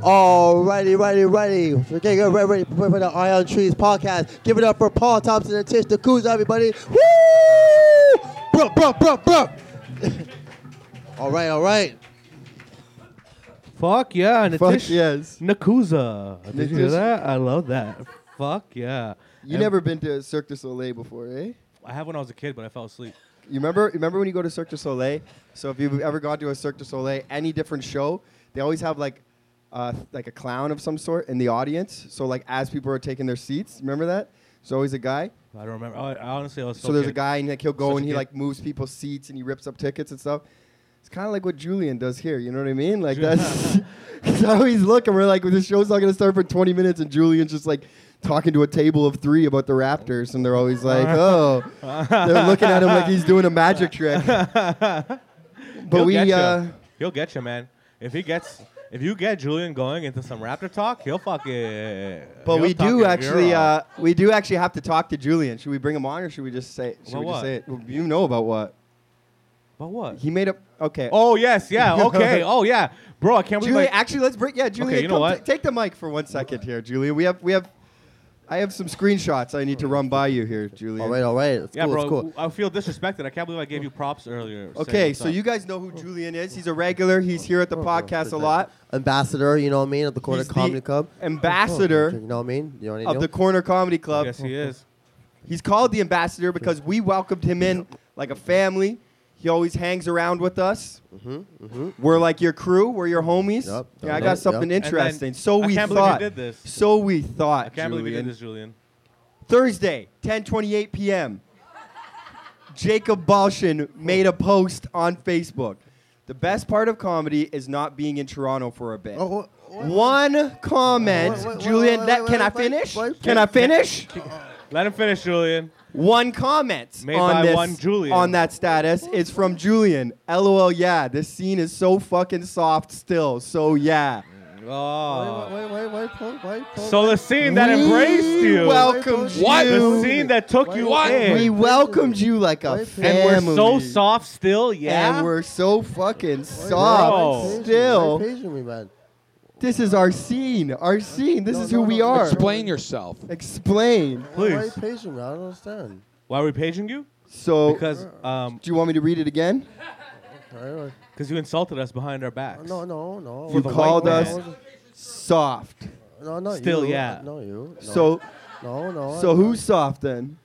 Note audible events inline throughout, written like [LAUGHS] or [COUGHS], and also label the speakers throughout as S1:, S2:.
S1: Alrighty, righty, righty. We're getting ready, ready, ready for the Iron Trees podcast. Give it up for Paul Thompson and Tish DeCouz, everybody. Woo! Bro, bro, bro, bro. all right, all right.
S2: Fuck yeah,
S3: Fuck
S2: Natish
S3: yes.
S2: Nakuza. Did you hear
S3: Nitish-
S2: that? I love that. Fuck yeah.
S3: You
S2: And
S3: never been to Cirque du Soleil before, eh?
S2: I have when I was a kid, but I fell asleep.
S3: You remember? Remember when you go to Cirque du Soleil? So if you've ever gone to a Cirque du Soleil, any different show, they always have like, uh, like a clown of some sort in the audience. So like as people are taking their seats, remember that? There's always a guy.
S2: I don't remember. I, I honestly, I was so.
S3: So there's a
S2: kid.
S3: guy and like he'll go
S2: Such a
S3: and he
S2: kid.
S3: like moves people's seats and he rips up tickets and stuff. It's kind of like what Julian does here. You know what I mean?
S2: [LAUGHS]
S3: Like that's, [LAUGHS] that's how he's looking. We're like, the show's not gonna start for 20 minutes and Julian's just like talking to a table of three about the Raptors and they're
S2: [LAUGHS]
S3: always like, oh, they're looking at him like he's doing a magic
S2: [LAUGHS]
S3: trick. But
S2: He'll
S3: we,
S2: get ya.
S3: uh,
S2: he'll get you, man. If he gets, if you get Julian going into some Raptor talk, he'll fucking.
S3: but
S2: he'll
S3: we
S2: talk
S3: do
S2: your
S3: actually,
S2: ear off.
S3: uh, we do actually have to talk to Julian. Should we bring him on or should we just say? Should
S2: About
S3: we just
S2: what?
S3: say it? Well, you know about what
S2: But what?
S3: he made up. Okay.
S2: Oh yes,
S3: [LAUGHS]
S2: yeah, okay, oh yeah, bro. I can't believe.
S3: Julian,
S2: I-
S3: actually, let's bring. Yeah, Julian,
S2: Okay, you know
S3: come
S2: what?
S3: ta- take the mic for one second here, Julian. We have we have, I have some screenshots I need to run by you here, Julian.
S1: All right, all right. It's
S2: yeah,
S1: cool,
S2: bro.
S1: it's cool.
S2: I feel disrespected. I can't believe I gave you props earlier. saying
S3: Okay,
S2: what's
S3: so
S2: up.
S3: you guys know who Julian is. He's a regular. He's here at the podcast a lot.
S1: Ambassador, you know what I mean, of the Oh, Corner
S3: He's the
S1: Comedy Club. Oh, You
S3: Ambassador
S1: know what I mean? You know what I
S3: of
S1: mean?
S3: the Corner Comedy Club.
S2: Yes, he is.
S3: He's called the ambassador because we welcomed him in like a family. He always hangs around with us. We're like your crew. We're your homies.
S1: Mm-hmm, Yup,
S3: yeah, I
S1: yup,
S3: got something
S1: yup.
S2: And then-
S3: interesting. so
S2: I
S3: we
S2: can't
S3: thought.
S2: Believe you did this.
S3: So we thought.
S2: I can't believe you
S3: Julian.
S2: did this, Julian.
S3: Thursday, 10:28 p.m. Jacob Balshin made a post on Facebook. The best part of comedy is not being in Toronto for a bit.
S1: Oh, what- what-
S3: One comment,
S1: What- what- what-
S3: Julian.
S1: what-
S3: that,
S1: what-
S3: can I
S1: what-
S3: finish?
S1: what-
S3: can I finish?
S2: Let him finish, Julian.
S3: One comment
S2: Made
S3: on
S2: by
S3: this,
S2: one Julian.
S3: on that status. It's from Julian. LOL. Yeah, this scene is so fucking soft still. So yeah.
S2: Oh.
S1: Wait, wait, wait, wait, wait, wait.
S2: So the scene that
S3: We
S2: embraced you.
S3: welcomed
S2: What? The
S3: you.
S2: scene that took you
S1: What?
S2: in.
S3: We welcomed you like a
S1: And
S3: family.
S2: and we're so soft still, yeah.
S3: And we're so fucking
S2: Bro.
S3: soft. Still,
S1: Patiently, man.
S3: this is our scene. Our scene. This
S1: No,
S3: is
S1: no,
S3: who we
S1: no,
S3: are.
S4: Explain yourself.
S3: Explain.
S1: Why are you
S2: Please.
S1: patient, man? I don't understand.
S2: Why are we paging you?
S3: So,
S2: Because um,
S3: do you want me to read it again?
S1: All right, all right.
S2: cause you insulted us behind our backs.
S1: No, no, no.
S3: You
S1: For the
S3: called
S1: white
S3: us-
S1: man.
S3: Soft.
S1: No, not
S2: Still,
S1: you.
S2: yeah.
S1: No, you. No.
S3: So,
S1: no, no.
S3: so
S1: I-
S3: who's soft then?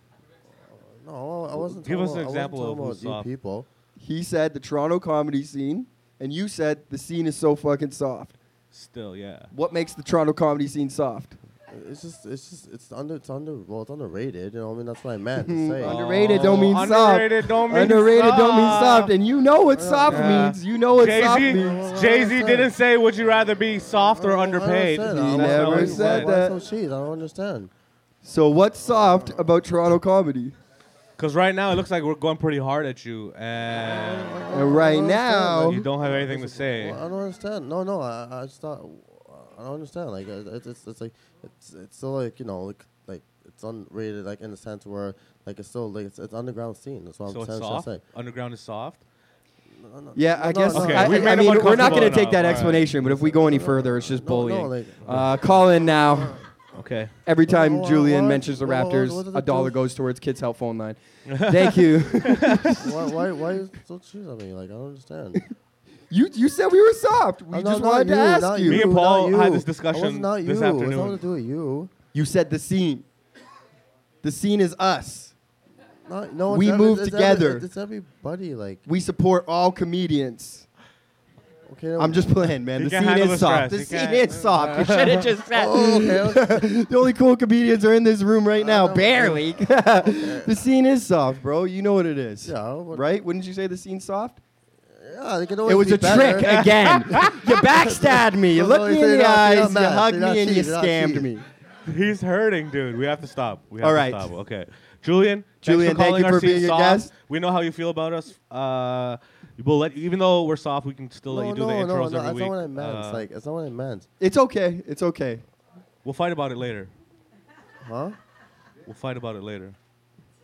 S1: No, I wasn't.
S2: Give
S1: talking
S2: us an
S1: about- I wasn't
S2: example
S1: talking
S2: of
S1: about
S2: who's
S1: you
S2: soft.
S1: people.
S3: He said the Toronto comedy scene, and you said the scene is so fucking soft.
S2: Still, yeah.
S3: What makes the Toronto comedy scene soft?
S1: It's just, it's just, it's under, it's under, well, it's underrated. You know, what I mean, that's what I meant to
S2: [LAUGHS]
S1: say.
S3: Underrated don't mean soft.
S2: Oh, Underrated don't mean
S3: Underrated
S2: soft.
S3: don't mean soft, and you know what soft
S2: Yeah.
S3: means. You know what soft means.
S2: Jay Z. Jay Z didn't say, "Would you rather be soft or
S1: I don't
S2: underpaid?"
S1: understand.
S3: He
S1: I don't
S3: never
S1: understand.
S3: said
S1: why,
S3: that.
S1: Why so cheese? I don't understand.
S3: So, what's soft about Toronto comedy?
S2: Because right now it looks like we're going pretty hard at you, and
S3: And right
S1: understand,
S3: now,
S1: man.
S2: you don't have anything to say.
S1: Well, I don't understand. No, no, I, I just thought, I don't understand. Like, uh, it's, it's, it's like, it's, it's still like, you know, like, like it's underrated, like in the sense where, like, it's still like, it's, it's underground scene. That's what
S2: So
S1: I'm
S2: it's
S1: saying. trying to
S2: soft.
S1: say.
S2: Underground is soft.
S3: Yeah, I
S1: No,
S3: guess.
S1: no,
S2: Okay,
S3: I,
S2: we
S3: I-
S2: made
S3: I
S2: him
S3: mean, we're not
S2: uncomfortable
S3: going to take
S2: enough.
S3: that
S2: All right.
S3: explanation, but if we go any further, it's just
S1: No, no,
S3: bullying.
S1: like-
S2: [LAUGHS]
S3: uh, call
S1: [LAUGHS]
S3: in now.
S2: Okay.
S3: Every time
S1: Well,
S3: Julian
S1: what-
S3: mentions the
S1: what- what-
S3: Raptors,
S1: what did
S3: a
S1: it
S3: dollar
S1: do?
S3: goes towards Kids Help
S1: [LAUGHS]
S3: Phone Line. Thank you. [LAUGHS]
S1: why, why, why you so cheese on me? Like, I don't understand.
S3: you you said we were soft. We
S1: No, no,
S3: just
S1: not
S3: wanted to
S1: you,
S3: ask
S1: not
S3: you.
S2: Me
S1: you,
S2: and
S1: not
S2: Paul had
S1: you.
S2: this
S1: I
S2: discussion
S1: was not
S2: this
S1: you. It's
S2: afternoon.
S1: nothing to do with you.
S3: You said the scene. The scene is us.
S1: Not, no, it's
S3: We
S1: every-
S3: moved
S1: it's every-
S3: together.
S1: it's everybody. Like,
S3: We support all comedians.
S1: okay,
S3: I'm just playing, man.
S2: He
S3: The
S2: can't
S3: scene
S2: handle
S3: is
S2: the
S3: soft. The
S2: stress. He
S3: scene
S2: can't- [LAUGHS]
S3: is soft. You should have just said.
S1: okay,
S3: [LAUGHS]
S1: okay.
S3: the only cool comedians are in this room right now.
S1: Uh,
S3: Barely. [LAUGHS] the scene is soft, bro. You know what it is.
S1: Yeah, what-
S3: Right? Wouldn't you say the scene's soft?
S1: Yeah, they can
S3: It
S1: always
S3: was
S1: be
S3: a
S1: better.
S3: trick
S1: [LAUGHS]
S3: again. you backstabbed me. You
S1: So
S3: looked me
S1: they're
S3: in the
S1: not- they're
S3: eyes. You
S1: not mad.
S3: hugged
S1: They're not
S3: me and you
S1: cheating. They're not
S3: scammed
S1: cheating.
S3: me.
S2: He's hurting, dude. We have to stop. We have
S3: All
S2: to
S3: right.
S2: stop. Okay. Julian,
S3: Julian,
S2: thanks for
S3: thank
S2: calling
S3: you
S2: our
S3: for
S2: scene
S3: being a
S2: soft.
S3: guest.
S2: We know how you feel about us. Uh, we'll let you, even though we're soft, we can still
S1: No,
S2: let you do
S1: no,
S2: the
S1: no,
S2: intros
S1: no.
S2: every
S1: That's
S2: week.
S1: not what I meant.
S2: Uh,
S1: it's like, that's not what I meant.
S3: It's okay. It's okay.
S2: we'll fight about it later.
S1: Huh?
S2: We'll fight about it later.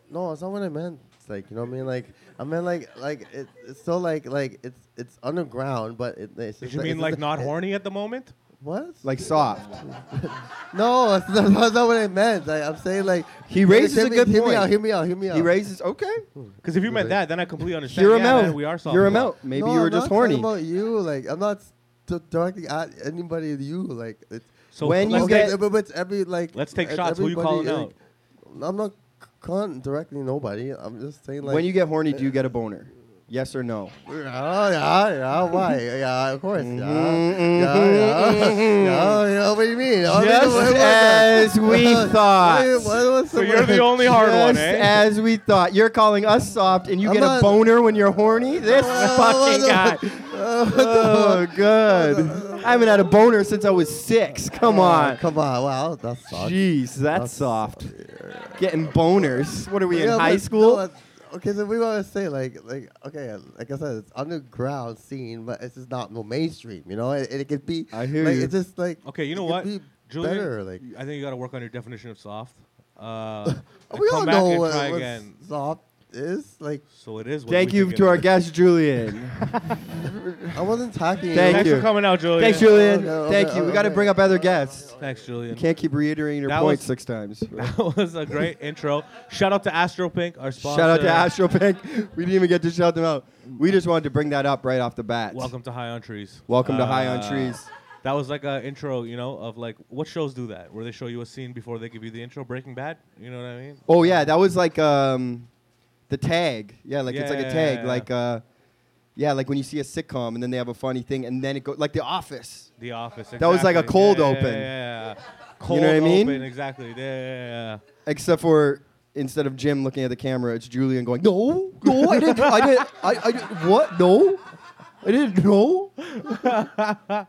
S1: No, that's not what I meant.
S4: It's like you know what I mean. Like I mean, like like it, it's so like like it's it's underground, but it, it's.
S2: Did
S4: just
S2: you mean
S4: it's
S2: like
S4: just-
S2: not
S4: it-
S2: horny at the moment?
S4: What?
S3: Like soft.
S4: No, that's not, [LAUGHS] that's not what I meant. Like, I'm saying like
S3: He raises
S4: hear
S3: a
S4: me-
S3: good
S4: hear
S3: point.
S4: Me out, hear me out. Hear me out.
S3: He raises. Okay.
S2: Because if you meant that, then I completely understand.
S3: Hear him
S2: yeah,
S3: out.
S2: man, we are soft.
S3: Hear him
S2: as
S3: out. Maybe
S4: No,
S3: you were
S4: I'm
S3: just
S4: not
S3: horny.
S4: talking about you. Like I'm not t- directing at anybody. You like it's
S2: So
S3: When
S2: let's
S3: you
S2: get-
S4: okay, but, but it's every like
S2: Let's take
S4: it's
S2: shots. Who you
S4: everybody,
S2: calling out?
S4: Like, I'm not c- calling directly nobody. I'm just saying like
S3: when you get horny, do you get a boner? Yes or no?
S4: Yeah, yeah, yeah. Why? Yeah, of course. Yeah,
S3: Mhm,
S4: yeah, yeah, yeah, yeah. What do you mean? Oh,
S3: Just
S4: what- what- what-
S3: as we
S4: [LAUGHS] what-
S3: thought.
S4: what- what's
S2: [LAUGHS] So you're the only hard
S3: Just
S2: one, eh?
S3: as we thought. You're calling us soft, and you
S4: I'm
S3: get
S4: not-
S3: a boner when you're horny. [LAUGHS] This
S4: Uh,
S3: fucking guy.
S4: what the- uh, [LAUGHS] what the-
S3: Oh, good. I haven't had a boner since I was six. Oh, Come on.
S4: Come on. Wow, that's soft.
S3: Jeez, that's
S4: That's-
S3: soft. Getting boners. What are we in
S4: Yeah,
S3: high
S4: but
S3: school?
S4: no, uh, okay, so we want to say like like okay, like I said, it's underground scene, but it's just not no mainstream. You know, it, it could be.
S3: I hear
S4: like,
S3: you.
S4: It's just like
S2: Okay, you
S4: it
S2: know
S4: could
S2: what,
S4: be
S2: Julian?
S4: better, like-
S2: I think you got to work on your definition of soft. Uh, and
S4: we
S2: come
S4: all
S2: back
S4: know
S2: and
S4: what,
S2: try
S4: what
S2: again.
S4: soft is. Like
S2: So it is. What
S3: Thank
S2: we
S3: you
S2: think it
S3: to our
S2: is.
S3: guest, Julian.
S4: I wasn't talking.
S3: Thank
S2: Thanks
S3: you.
S2: for coming out, Julian.
S3: Thanks, Julian.
S4: Okay, okay,
S3: Thank you. We got to
S4: okay.
S3: bring up other guests.
S2: Thanks, Julian.
S3: You can't keep reiterating your
S2: That
S3: point
S2: was-
S3: six times.
S2: [LAUGHS] That was a
S3: [LAUGHS]
S2: great intro. Shout out to Astro Pink, our sponsor.
S3: Shout out to Astro Pink. We didn't even get to shout them out. We just wanted to bring that up right off the bat.
S2: Welcome to High on Trees. Uh,
S3: Welcome to High on Trees.
S2: That was like an intro, you know, of like what shows do that, where they show you a scene before they give you the intro. Breaking Bad, you know what I mean?
S3: Oh yeah, that was like um, the tag. Yeah, like it's like
S2: Yeah,
S3: a tag.
S2: yeah, yeah.
S3: Like uh, yeah, like when you see a sitcom and then they have a funny thing and then it goes like The Office.
S2: The Office.
S3: That was like a
S2: exactly.
S3: cold
S2: Yeah, yeah,
S3: open.
S2: Yeah, yeah, yeah.
S3: You
S2: Cold
S3: know what I mean?
S2: open, exactly. Yeah, yeah, yeah.
S3: Except for instead of Jim looking at the camera, it's Julian going, "No, no, I didn't, I didn't, I, I didn't, what? No, I didn't know."
S2: That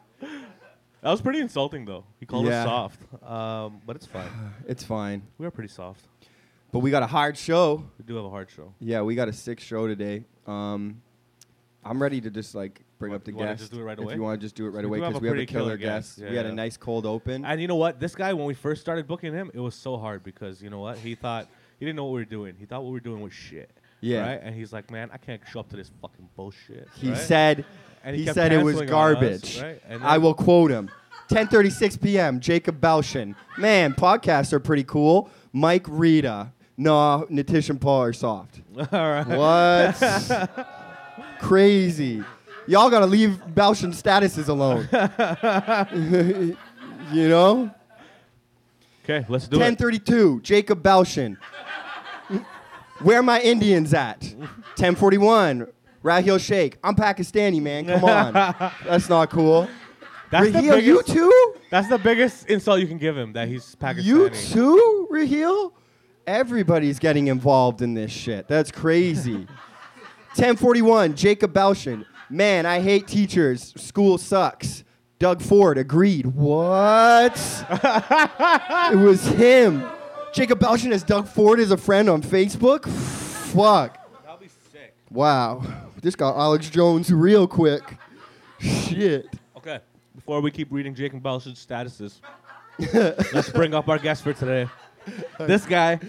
S2: was pretty insulting, though. He called
S3: Yeah.
S2: us soft, um, but it's fine.
S3: It's fine,
S2: We are pretty soft.
S3: but we got a hard show.
S2: We do have a hard show.
S3: Yeah, we got a sick show today. Um, I'm ready to just like bring
S2: What,
S3: up the
S2: you wanna
S3: guest.
S2: just do it right
S3: if
S2: away?
S3: you want to just do it right
S2: We
S3: away
S2: do have
S3: because
S2: a
S3: we have a
S2: pretty killer
S3: killer, guest.
S2: guest. Yeah,
S3: we had a
S2: yeah.
S3: nice cold open.
S2: And you know what? This guy, when we first started booking him, it was so hard because you know what? He thought he didn't know what we were doing. He thought what we were doing was shit.
S3: Yeah.
S2: Right? And he's like, man, I can't show up to this fucking bullshit.
S3: he
S2: right?
S3: said
S2: And
S3: he,
S2: he kept
S3: said it was
S2: canceling on us,
S3: garbage.
S2: right? And
S3: I
S2: then-
S3: will quote him. 10:36 p.m. Jacob Balshin. Man, podcasts are pretty cool. Mike Rita. Nah, Natish and Paul are
S2: [LAUGHS]
S3: soft.
S2: [LAUGHS] all right.
S3: What? Crazy. Y'all gotta leave Balshan statuses alone. [LAUGHS] you know?
S2: Okay, let's do it.
S3: 1032, Jacob Balshin. Where my Indians at? 1041, Rahil Sheikh. I'm Pakistani, man.
S2: [LAUGHS]
S3: Come on. That's not cool.
S2: That's the
S3: Raheel,
S2: biggest.
S3: you too?
S2: That's the biggest insult you can give him that he's Pakistani.
S3: You too, Raheel? Everybody's getting involved in this shit. That's
S2: [LAUGHS]
S3: crazy. 1041, Jacob Balshin. Man, I hate teachers. School sucks. Doug Ford agreed. What?
S2: [LAUGHS]
S3: it was him. Jacob Balshin as Doug Ford is a friend on Facebook? Fuck.
S2: That'll be sick.
S3: Wow. This got Alex Jones real quick. Shit.
S2: Okay. Before we keep reading Jake and Balsh's statuses, [LAUGHS] let's bring up our guest for today. This guy,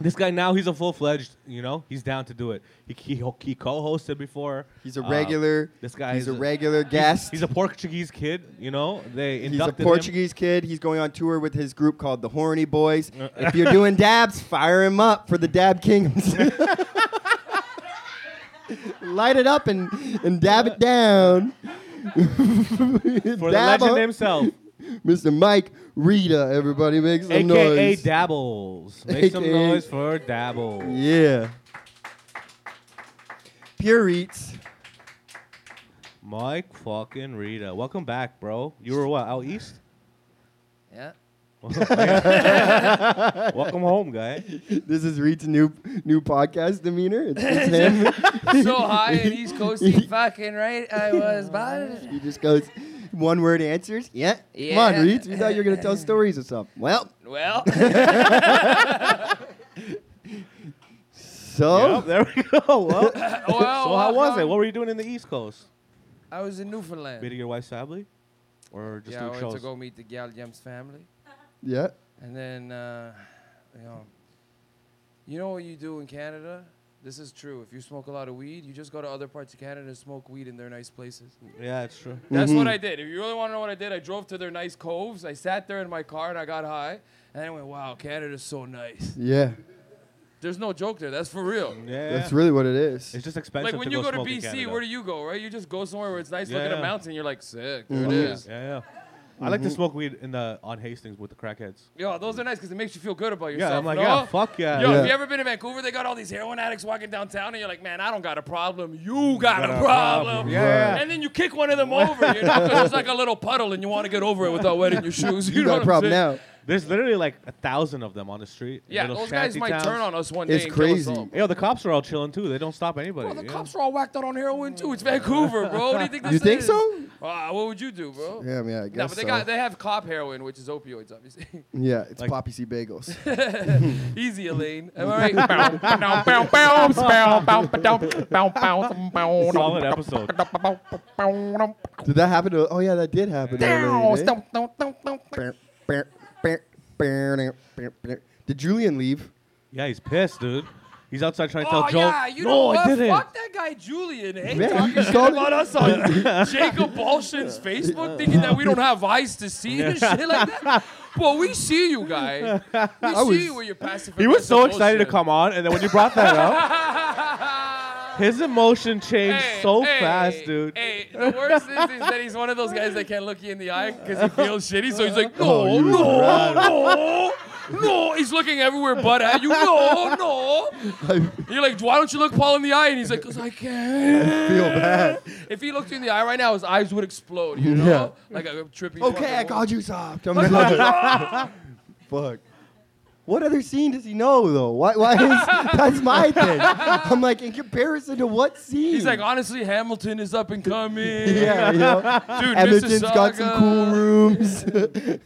S2: this guy now he's a full fledged. You know, he's down to do it. He he, he co-hosted before.
S3: He's a
S2: Um,
S3: regular.
S2: this guy
S3: He's
S2: is a-
S3: a regular guest.
S2: He's a Portuguese kid. You know, they
S3: He's a
S2: inducted him.
S3: Portuguese kid. He's going on tour with his group called the Horny Boys.
S2: Uh,
S3: if
S2: [LAUGHS]
S3: you're doing dabs, fire him up for the Dab Kingdoms. Light it up and, and dab it down.
S2: for the
S3: Dab
S2: legend
S3: up. [LAUGHS]
S2: himself,
S3: Mr. Mike Rita, everybody make some
S2: aka
S3: noise. [LAUGHS]
S2: Dabbles. Make some
S3: AKA
S2: noise for Dabbles.
S3: yeah. Pure Eats.
S2: Mike fucking Rita, welcome back, bro. You were what out
S3: [LAUGHS]
S2: east?
S5: Yeah.
S2: welcome home, guy.
S3: This is Reed's new new podcast demeanor. It's,
S2: [LAUGHS]
S3: it's him.
S5: So high in East Coast, you fucking right. I was bad.
S3: He just goes one word answers. Yeah. Come
S5: Yeah.
S3: on, Reed. We thought you were gonna tell stories or something. Well,
S5: Well, [LAUGHS]
S3: so Oh.
S2: Yep, there we go. [LAUGHS] Well,
S5: well,
S2: so how was
S5: welcome.
S2: it? What were you doing in the East Coast?
S5: I was in Newfoundland.
S2: Meeting your wife's family, or just
S5: yeah, I
S2: doing
S5: went
S2: shows?
S5: to go meet the Gal Jem's family,
S3: yeah.
S5: and then uh, you know, you know what you do in Canada? This is true. If you smoke a lot of weed, you just go to other parts of Canada and smoke weed in their nice places.
S2: Yeah, it's true.
S5: That's what I did. If you really want to know what I did, I drove to their nice coves. I sat there in my car and I got high. And I went, wow, Canada's so nice.
S3: Yeah,
S5: There's no joke there. That's for real.
S2: Yeah,
S3: that's really what it is.
S2: It's just expensive.
S5: Like when
S2: to
S5: you
S2: go,
S5: go to
S2: smoke in
S5: BC,
S2: Canada.
S5: where do you go, right? You just go somewhere where it's nice. Look at
S2: Yeah. Mm-hmm.
S5: a mountain. You're like, sick. There
S3: Mhm.
S5: it is.
S2: Yeah, yeah. I like
S3: Mm-hmm.
S2: to smoke weed in the on Hastings with the crackheads.
S5: Yo, those are nice because it makes you feel good about yourself.
S2: Yeah, I'm like,
S5: no?
S2: yeah, fuck yeah.
S5: Yo,
S3: Yeah.
S5: have you ever been in Vancouver? They got all these heroin addicts walking downtown, and you're like, man, I don't got a problem. You got, a, problem.
S2: Yeah, yeah.
S5: And then you kick one of them over, you know, 'cause there's like a little puddle, and you want to get over it without wetting
S2: [LAUGHS]
S5: your shoes. [LAUGHS] You,
S3: You
S5: know
S3: got
S5: what
S3: a
S5: I'm
S3: problem
S5: saying?
S3: now.
S2: There's literally like a thousand of them on the street. in
S5: Yeah,
S2: little
S5: those guys
S2: shanty
S5: might
S2: towns.
S5: turn on us one day.
S3: It's
S5: and kill us
S3: crazy.
S5: all.
S2: Yo, the cops are all chilling too. They don't stop anybody.
S5: Bro, Oh, the
S2: you know?
S5: cops are all whacked out on heroin too. It's Vancouver, bro. What do you think this
S3: You think
S5: is?
S3: so?
S5: Ah, what would you do, bro?
S3: Yeah, I mean, I guess
S5: No, but they
S3: so.
S5: got they have cop heroin, which is opioids, obviously. [LAUGHS]
S3: yeah, it's
S2: Like-
S3: poppy seed bagels.
S2: [LAUGHS]
S5: Easy, Elaine. Am I right? Oh, Bow, bow, bow, bow, bow, bow, bow, bow, bow, bow. [LAUGHS]
S2: Solid episode.
S3: Did that happen to? Oh yeah, that did happen. to Elaine, eh? Did Julian leave?
S2: Yeah, he's pissed, dude. He's outside trying to tell
S5: Oh
S2: Joe.
S5: yeah, you
S2: no,
S5: know
S2: I
S5: what?
S2: didn't.
S5: Fuck that guy Julian. eh? Hey,
S3: Man,
S5: talking
S3: you just
S5: shit
S3: called-
S5: about us
S2: [LAUGHS]
S5: on Jacob Balshin's Facebook, thinking that we don't have eyes to see and shit like that. Well, we see you,
S2: [LAUGHS]
S5: guy. We see
S3: was-
S5: you when you're passive.
S2: He was so
S5: aggressive
S2: excited to
S5: bullshit.
S2: come on, and then when you brought that
S5: [LAUGHS]
S2: up, his emotion changed
S5: Hey,
S2: so
S5: hey,
S2: fast, dude.
S5: Hey, the worst is, is that he's one of those guys that can't look you in the eye because he feels shitty. So he's like, no,
S3: [LAUGHS] Oh, you
S5: no,
S3: rat.
S5: no, no. He's looking everywhere but at you. No,
S3: [LAUGHS]
S5: no. You're like, why don't you look Paul in the eye? And he's like, because I can't.
S3: Feel bad.
S5: If he looked you in the eye right now, his eyes would explode. You know,
S3: Yeah.
S5: like a trippy.
S3: Okay, I got you soft.
S5: [LAUGHS]
S3: I'm [LAUGHS] Fuck. What other scene does he know though? Why? Why is [LAUGHS] that's my thing? I'm like in comparison to what scene?
S5: He's like, honestly, Hamilton is up and
S3: [LAUGHS]
S5: coming.
S3: yeah, you know,
S5: dude,
S3: Edmonton's got
S5: Mississauga.
S3: some cool
S5: [LAUGHS]
S3: rooms.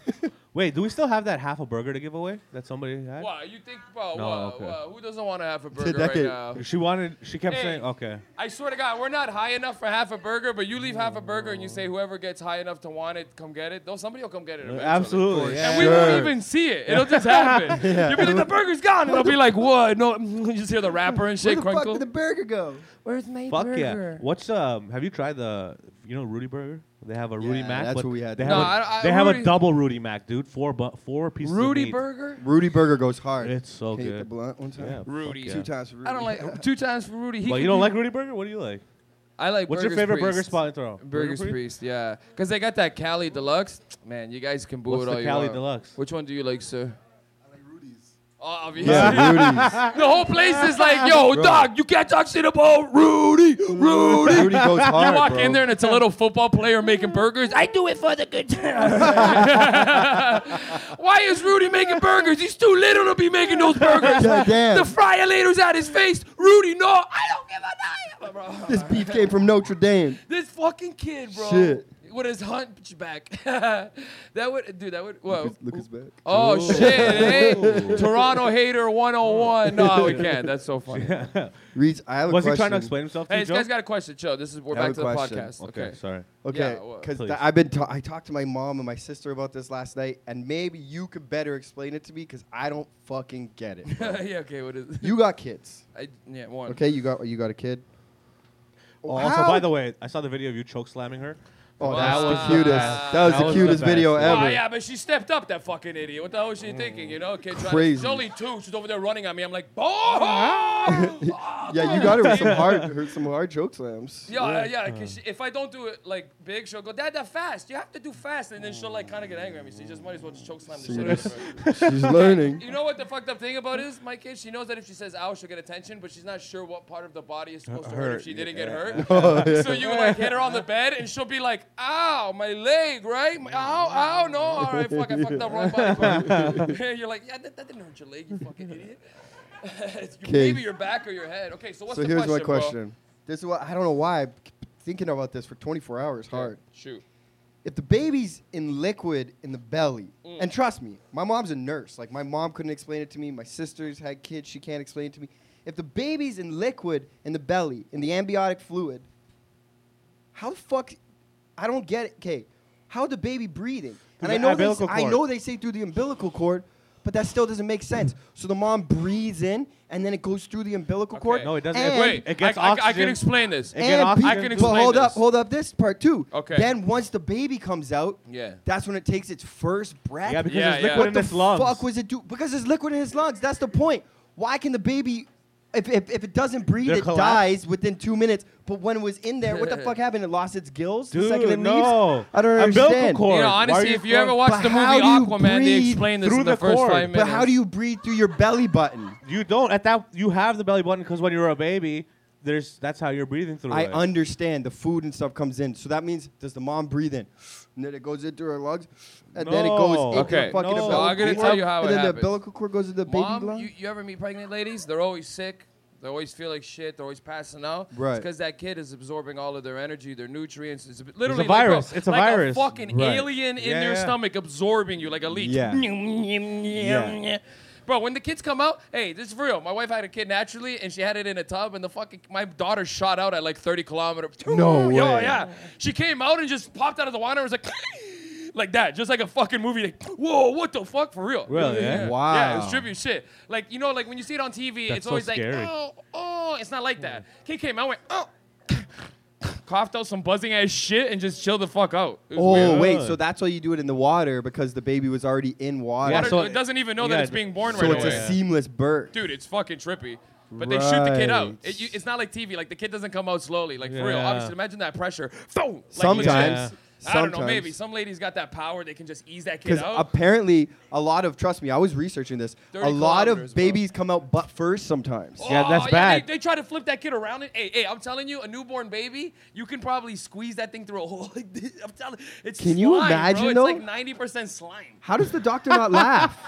S2: Wait, do we still have that half a burger to give away that somebody had?
S5: Wow, you think, bro?
S2: No,
S5: wow,
S2: okay.
S5: wow, who doesn't want to have a burger
S3: that
S5: right
S3: kid-
S5: now?
S2: She wanted. She kept
S5: Hey.
S2: saying, "Okay."
S5: I swear to God, we're not high enough for half a burger, but you leave half a burger and you say whoever gets high enough to want it, come get it. No, somebody will come get it. Eventually.
S2: Absolutely. Yeah.
S5: And we
S3: Sure.
S5: won't even see it.
S2: [LAUGHS]
S5: It'll just happen. You'll be like, the burger's gone. And I'll be like, what? No, [LAUGHS] you just hear the rapper and
S3: Where
S5: shit
S3: the fuck
S5: crinkle.
S3: did the burger go?
S5: Where's my
S2: Fuck yeah. What's um? Have you tried the you know Rudy Burger? They have a Rudy
S3: Yeah,
S2: Mac.
S3: that's
S2: but
S3: what we had.
S2: They,
S5: No,
S2: have, a,
S5: I- I-
S2: they have a
S5: Rudy-
S2: double Rudy Mac, dude. Four bu- four pieces. of
S5: Rudy
S2: meat.
S5: burger?
S3: Rudy Burger goes hard.
S2: It's so
S3: Can you hit the
S2: good.
S3: blunt one time?
S2: Yeah, fuck
S5: Rudy.
S2: yeah.
S3: Two times for Rudy.
S5: I
S3: [LAUGHS]
S5: don't like two times for Rudy. He
S2: Well,
S5: could
S2: you don't
S5: be-
S2: like Rudy Burger? What do you like?
S5: I like.
S2: What's
S5: Burgers
S2: your favorite burger
S5: Priest.
S2: spot in Toronto?
S5: Burgers Priest, yeah, because they got that Cali Deluxe. Man, you guys can boo
S2: What's
S5: it
S2: the
S5: all you
S2: Cali
S5: want.
S2: Deluxe?
S5: Which one do you like, sir? I like Rudy's. Obviously.
S3: Yeah,
S5: The whole place is like, yo, dog, you can't talk shit about Rudy,
S3: [LAUGHS]
S5: Rudy. [LAUGHS]
S3: Rudy's. Rudy goes hard.
S5: You walk
S3: bro.
S5: in there and it's a little football player making burgers. I do it for the good time. [LAUGHS] Why is Rudy making burgers? He's too little to be making those
S3: [LAUGHS]
S5: burgers.
S3: God damn.
S5: The fryer later's at his face. Rudy, no, I don't give a damn. Bro.
S3: this beef came from Notre Dame.
S5: This fucking kid, bro.
S3: Shit.
S5: With his hunchback. [LAUGHS] that would, dude, that would, whoa.
S3: Look his back.
S5: Oh, shit,
S3: [LAUGHS]
S5: eh? Toronto Hater 101. No, we can't. That's so funny.
S3: Reads. I have a
S2: Was
S3: question.
S2: he trying to explain himself to
S5: Hey,
S2: you,
S5: this
S2: Joe?
S5: guy's got a question, Joe. This is we're
S3: I
S5: back
S3: have
S5: to
S3: a
S5: the
S3: question.
S5: podcast.
S2: okay,
S5: Okay.
S2: sorry.
S3: Okay,
S5: Yeah, well-
S3: because
S2: Please.
S3: I've been ta- I talked to my mom and my sister about this last night, and maybe you could better explain it to me because I don't fucking get it.
S5: [LAUGHS]
S3: bro.
S5: yeah. Okay. What is?
S3: you got kids,
S5: I, yeah. One.
S3: okay? You got you got a kid.
S2: Oh, also,
S3: How-
S2: by the way, I saw the video of you choke slamming her.
S3: oh,
S5: Wow.
S3: that was the cutest. That was
S2: That
S3: the
S2: was the
S3: cutest video
S2: best.
S5: Oh
S3: ever.
S5: yeah, but she stepped up. That fucking idiot. What the hell was she thinking? You know, kid. Trying to,
S3: Crazy.
S5: she's only two. She's over there running at me.
S3: [LAUGHS]
S5: I'm like, oh.
S3: Yeah, you got it with some hard her- some hard joke
S5: [LAUGHS]
S3: slams.
S5: Yeah, uh, yeah. yeah 'cause she, if I don't do it like big, she'll go, Dad, that fast. You have to do fast, and then she'll like kind of get angry at me. So you just might as well just choke slam the shit out of her.
S3: She's learning.
S5: [LAUGHS] You know what the fucked up thing about is, my kid? She knows that if she says ow, she'll get attention, but she's not sure what part of the body
S3: Uh,
S5: is supposed to hurt, if she didn't
S3: [LAUGHS]
S5: get hurt. So you like hit her on the bed, and she'll be like, ow, my leg, right? My- Ow, ow, no. All right, fuck, I fucked up
S3: [LAUGHS]
S5: wrong body. You're like, yeah, that, that didn't hurt your leg, you fucking idiot. [LAUGHS] It's your-
S3: Okay.
S5: maybe your back or your head. Okay, so what's
S3: So
S5: the
S3: here's
S5: question,
S3: my question. This is what I don't know why I'm thinking about this for 24 hours
S5: Bro?
S3: hard.
S5: Shoot.
S3: if the baby's in liquid in the belly, and trust me, my mom's a nurse. Like my mom couldn't explain it to me. My sister's had kids; she can't explain it to me. If the baby's in liquid in the belly, in the amniotic fluid, how the fuck? I don't get it. Okay, how the baby breathing?
S2: Through
S3: and I
S2: the
S3: know they,
S2: umbilical
S3: I
S2: cord.
S3: know they say through the umbilical cord, but that still doesn't make sense. So the mom breathes in, and then it goes through the umbilical cord.
S2: No, it doesn't.
S3: And,
S2: Wait,
S5: Wait,
S2: it gets
S5: I, I, I
S2: oxygen.
S5: can explain this.
S2: It get off-
S3: pe-
S2: I can
S3: but
S5: explain
S3: hold up,
S5: this.
S3: hold up. This part too.
S5: Okay.
S3: Then once the baby comes out,
S5: Yeah.
S3: that's when it takes its first breath.
S2: Yeah, because
S5: Yeah,
S2: there's
S5: yeah.
S2: liquid
S5: What
S2: in
S3: the
S2: its lungs.
S3: fuck was it do? Because there's liquid in his lungs. That's the point. Why can the baby, if, if, if it doesn't breathe,
S2: They're
S3: it
S2: collapsed?
S3: dies within two minutes. But when it was in there, what the fuck happened? It lost its gills the
S2: Dude,
S3: second it
S2: no.
S3: leaves. I don't
S2: Umbilical
S3: understand.
S2: cord.
S5: You
S2: Why
S5: know,
S2: are
S5: honestly,
S2: you
S5: if you ever
S2: going-
S5: watched
S3: But
S5: the movie
S3: how do you
S5: Aquaman, they
S3: breathe
S5: explain this
S2: through
S5: in the,
S2: the
S5: first
S2: cord?
S5: five
S3: But
S5: minutes.
S3: how do you breathe through your belly button?
S2: You don't at that. You have the belly button because when you're a baby, there's that's how you're breathing through
S3: I
S2: it.
S3: understand the food and stuff comes in, so that means does the mom breathe in? And then it goes into her lungs, and then it
S2: No.
S3: goes into
S5: Okay,
S3: the fucking
S2: no.
S3: umbilical
S2: I'm gonna
S3: cord,
S5: tell you how
S3: and
S5: it
S3: then the
S5: happens.
S3: umbilical cord goes into the baby
S5: Mom,
S3: lung.
S5: you, you ever meet pregnant ladies? They're always sick. They always feel like shit. They're always passing out.
S3: Right.
S5: Because that kid is absorbing all of their energy, their nutrients. It's literally
S2: a
S5: like
S2: virus. It's a
S5: like
S2: virus.
S5: fucking
S2: Right.
S5: alien in
S2: Yeah,
S5: their
S2: yeah.
S5: stomach absorbing you like a leech.
S3: Yeah.
S2: Yeah.
S5: Bro, when the kids come out, hey, this is for real. My wife had a kid naturally, and she had it in a tub, and the fucking my daughter shot out at like 30 [LAUGHS] kilometers.
S3: No
S5: Yo,
S3: way.
S5: yeah. She came out and just popped out of the water and was like, [LAUGHS] like that, just like a fucking movie. Like, whoa, what the fuck, for real?
S2: Really, eh?
S3: Wow.
S5: Yeah, it was tribute [LAUGHS] shit. Like you know, like when you see it on TV,
S2: That's
S5: it's
S2: so
S5: always
S2: scary. Hmm.
S5: like, oh, oh, it's not like that. He came out, went, oh, [LAUGHS] coughed out some buzzing ass shit, and just chilled the fuck out. It was
S3: Oh
S5: weird.
S3: wait, so that's why you do it in the water because the baby was already in water.
S2: Yeah,
S5: Water-
S2: so-
S5: it doesn't even know
S2: you
S5: that
S2: gotta
S5: it's
S2: do-
S5: being born
S3: so
S5: right
S3: it's
S5: away.
S3: a seamless birth.
S5: Dude, it's fucking trippy. But they shoot the kid out.
S3: Right.
S5: It, you, it's not like TV. Like the kid doesn't come out slowly. Like for real.
S2: Yeah.
S5: Obviously, imagine that pressure. Boom. Like,
S3: sometimes,
S5: legit. I don't know.
S3: sometimes.
S5: Maybe some ladies got that power. They can just ease that kid
S3: Because
S5: out.
S3: apparently, a lot of trust me, I was researching this. A
S5: 30
S3: lot
S5: kilometers,
S3: of
S5: bro. Oh.
S3: babies come out butt first sometimes.
S2: Yeah, that's bad.
S5: They, they try to flip that kid around. It. Hey, hey, I'm telling you, a newborn baby, you can probably squeeze that thing through a hole. [LAUGHS] Like this. I'm telling, it's
S3: Can you
S5: slime,
S3: imagine,
S5: Bro. It's
S3: though?
S5: like 90 percent slime.
S3: How does the doctor not laugh?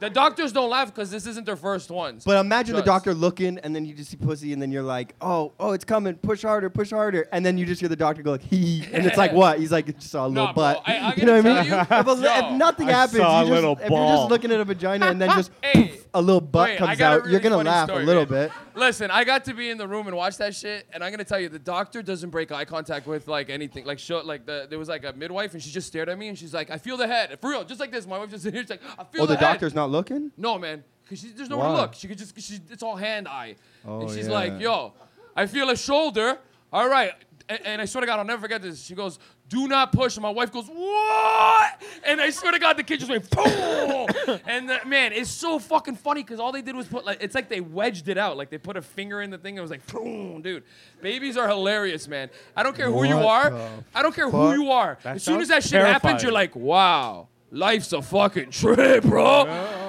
S5: The doctors don't laugh because this isn't their first ones.
S3: But imagine the
S5: Just.
S3: doctor looking, and then you just see pussy, and then you're like, oh, oh, it's coming, push harder, push harder, and then you just hear the doctor go like, hee, and it's
S5: [LAUGHS]
S3: like what? He's like, just saw a little
S5: Nah, bro,
S3: butt.
S5: I-
S3: [LAUGHS]
S5: I'm
S3: you know what
S5: gonna
S3: I mean?
S5: tell
S3: if, a
S5: you-
S3: li- if
S5: Yo.
S3: nothing
S2: I
S3: happens,
S2: saw
S3: you
S2: a
S3: just,
S2: little
S3: if you're
S2: ball.
S3: just looking at a vagina, and
S5: [LAUGHS]
S3: then just
S5: Hey,
S3: poof, a little [LAUGHS] butt
S5: Wait, I
S3: comes
S5: got a
S3: out, you're
S5: really
S3: gonna
S5: funny
S3: laugh
S5: story,
S3: a little
S5: man.
S3: bit.
S5: Listen, I got to be in the room and watch that shit, and I'm gonna tell you, the doctor doesn't break eye contact with like anything. Like, show, like the there was like a midwife, and she just stared at me, and she's like, "I feel the head, for real, just like this." My wife just sitting here, she's like, "I feel
S3: Oh, the
S5: head."
S3: doctor's not looking.
S5: No, man, because there's nowhere
S3: Why?
S5: to look. She could just, she, it's all hand eye.
S3: Oh,
S5: and she's
S3: yeah.
S5: like, yo, I feel a shoulder. All right. A- And, I swear to God, I'll never forget this. She goes, do not push. And my wife goes, what? And I swear to God, the kid just went,
S3: [LAUGHS]
S5: boom. and the, man, it's so fucking funny because all they did was put, like, it's like they wedged it out. Like they put a finger in the thing and it was like, boom, dude. Babies are hilarious, man. I don't care who you
S3: What
S5: are.
S3: the
S5: I don't care
S3: fuck?
S5: who you are.
S2: That
S5: as soon
S2: sounds
S5: as that shit
S2: terrifying.
S5: happens, you're like, wow, life's a fucking trip, bro.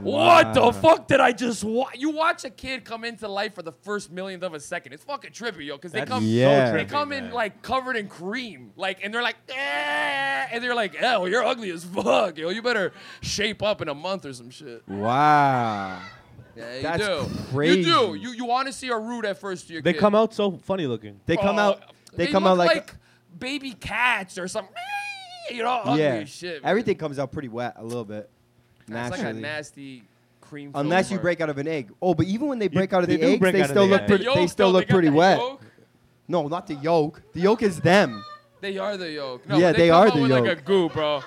S5: What the fuck did I just watch? You watch a kid come into life for the first millionth of a second. It's fucking trippy, yo, because they
S2: That's
S5: come,
S2: so
S3: Yeah.
S5: they
S2: trippy,
S5: come in
S2: man.
S5: like covered in cream, like, and they're like, eh, and they're like, oh, you're ugly as fuck, yo. You better shape up in a month or some shit.
S3: Wow.
S5: Yeah, you
S3: That's
S5: do.
S3: crazy.
S5: You do. You you want to see a rude at first to your
S2: They
S5: kid.
S2: come out so funny looking.
S3: They come
S5: Oh,
S3: out. They, come
S5: look
S3: out like,
S5: baby cats or something. You know, ugly
S3: yeah.
S5: as shit. man.
S3: Everything comes out pretty wet a little bit.
S5: It's
S3: Naturally.
S5: like a nasty cream.
S3: Unless you
S5: flavor.
S3: break out of an egg. Oh, but even when they break out of
S2: they
S3: the
S2: do
S3: eggs,
S2: break
S3: they
S2: out of
S3: still
S2: the
S3: look
S2: egg.
S3: pretty.
S5: yolk,
S3: They still
S5: though,
S3: look
S5: got
S3: pretty
S5: that
S3: wet.
S5: yolk.
S3: No, not the yolk. The yolk is them.
S5: They are the yolk. No,
S3: Yeah,
S5: but
S3: they
S5: they, come
S3: are
S5: out
S3: the
S5: with
S3: yolk.
S5: like a goo, bro.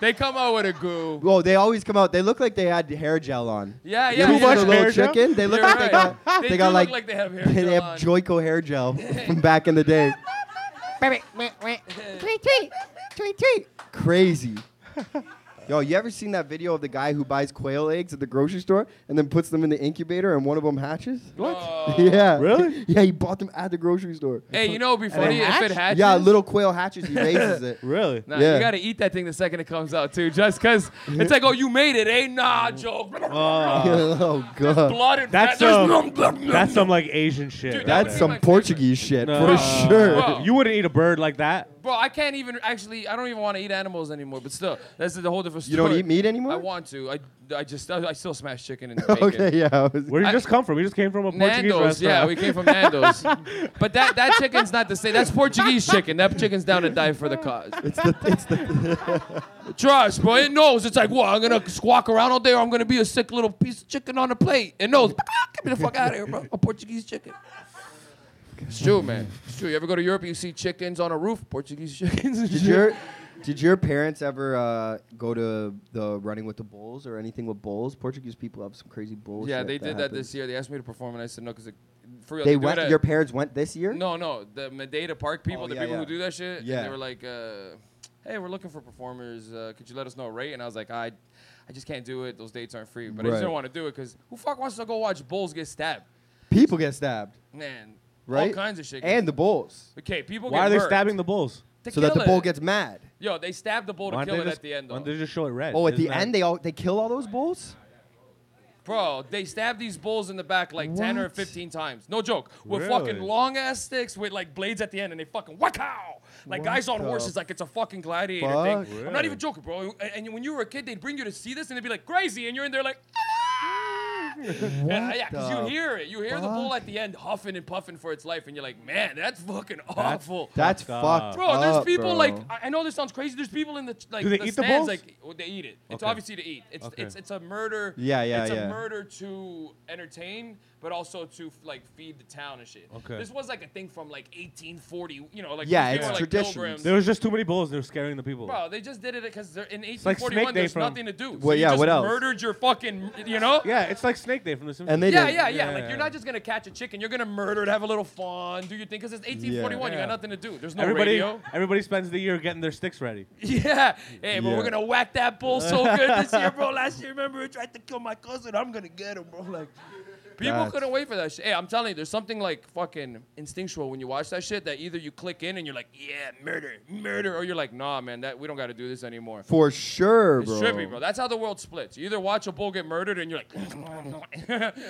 S5: They come out with a goo.
S3: Whoa, they always come out. They look like they had hair gel on.
S5: Yeah, yeah.
S3: You
S5: yeah.
S3: watch
S2: much
S3: the little
S2: hair gel?
S3: chicken. They look
S5: You're
S3: like they
S5: right.
S3: got. They,
S5: They do
S3: got
S5: look
S3: like.
S5: like they have hair
S3: They
S5: gel
S3: have
S5: on.
S3: Joico hair
S5: [LAUGHS]
S3: gel from back in the day.
S6: Tweet, tweet, tweet, tweet.
S5: [LAUGHS]
S3: Crazy. Yo, you ever seen that video of the guy who buys quail eggs at the grocery store and then puts them in the incubator and one of them hatches?
S5: What?
S3: [LAUGHS] yeah.
S2: Really?
S3: [LAUGHS] Yeah, he bought them at the grocery store.
S5: Hey, you know, it'd be funny if it hatches.
S3: Yeah, little quail hatches. He raises it.
S2: Really?
S5: Nah,
S3: yeah.
S5: you gotta eat that thing the second it comes out too, just cause it's like, oh, you made it, eh? Nah, joke.
S2: Uh,
S3: [LAUGHS] oh god.
S5: Blood and
S2: That's
S5: fat. There's
S2: a-
S5: num- num- num-
S2: that's some like Asian shit.
S5: Dude,
S2: right
S5: would
S3: That's
S2: there.
S5: be my
S3: some
S5: favorite.
S3: Portuguese shit
S2: No.
S3: for sure.
S5: Bro.
S2: You wouldn't eat a bird like that.
S5: Bro, I can't even actually. I don't even want to eat animals anymore. But still, that's a whole different story.
S3: You don't eat meat anymore? [LAUGHS]
S5: I want to. I, I just I, I still smash chicken and bacon.
S3: Okay, yeah. I was-
S2: Where did you
S5: I-
S2: just come from? We just came from a Portuguese restaurant.
S5: Nando's, yeah, we came from Nando's. but that, that chicken's not the same. That's Portuguese chicken. That chicken's down to die for the cause. It's the, it's the [LAUGHS] trust, bro. It knows. It's like, what? I'm gonna squawk around all day, or I'm gonna be a sick little piece of chicken on a plate. It knows. [LAUGHS] Ah, Get me the fuck out of here, bro. A Portuguese chicken. It's true, man. It's true. You ever go to Europe? You see chickens on a roof. Portuguese [LAUGHS] chickens. and
S3: [LAUGHS] Did
S5: shit.
S3: you, Did your parents ever uh, go to the running with the bulls or anything with bulls? Portuguese people have some crazy bulls.
S5: yeah, they did that this year. They asked me to perform, and I said no because for real.
S3: They
S5: do
S3: went.
S5: it at-
S3: Your parents went this year.
S5: No, no, the Medeta Park people,
S3: Oh,
S5: the
S3: yeah,
S5: people
S3: yeah.
S5: who do that shit. Yeah.
S3: Yeah.
S5: And they were like, uh, "Hey, we're looking for performers. Uh, could you let us know a rate?" And I was like, "I, I just can't do it. Those dates aren't free." But I just
S3: Right.
S5: didn't want to do it because who fuck wants to go watch bulls get stabbed?
S3: People get stabbed,
S5: Man,
S3: right?
S5: all kinds of shit.
S3: And the bulls,
S5: okay,
S2: [LAUGHS]
S5: people.
S2: Why
S5: get
S2: are they
S5: hurt
S2: stabbing the bulls?
S5: to
S3: so that
S5: kill
S3: the bull
S5: it.
S3: gets mad.
S5: Yo, they stabbed the bull to
S2: Why
S5: kill
S2: don't
S5: it
S2: they just,
S5: at the end
S2: why
S5: though.
S2: don't they just show it red?
S3: Oh, at
S2: Isn't
S3: the
S2: that-
S3: end they all they kill all those bulls.
S5: Bro, they stabbed these bulls in the back like 10 or
S3: What?
S5: 15 times. No joke. With
S2: Really?
S5: fucking long ass sticks with like blades at the end and they fucking whack-ow! Like
S3: What
S5: guys on
S3: the
S5: horses, like it's a fucking gladiator
S3: fuck?
S5: thing. I'm not
S2: Really?
S5: even joking, bro. And, and when you were a kid, they'd bring you to see this and they'd be like crazy and you're in there like. "Ah!" And, uh, yeah, because
S3: the
S5: you hear it. You hear the bull
S3: fuck?
S5: at the end huffing and puffing for its life, and you're like, man, that's fucking awful.
S3: That's
S2: Fucked
S3: fucked.
S2: up.
S5: Bro, there's
S3: up,
S5: people
S3: bro.
S5: like I I know this sounds crazy. There's people in the ch- like
S2: Do they
S5: the
S2: eat the
S5: stands
S2: balls?
S5: like well, they eat it. It's
S2: Okay.
S5: obviously to eat. It's
S2: Okay.
S5: it's it's a murder.
S3: Yeah, yeah,
S5: It's
S3: yeah.
S5: a murder to entertain, but also to like feed the town and shit.
S2: Okay.
S5: This was like a thing from like 1840. You know, like
S3: Yeah,
S5: these
S3: it's
S5: people were, like,
S3: traditions.
S5: pilgrims.
S2: There was just too many bulls. They were scaring the people.
S5: Bro, they just did it because they're in
S2: like Snake
S5: 1841.
S2: Day
S5: there's
S2: from-
S5: nothing to do. So
S3: Well,
S5: you
S3: yeah,
S5: just
S3: what else?
S5: Murdered your fucking. You know.
S2: Yeah, it's like Snake Day from The Simpsons.
S3: and they
S5: Yeah,
S3: did.
S5: yeah, yeah, Like
S2: Yeah.
S5: you're not just gonna catch a chicken. You're gonna murder it, have a little fun, do your thing. Cause it's 1841. You
S2: Yeah.
S5: got nothing to do. There's no
S2: Everybody,
S5: radio.
S2: everybody spends the year getting their sticks ready.
S5: Yeah. Hey, but
S3: Yeah.
S5: we're gonna whack that bull so good this year, [LAUGHS] bro. Last year, remember, it tried to kill my cousin. I'm gonna get him, bro. Like, people
S3: That's-
S5: couldn't wait for that shit. Hey, I'm telling you, there's something like fucking instinctual when you watch that shit that either you click in and you're like, yeah, murder, murder, or you're like, nah, man, that we don't gotta do this anymore.
S3: For sure,
S5: It's
S3: bro.
S5: trippy, bro. That's how the world splits. You either watch a bull get murdered and you're like. [LAUGHS]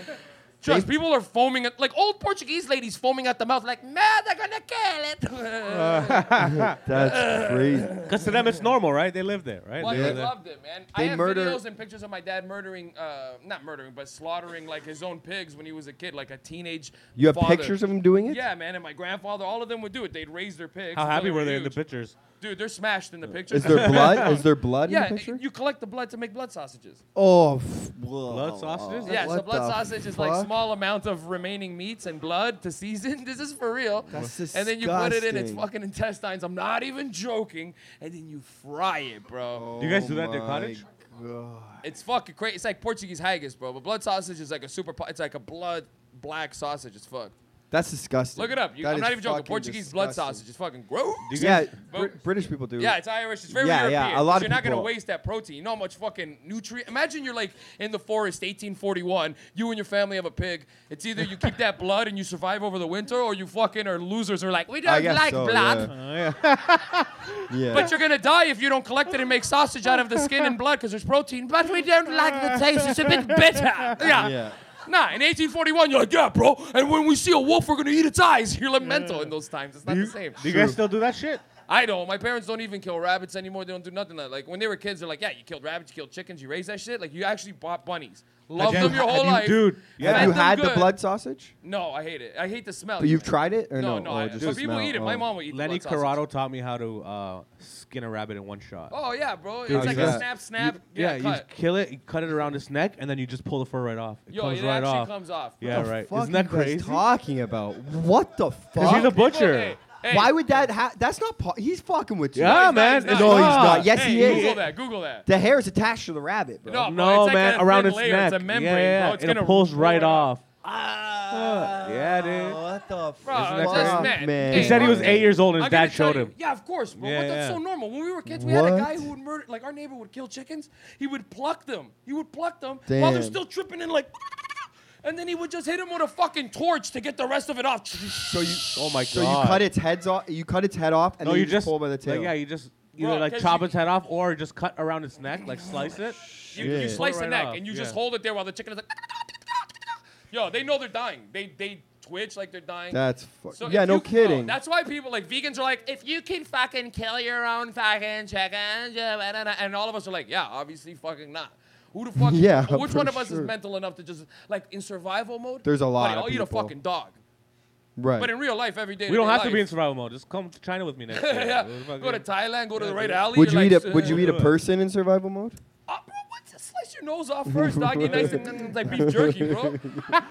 S5: Trust, people are foaming at like old Portuguese ladies foaming at the mouth, like "Man, they're gonna kill it." [LAUGHS]
S3: That's crazy.
S2: Because to them, it's normal, right? They live there, right?
S5: Well,
S2: They
S5: I
S2: live there.
S5: loved it, man. I
S3: They
S5: have
S3: murder-
S5: videos and pictures of my dad murdering, uh, not murdering, but slaughtering like his own pigs when he was a kid, like a teenage.
S3: You have
S5: father.
S3: pictures of him doing it?
S5: Yeah, man. And my grandfather, all of them would do it. They'd raise their pigs.
S2: How
S5: until
S2: happy were they in the
S5: huge.
S2: pictures?
S5: Dude, they're smashed in the picture.
S3: Is there blood? Is there blood in
S5: yeah,
S3: the picture?
S5: you collect the blood to make blood sausages.
S3: oh, f- whoa.
S2: Blood sausages?
S5: yeah, so
S3: What
S5: blood
S3: the
S5: sausage is like
S3: fuck?
S5: small amount of remaining meats and blood to season. [LAUGHS] This is for real.
S3: That's
S5: and then you put it in its
S3: disgusting.
S5: fucking intestines. I'm not even joking. And then you fry it, bro.
S2: Do you guys do that at
S3: Oh
S2: their
S3: my
S2: cottage?
S3: God.
S5: It's fucking crazy. It's like Portuguese haggis, bro. But blood sausage is like a super. po- It's like a blood black sausage. It's fuck.
S3: That's disgusting.
S5: Look it up. You,
S3: That
S5: I'm
S3: is
S5: not even joking.
S3: fucking
S5: Portuguese blood
S3: disgusting.
S5: sausage is fucking gross.
S2: Do you
S3: Yeah,
S2: guys,
S5: Bro-
S3: Br- British people do.
S5: Yeah, it's Irish. It's very
S3: Yeah, yeah,
S5: European.
S3: a lot of
S5: you're not gonna
S3: people-
S5: waste that protein. You know how much fucking nutrient. Imagine you're like in the forest, 1841. You and your family have a pig. It's either you keep
S3: [LAUGHS]
S5: that blood and you survive over the winter, or you fucking are losers. Are like we
S3: I
S5: don't
S3: guess
S5: like
S3: so,
S5: blood,
S2: [LAUGHS]
S3: Yeah. yeah.
S5: but you're gonna die if you don't collect it and make sausage out of the skin and blood because there's protein. But we don't like the taste. It's a bit bitter.
S3: [LAUGHS] yeah.
S5: Nah, in 1841, you're like, yeah, bro. And when we see a wolf, we're gonna eat its eyes. You're like mental in those times. It's not
S2: do you,
S5: the same.
S2: do you guys still do that shit?
S5: I don't. My parents don't even kill rabbits anymore. They don't do nothing like. Like when they were kids, they're like, yeah, you killed rabbits, you killed chickens, you raised that shit. Like you actually bought bunnies, loved
S2: Again,
S5: them your
S2: have
S5: whole
S2: you-
S5: life.
S2: dude, yeah.
S5: fed
S3: Have you
S5: them
S3: had the
S5: good.
S3: blood sausage?
S5: No, I hate it. I hate the smell.
S3: But you've tried it or
S5: No,
S3: no?
S5: no,
S3: Oh,
S5: I,
S3: just
S5: but
S3: the
S5: people
S3: smell.
S5: eat it.
S3: Oh.
S5: My mom would eat
S2: Lenny
S5: the blood sausage.
S2: Corrado taught me how to uh, skin a rabbit in one shot.
S5: Oh yeah, bro. It's
S3: How's
S5: like
S3: that?
S5: a snap, snap.
S2: You- yeah,
S5: yeah,
S2: you
S5: cut.
S2: just kill it, you cut it around its neck, and then you just pull the fur right off. It
S5: Yo,
S2: comes
S5: it
S2: right
S5: actually
S2: off.
S5: comes off.
S2: yeah,
S3: the
S2: right.
S3: Oh. fuck
S2: Isn't that
S3: you guys
S2: crazy?
S3: talking about? What
S2: [LAUGHS]
S3: the fuck?
S2: Because he's a butcher.
S5: Hey, hey,
S3: Why would that ha- That's not. Po- he's fucking with you.
S2: Yeah,
S5: he's not,
S2: man.
S5: he's not.
S2: It's-
S5: No, he's
S2: ah.
S3: not. Yes,
S5: hey,
S3: he is.
S5: Google that. Google that.
S3: The hair is attached to the rabbit, bro.
S5: No, bro,
S2: No,
S5: it's like
S2: man,
S5: a
S2: around
S5: thin
S2: its
S5: layer.
S2: neck.
S5: It's a membrane,
S2: yeah, yeah.
S5: bro. It's
S2: and
S5: gonna
S2: it pulls
S5: roll
S2: right
S5: out.
S2: off.
S3: Ah,
S2: Yeah, dude.
S3: What the
S5: Bro,
S2: Isn't that
S5: it's
S2: crazy?
S5: just
S3: Fuck,
S5: man.
S3: man.
S2: He said he was eight years old, and
S5: I'm
S2: his
S5: gonna
S2: dad showed
S5: tell you-
S2: him.
S5: Yeah, of course, bro.
S2: Yeah,
S5: but that's
S2: yeah.
S5: so normal. When we were kids, we had a guy
S3: What?
S5: who would murder, like our neighbor would kill chickens. He would pluck them. He would pluck them while they're
S3: Damn.
S5: still tripping and like, [LAUGHS] and then he would just hit him with a fucking torch to get the rest of it off. [LAUGHS]
S3: So you,
S2: Oh my god.
S3: so you cut its heads off. You cut its head off, and
S2: No,
S3: then
S2: you
S3: you
S2: just
S3: pull by the
S2: like,
S3: tail.
S2: yeah, you just either
S5: Bro,
S2: like
S5: 'cause
S2: chop
S5: you-
S2: its head off or just cut around its neck, like slice it.
S5: You, you
S3: Yeah.
S5: slice
S2: Right
S5: the neck
S2: off,
S5: and you just
S2: yeah.
S5: hold it there while the chicken is like. [LAUGHS] Yo, they know they're dying. They they twitch like they're dying.
S3: That's fuck.
S5: So
S3: yeah,
S5: if
S3: no
S5: you-
S3: kidding.
S5: that's why people like vegans are like, if you can fucking kill your own fucking chickens, yeah, blah, blah, blah," and all of us are like, yeah, obviously fucking not. Who the fuck?
S3: [LAUGHS] Yeah,
S5: Which
S3: for
S5: one of us
S3: sure.
S5: is mental enough to just like in survival mode?
S3: There's a lot
S5: Buddy,
S3: of
S5: I'll eat a
S3: people.
S5: fucking dog.
S3: right.
S5: But in real life, every day.
S2: We don't
S5: day
S2: have to
S5: life-
S2: be in [LAUGHS] survival mode. Just come to China with me next year.
S5: [LAUGHS] yeah.
S2: We'll fucking-
S5: Go to Thailand. Go to the right alley.
S3: would you
S5: you're
S3: eat
S5: [LAUGHS] like,
S3: a Would you
S5: "Uh,
S3: eat a
S2: Yeah.
S3: person in survival mode?
S5: Oh, bro, what's a slice your nose off first, doggy. Nice and it's like beef
S3: [LAUGHS]
S5: jerky, bro.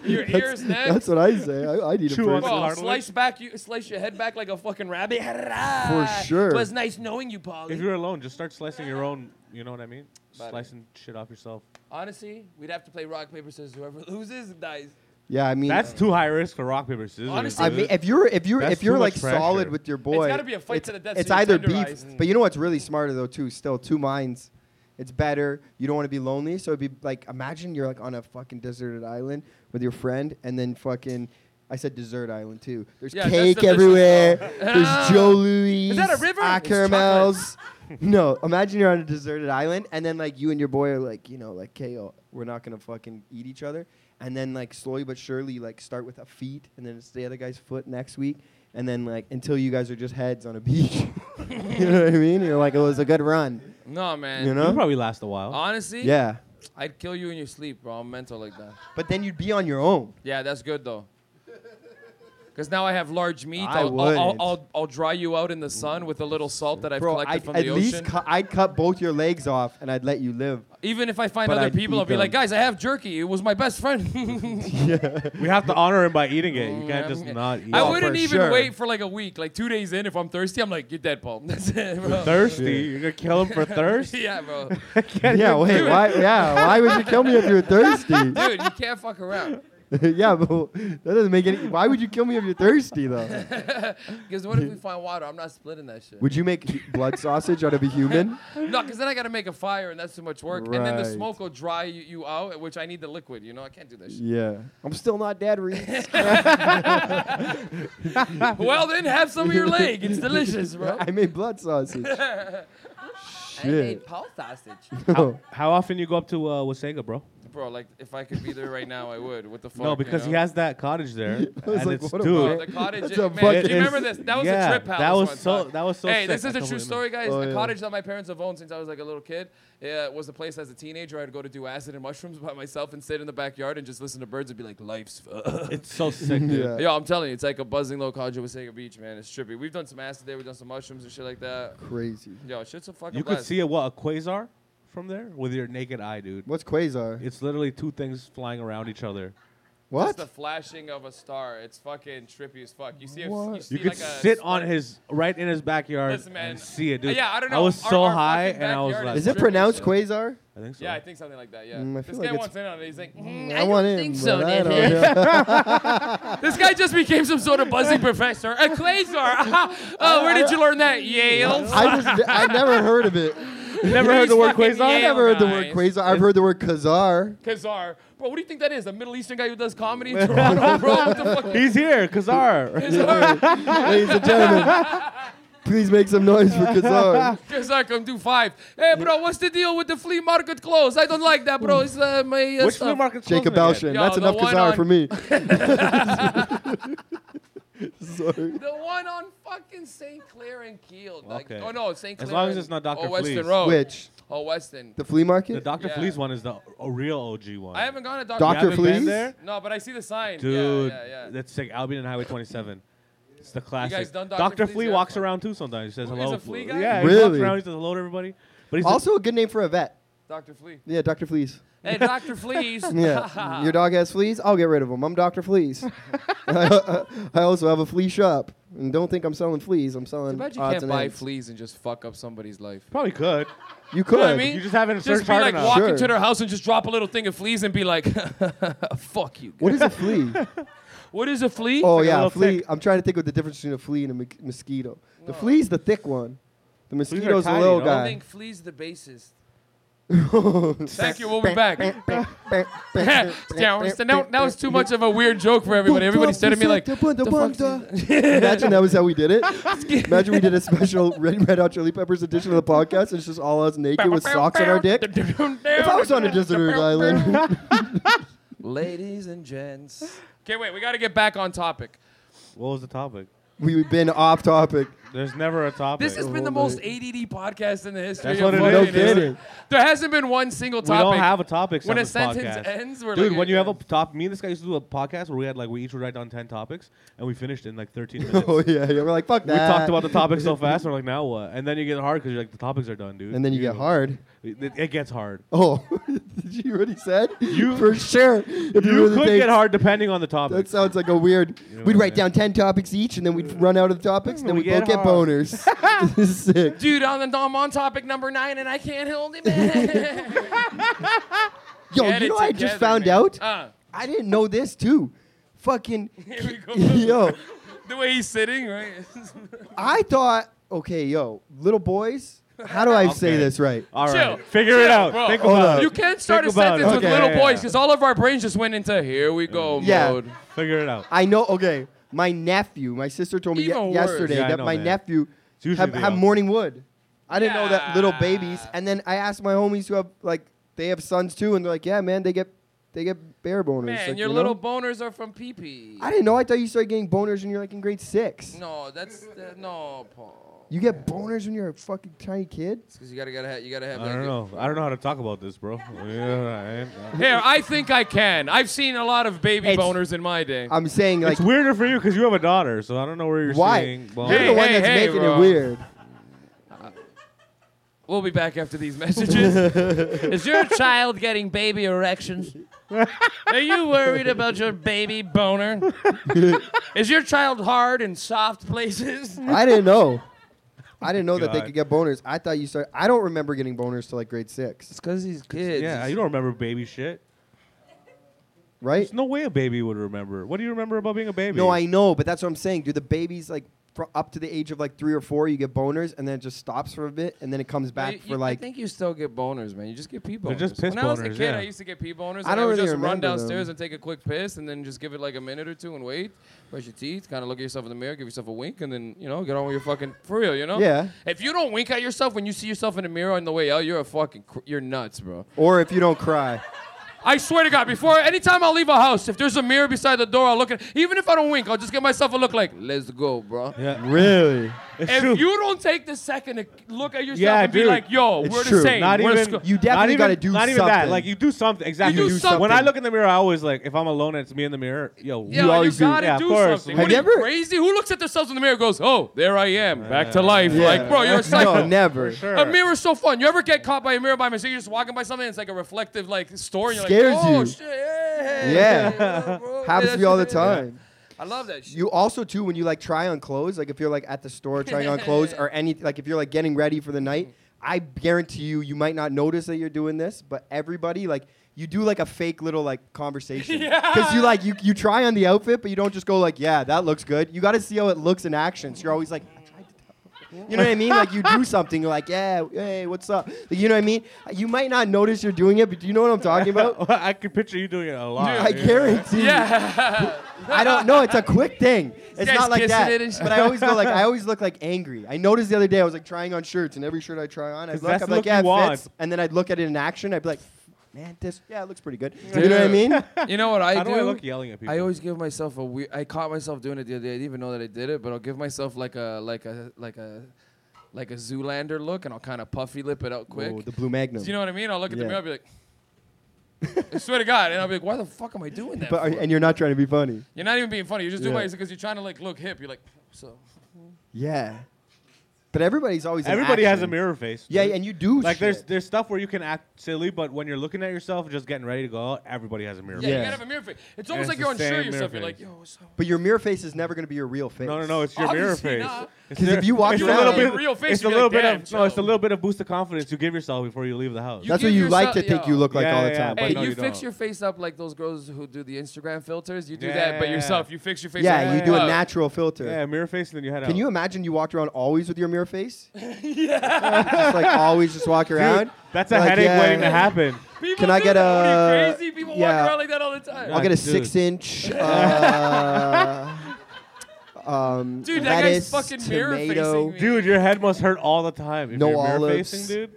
S5: Your ears, neck.
S3: That's what I say. I, I need
S2: Chew
S3: a
S2: on
S3: person.
S5: Eh? Bro,
S2: Cartilage.
S5: slice back, you slice your head back like a fucking rabbit.
S3: For sure.
S5: Was nice knowing you, Paul.
S2: If you're alone, just start slicing your own. You know what I mean?
S5: Butter.
S2: Slicing shit off yourself.
S5: Honestly, we'd have to play rock paper scissors. Whoever [LAUGHS] loses dies.
S3: Yeah, I mean,
S2: That's too high risk for rock paper scissors.
S5: Honestly,
S3: I
S2: dude.
S3: mean, if you're if you're
S2: That's
S3: if you're
S2: too
S3: like
S2: much
S3: solid
S2: pressure.
S3: with your boy,
S5: gotta be a fight
S3: it's,
S5: to the death,
S3: It's
S5: so you're
S3: either beef,
S5: tenderized.
S3: but you know what's really smarter though too. Still, two minds. It's better. You don't want to be lonely, so it'd be like imagine you're like on a fucking deserted island with your friend, and then fucking. I said desert island too. There's
S5: Yeah, that's
S3: cake
S5: delicious, [LAUGHS]
S3: everywhere.
S5: though.
S3: There's Joe Louis. uh,
S5: that a river? It's [LAUGHS]
S3: Caramels. no, imagine you're on a deserted island, and then like you and your boy are like, you know, like, okay, oh, we're not gonna fucking eat each other, and then like slowly but surely, you, like start with a feet, and then it's the other guy's foot next week, and then like until you guys are just heads on a beach. [LAUGHS] you know what I mean? You're like, it was a good run.
S5: No, man.
S3: You
S2: It'll
S3: know?
S2: probably last a while.
S5: Honestly,
S3: Yeah.
S5: I'd kill you in your sleep, bro. I'm mental like that.
S3: But then you'd be on your own.
S5: Yeah, that's good though. Cause now I have large meat.
S3: I
S5: I'll, I'll, I'll,
S3: wouldn't.
S5: I'll, I'll dry you out in the sun with a little salt that I've
S3: Bro,
S5: collected
S3: I'd,
S5: from
S3: at
S5: the
S3: least
S5: ocean.
S3: cu- I'd cut both your legs off and I'd let you live.
S5: Even if I find
S3: but
S5: other
S3: I'd
S5: people,
S3: eat
S5: I'll be like,
S3: them.
S5: guys, I have jerky. It was my best friend. [LAUGHS]
S2: we have to honor him by eating it. You can't
S5: Mm,
S2: just
S5: yeah.
S2: not eat.
S5: I
S2: it.
S3: Oh,
S5: wouldn't
S3: for
S5: even
S3: sure.
S5: wait for like a week. Like two days in, if I'm thirsty, I'm like, you're dead, Paul. [LAUGHS] That's it, bro.
S2: thirsty. You're gonna kill
S5: [LAUGHS]
S2: him for thirst.
S5: yeah, bro.
S3: yeah, wait, why? Yeah, why would you kill me if you're
S5: [LAUGHS]
S3: thirsty?
S5: Dude, you can't fuck around.
S3: [LAUGHS] yeah, but that doesn't make any. Why would you kill me if you're thirsty though?
S5: Because what if we find water? I'm not splitting that shit.
S3: Would you make blood sausage out of a human?
S5: [LAUGHS] No, because then I got to make a fire, and that's too much work. And then the
S3: Right.
S5: smoke will dry you, you out, which I need the liquid. You know, I can't do that shit.
S3: Yeah, I'm still not dead,
S5: [LAUGHS]
S3: Reed.
S5: well, then have some of your leg. It's delicious, bro.
S3: I made blood sausage. [LAUGHS] Shit.
S5: Paul sausage.
S2: How, how often you go up to uh, Wasega, bro?
S5: Bro, like, if I could be there right now, I would. What the fuck?
S2: no, because
S5: you
S2: he
S5: know?
S2: has that cottage there, and
S3: [LAUGHS] was like,
S2: it's
S3: what
S5: Bro,
S2: dude.
S5: Oh, the cottage.
S3: That's a
S5: man,
S3: fucking-
S5: do you remember this? That was
S2: Yeah,
S5: a trip house.
S2: that was
S5: one
S2: so-
S5: time.
S2: that was so
S5: Hey,
S2: sick.
S5: this
S2: I
S5: is a
S2: can't
S5: true
S2: believe it.
S5: story, guys.
S3: Oh,
S5: the
S3: yeah.
S5: cottage that my parents have owned since I was like a little kid uh, was the place as a teenager I'd go to do acid and mushrooms by myself and sit in the backyard and just listen to birds and be like, life's. Fun.
S2: It's so sick, dude.
S3: Yeah.
S5: [LAUGHS] Yo, I'm telling you, it's like a buzzing local college at Wasaga Beach, man. It's trippy. We've done some acid there. We've done some mushrooms and shit like that.
S3: Crazy.
S5: Yo, shit's a fucking
S2: You could
S5: blast.
S2: see a, what a quasar from there with your naked eye, dude.
S3: What's quasar?
S2: It's literally two things flying around each other.
S3: what?
S5: It's the flashing of a star. It's fucking trippy as fuck. You see, a,
S3: What?
S5: you
S3: You
S5: see
S2: You could
S5: like a
S2: sit
S5: spark.
S2: on his right in his backyard
S5: Listen, man.
S2: and see it,
S5: Uh,
S2: dude.
S5: yeah, I don't
S2: I
S5: know.
S2: was
S5: Our-
S2: so
S5: our
S2: high,
S5: fucking
S2: and I was
S5: backyard
S2: like,
S3: Is
S5: It's
S3: it
S5: trippy
S3: pronounced
S5: shit.
S3: quasar?
S2: I think so.
S5: Yeah, I think something like that. Yeah,
S3: Mm, I
S5: this
S3: feel
S5: guy
S3: like it's-
S5: wants in on it. He's like, "Mm,
S3: I, want in. but I don't know.
S5: [LAUGHS] this guy just became some sort
S2: [LAUGHS]
S5: of buzzing professor. A quasar. [LAUGHS]
S2: Uh,
S5: oh, where did you learn that? Yale.
S3: I just I never heard of it.
S2: you never heard the word
S5: fucking
S2: quasar?
S3: I
S5: Yale
S3: never heard the word
S5: guys.
S3: quasar. I've heard the word
S5: [LAUGHS]
S3: kazar.
S5: Quasar. Bro, what do you think that is? A Middle Eastern guy who does
S2: [LAUGHS]
S5: comedy in Toronto, bro? What the fuck?
S2: He's here,
S5: [LAUGHS]
S2: Kazar.
S5: Quasar.
S3: Ladies and gentlemen, please make some noise for kazar.
S5: [LAUGHS] Quasar, come do five. Hey, bro, what's the deal with the flea market close? I don't like that, bro. It's uh, my uh,
S2: Which flea
S5: stuff.
S2: market's
S3: Jacob
S2: closing
S3: Balshin.
S2: again?
S5: Yo,
S3: That's
S5: the
S3: enough
S5: one
S3: kazar
S5: on-
S3: for me. Sorry.
S5: The one on fucking St. Clair and Kiel. Like,
S2: Okay.
S5: Oh, no, St.
S2: As
S5: Clair.
S2: long as
S5: and-
S2: it's not Dr.
S5: Oh, Weston
S2: Fleece.
S5: Road.
S3: Which
S5: Oh, Weston.
S3: the flea market?
S2: The Dr.
S5: Yeah.
S2: Fleece one is the a real OG one.
S5: I haven't gone to Dr.
S2: You
S3: Dr.
S2: haven't been
S3: Fleece?
S2: there?
S5: No, but I see the sign.
S2: Dude,
S5: Yeah, yeah, yeah.
S2: that's sick. Albion and Highway 27. It's the classic.
S5: guys done Dr.
S2: Dr.
S5: Fleece?
S2: Flea
S5: Yeah,
S2: walks
S5: fuck.
S2: around too sometimes. He says
S5: Who is
S2: hello.
S5: a flea guy?
S2: Yeah, he walks
S3: Really?
S2: around. He says hello to everybody. But he's
S3: also a good name for a vet.
S5: Dr. Flea.
S3: Yeah, Dr. Fleas.
S5: Hey, Dr. Fleas.
S3: [LAUGHS]
S5: [LAUGHS]
S3: Yeah. Your dog has fleas? I'll get rid of them. I'm Dr. Fleas. I, I also have a flea shop. And don't think I'm selling fleas. I'm selling
S5: I bet you
S3: odds
S5: can't
S3: and
S5: buy
S3: ends.
S5: fleas and just fuck up somebody's life.
S2: probably could.
S3: You could.
S5: You know what I mean?
S2: You just haven't
S5: Just
S2: searched
S5: be
S2: hard
S5: like
S2: enough.
S5: walking
S3: Sure.
S5: to their house and just drop a little thing of fleas and be like, [LAUGHS] fuck you.
S3: What is a flea?
S5: What is a flea?
S3: oh,
S2: like a
S3: yeah,
S2: little
S3: a flea.
S2: tick.
S3: I'm trying to think of the difference between a flea and a mo- mosquito. The flea's the thick one. The
S2: are
S3: mosquito's the
S2: tiny,
S3: little
S2: no?
S5: I
S3: guy.
S5: think flea's
S3: [LAUGHS]
S5: the bassist. Thank you. We'll be back. [LAUGHS] now, it's- now, now it's too much of a weird joke for everybody. Everybody stared at me like, "The fuck's
S3: Imagine that was how we did it. Imagine we did a special Red Red Hot Chili Peppers edition of the podcast. It's just all us naked with socks on our dick. If I was on a
S2: [LAUGHS]
S3: deserted island,
S5: [LAUGHS] Ladies and gents. Okay, wait. We got to get back on topic.
S2: What was the topic?
S3: we've been off topic.
S2: There's never a topic.
S5: This has been
S3: oh,
S5: the most ADD podcast in the history
S2: That's
S5: of
S2: what it
S5: fucking
S2: is.
S5: history.
S2: No kidding.
S5: There hasn't been one single
S2: we
S5: topic.
S2: don't have a topic. on
S5: When a
S2: this
S5: sentence
S2: podcast.
S5: ends, we're
S2: dude.
S5: like-
S2: when you have a top, me and this guy used to do a podcast where we had like we each would write down ten topics and we finished in like
S3: [LAUGHS]
S2: thirteen minutes.
S3: Oh yeah, yeah. We're like, fuck
S2: We
S3: that.
S2: talked about the topic so fast. We're like, now what? And then you get hard because you're like, the topics are done, dude.
S3: and then you get hard.
S2: It, it- it gets
S3: [LAUGHS]
S2: hard.
S3: Oh, did you already said?
S2: You-
S3: for sure. If
S2: You
S3: were the
S2: could
S3: thing-
S2: get hard depending on the topic.
S3: That sounds like a weird.
S2: know what
S3: we'd
S2: I
S3: write
S2: mean?
S3: down ten topics each, and then we'd run out of topics, and then
S2: We
S3: we would both
S2: get
S3: get
S2: hard. [LAUGHS]
S3: boners. [LAUGHS] this is sick.
S5: Dude, I'm, I'm on topic number nine and I can't hold it, man.
S2: [LAUGHS]
S3: Yo,
S5: Get
S3: you
S5: it
S3: know what I
S5: together,
S3: just found
S5: man.
S3: out?
S5: Uh,
S3: I didn't know this too. Fucking
S2: [LAUGHS]
S3: [LAUGHS]
S5: here we go.
S3: yo,
S5: The way he's sitting, right?
S3: I thought. Okay, yo, little boys. How do I say
S2: Okay.
S3: this right?
S2: [LAUGHS] All right,
S5: Chill,
S2: figure it
S5: chill,
S2: out.
S5: bro.
S2: Think
S3: Hold
S2: about
S3: up.
S2: it.
S5: you can't start a
S2: Think about it.
S5: sentence with
S3: Okay.
S5: little
S2: Yeah, yeah,
S5: boys
S2: yeah.
S5: because all of our brains just went into here we go
S3: Yeah.
S5: mode.
S2: Figure it out.
S3: I know. Okay, my nephew. My sister told me ye-
S5: Even worse.
S3: yesterday
S2: Yeah, I
S3: that
S2: know,
S3: my
S2: man.
S3: nephew
S2: It's usually
S3: have,
S2: the
S3: have
S2: opposite.
S3: morning wood. I didn't know that little
S5: Yeah.
S3: babies. And then I asked my homies who have like they have sons too, and they're like, yeah, man, they get they get bear boners.
S5: Man,
S3: like,
S5: your
S3: you know?
S5: little boners are from pee pee.
S3: I didn't know. I thought you started getting boners when you're like in grade six.
S5: No, that's that, no, Paul.
S3: You get boners when you're a fucking tiny kid.
S5: It's because you gotta gotta have you gotta have.
S2: I
S5: like
S2: don't
S5: a-
S2: know. I don't know how to talk about this, bro. Yeah, I-
S5: Here, I think I can. I've seen a lot of baby
S3: It's-
S5: boners in my day.
S3: I'm saying like
S2: it's weirder for you because you have a daughter, so I don't know where you're
S3: why?
S2: seeing.
S3: You're
S2: bones.
S3: the
S5: Hey,
S3: one
S5: hey,
S3: that's
S5: hey,
S3: making
S5: bro.
S3: it weird.
S5: We'll be back after these messages. Is your child getting baby erections? Are you worried about your baby boner? Is your child hard in soft places?
S3: I didn't know. I didn't know that they
S2: God.
S3: could get boners. I thought you started. I don't remember getting boners till like grade six,
S5: because he's kids.
S2: Yeah, you don't remember baby shit.
S3: right?
S2: There's no way a baby would remember. What do you remember about being a baby?
S3: No, I know, but that's what I'm saying. Do the babies like fr- up to the age of like three or four, you get boners, and then it just stops for a bit, and then it comes
S5: [LAUGHS]
S3: back
S5: You-
S3: for
S5: you-
S3: like.
S5: I think you still get boners, man. You just get pee boners.
S2: They're just piss
S5: when I was a
S2: boners,
S5: kid,
S2: yeah.
S5: I used to get pee
S3: I
S5: boners. and I
S3: don't
S5: would
S3: really
S5: just run
S3: remember
S5: downstairs
S3: them.
S5: and take a quick piss, and then just give it like a minute or two and wait, brush your teeth, kind of look at yourself in the mirror, give yourself a wink, and then you know get on with your fucking for real, you know.
S3: Yeah.
S5: If you don't wink at yourself when you see yourself in the mirror on the way out, you're a fucking cr- you're nuts, bro.
S3: or if you don't cry.
S5: I swear to God, before anytime I leave a house, if there's a mirror beside the door, I'll look at. Even if I don't wink, I'll just give myself a look like, "Let's go, bro."
S2: Yeah,
S3: Really?
S2: it's
S5: If
S2: true.
S5: you don't take the second to look at yourself
S2: Yeah,
S5: and be
S2: dude.
S5: like, "Yo,
S3: It's
S5: we're the
S3: true.
S5: same,"
S2: not
S5: we're
S2: even,
S5: sc-
S3: You definitely
S2: not even-
S3: gotta do
S2: Not even that.
S3: something.
S2: Like you do something. Exactly.
S5: do something.
S2: When I look in the mirror, I always like if I'm alone and it's me in the mirror. Yo,
S5: Yeah,
S2: you
S5: you,
S2: always
S5: gotta
S2: do. Yeah,
S5: do
S2: of course.
S5: something.
S3: Have
S5: What
S3: you
S5: are you
S3: ever-
S5: crazy? Who looks at themselves in the mirror and goes, "Oh, there I am, back to life." Like, bro, you're a
S3: [LAUGHS]
S5: psycho. [LAUGHS]
S3: No, never.
S2: For sure.
S5: A mirror's so fun. You ever get caught by a mirror by mistake? You're just walking by something. And it's like a reflective like store. And you're
S3: Scares
S5: like, "Oh
S3: you.
S5: shit, yeah,
S3: Yeah.
S5: bro,
S3: [LAUGHS] Happens to me all the time.
S5: I love that shit.
S3: You also too when you like try on clothes, like if you're like at the store trying on clothes or any like if you're like getting ready for the night, I guarantee you you might not notice that you're doing this, but everybody like you do like a fake little like conversation because you like you you try on the outfit, but you don't just go like yeah that looks good. You got to see how it looks in action. So you're always like. "I tried to tell you." You know what I mean? Like you do something, you're like, yeah, hey, what's up? Like, you know what I mean? You might not notice you're doing it, but do you know what I'm talking
S2: [LAUGHS]
S3: about?
S2: I can picture you doing it a lot.
S3: I
S2: dude.
S3: guarantee. you.
S5: Yeah. [LAUGHS]
S3: I don't know. It's a quick thing. It's
S5: guy's
S3: not like
S5: kissing
S3: that.
S5: it and shit.
S3: But I always go like I always look like angry. I noticed the other day I was like trying on shirts and every shirt I try on, I
S2: 'Cause
S3: look,
S2: that's
S3: I'm
S2: the look
S3: like yeah,
S2: you
S3: it fits.
S2: want.
S3: And then I'd look at it in action. I'd be like, man, this yeah, it looks pretty good. You know what I mean?
S5: You know what I
S2: How
S5: do?
S2: do I look yelling at people?
S5: I always give myself a weird. I caught myself doing it the other day. I didn't even know that I did it, but I'll give myself like a like a like a like a Zoolander look, and I'll kind of puffy lip it out quick.
S3: Oh, the blue magnum.
S5: Do you know what I mean? I'll look at the
S3: Yeah.
S5: mirror, I'll be like,
S3: [LAUGHS]
S5: I swear to God, and I'll be like, why the fuck am I doing that?
S3: but are,
S5: for?
S3: and you're not trying to be funny.
S5: you're not even being funny. You're just doing
S3: Yeah.
S5: it because you're trying to like look hip. You're like, so
S3: Yeah. But everybody's always in
S2: Everybody has a
S3: action.
S2: mirror face.
S3: Yeah,
S2: dude.
S3: and you do
S2: Like there's
S3: shit.
S2: there's stuff where you can act silly, but when you're looking at yourself, just getting ready to go out, everybody has a mirror.
S5: yeah,
S2: face.
S5: you
S3: Yeah.
S5: gotta have a mirror face. It's almost
S2: it's
S5: like
S2: the
S5: you're unsure
S2: same
S5: of yourself. You're
S2: mirror
S5: like,
S2: face.
S5: yo, what's up?
S3: But your mirror face is never going to be your real face.
S2: No, no, no. It's your mirror
S5: Obviously
S2: face.
S5: not.
S2: It's
S3: 'Cause
S2: their-
S3: if you watch
S2: it's a
S3: that-
S2: little
S5: Your
S2: bit-
S5: real face,
S2: it's a
S5: you'd be
S2: little
S5: like,
S2: bit
S5: "Damn,
S2: of no. It's a
S5: Joe."
S2: little bit of boost of confidence you give yourself before you leave the house.
S3: That's
S5: give
S3: what you like to
S5: yourself-
S3: think
S5: yo.
S3: you look like
S2: Yeah,
S3: all the
S2: yeah,
S3: time.
S2: but
S5: Hey,
S2: no,
S5: you,
S2: you
S5: fix
S2: don't.
S5: your face up like those girls who do the Instagram filters. You do
S2: Yeah,
S5: that, but
S2: yeah,
S5: yourself,
S2: yeah.
S5: you fix your face.
S3: yeah,
S5: up.
S3: you do
S5: Uh,
S3: a natural filter.
S2: yeah, mirror face, and then you head out.
S3: Can you imagine you walked around always with your mirror
S5: [LAUGHS]
S3: face? yeah. just like always just walk around.
S2: Dude, that's a
S3: Like,
S2: headache
S3: yeah.
S2: waiting to
S5: [LAUGHS]
S2: happen.
S5: People
S3: Can I
S5: do
S3: get
S5: that. What are you
S3: a-
S5: crazy? People
S3: yeah.
S5: walk around like that all the time.
S3: I'll get a
S2: Dude. [LAUGHS]
S3: six inch. Uh, um,
S5: Dude, that guy's
S3: lettuce,
S5: fucking mirror
S3: tomato.
S5: facing me.
S2: Dude, your head must hurt all the time. If
S3: No
S2: you're mirror
S3: olives.
S2: facing, dude.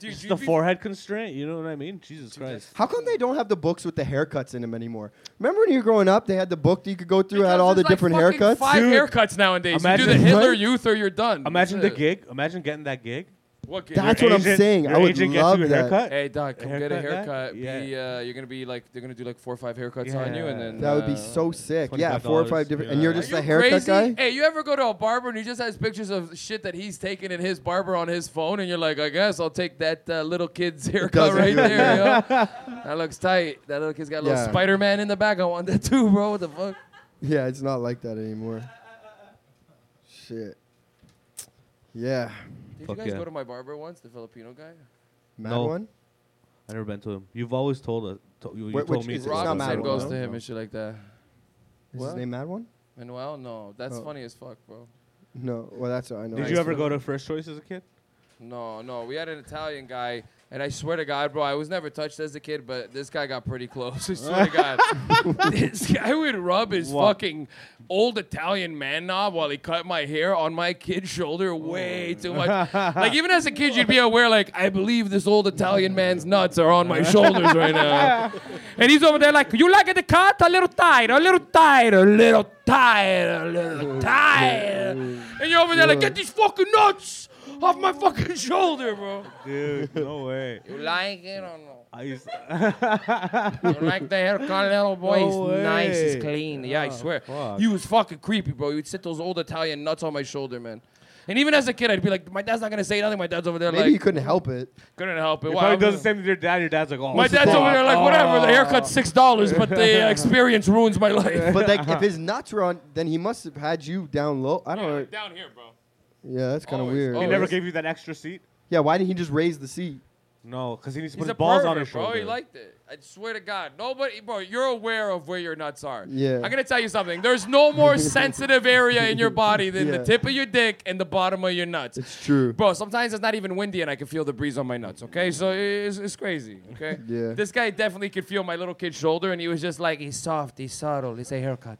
S5: Dude,
S2: It's
S5: you'd
S2: the
S5: be-
S2: forehead constraint. You know what I mean? Jesus Christ.
S3: How come they don't have the books with the haircuts in them anymore? Remember when you were growing up, they had the book that you could go through, had
S5: Because
S3: all the
S5: there's like
S3: different
S5: fucking
S3: haircuts.
S5: Five
S2: Dude.
S5: haircuts nowadays.
S2: Imagine-
S5: you do the Hitler
S3: Right?
S5: Youth or you're done.
S2: Imagine the
S5: That's it.
S2: gig. Imagine getting that gig.
S5: What gig?
S3: That's
S2: Your
S3: what I'm
S2: agent-
S3: saying.
S2: your
S3: I would
S2: agent gets
S3: love
S2: you a
S3: that.
S2: haircut.
S5: Hey doc, come get a
S2: Haircut guy?
S5: haircut. Be, uh, you're gonna be like they're gonna do like four or five haircuts on you,
S2: Yeah.
S5: and then
S3: That would be
S5: uh,
S3: so sick. Yeah, four or
S2: $25,
S3: five different.
S2: yeah.
S3: And you're
S2: Are
S3: just
S5: Are
S3: a
S5: you
S3: haircut
S5: crazy?
S3: guy? [LAUGHS]
S5: Hey, you ever go to a barber and he just has pictures of shit that he's taken in his barber on his phone, and you're like, I guess I'll take that uh, little kid's haircut
S3: doesn't
S5: right
S3: do it,
S5: there. yo.
S3: [LAUGHS]
S5: That looks tight. That little kid's got a little
S3: Yeah.
S5: Spider Man in the back. I want that too, bro. What the fuck?
S3: Yeah, it's not like that anymore. Shit. Yeah.
S5: Did
S2: Fuck
S5: you guys
S2: yeah.
S5: go to my barber once, the Filipino guy?
S3: Mad
S2: No.
S3: one?
S2: I never been to him. You've always told us. To, you you
S3: Wh-
S2: told
S3: which
S2: me.
S3: is-
S2: to
S3: it's
S2: go
S3: not
S2: to
S3: Manuel,
S2: him.
S5: Robinson goes to
S3: no?
S5: him and shit like that.
S3: Is
S4: What?
S3: his name Mad One?
S5: Manuel, no, that's
S3: Oh.
S5: funny as fuck, bro.
S3: No. Well, that's what I know.
S2: Did you ever go to First Choice as a kid?
S5: No, no, we had an Italian guy, and I swear to God, bro, I was never touched as a kid, but this guy got pretty close. [LAUGHS] I swear to God, this guy would rub his
S2: What?
S5: fucking old Italian man knob while he cut my hair on my kid's shoulder way too much. like even as a kid, you'd be aware, like I believe this old Italian man's nuts are on my shoulders right now, and he's over there like, you like the cut a little tight, a little tight, a little tight, a little tight, and you're over there like, get these fucking nuts. Off my fucking shoulder, bro.
S3: [LAUGHS]
S2: Dude, no way.
S5: You like it or no?
S2: I used
S5: You like the haircut, little boy?
S2: No
S5: it's nice,
S2: way.
S5: it's clean. Yeah, I swear.
S2: fuck.
S5: You was fucking creepy, bro. You'd sit those old Italian nuts on my shoulder, man. And even as a kid, I'd be like, my dad's not gonna say nothing. My dad's over there
S3: Maybe you
S5: like,
S3: couldn't help it.
S5: couldn't help it.
S2: It
S5: Why,
S2: probably
S5: I'm
S2: does the
S5: gonna-
S2: same to your dad. Your dad's like, oh,
S5: My
S2: this is
S5: dad's
S2: wrong.
S5: over there like, whatever. The haircut's six dollars, but the uh, experience ruins my
S3: [LAUGHS]
S5: life.
S3: But like,
S2: [LAUGHS]
S3: if his nuts were on, then he must have had you down low. I don't know.
S5: Down here, bro.
S3: Yeah, that's kind of
S5: Always,
S3: weird.
S2: He
S5: always.
S2: never gave you that extra seat.
S3: Yeah, why didn't he just raise the seat?
S2: No, because he needs to
S5: He's
S2: put
S5: a
S2: his balls on
S5: pervert,
S2: his
S5: bro.
S2: shoulder.
S5: He liked it. I swear to God, nobody, bro. You're aware of where your nuts are.
S3: Yeah.
S5: I'm gonna tell you something. There's
S3: [LAUGHS]
S5: no more sensitive area in your body than
S3: Yeah.
S5: the tip of your dick and the bottom of your nuts.
S3: It's true.
S5: Bro, sometimes it's not even windy and I can feel the breeze on my nuts, okay? So it's, it's crazy, okay?
S3: [LAUGHS] Yeah.
S5: This guy definitely could feel my little kid's shoulder and he was just like, he's soft, he's subtle, it's a haircut.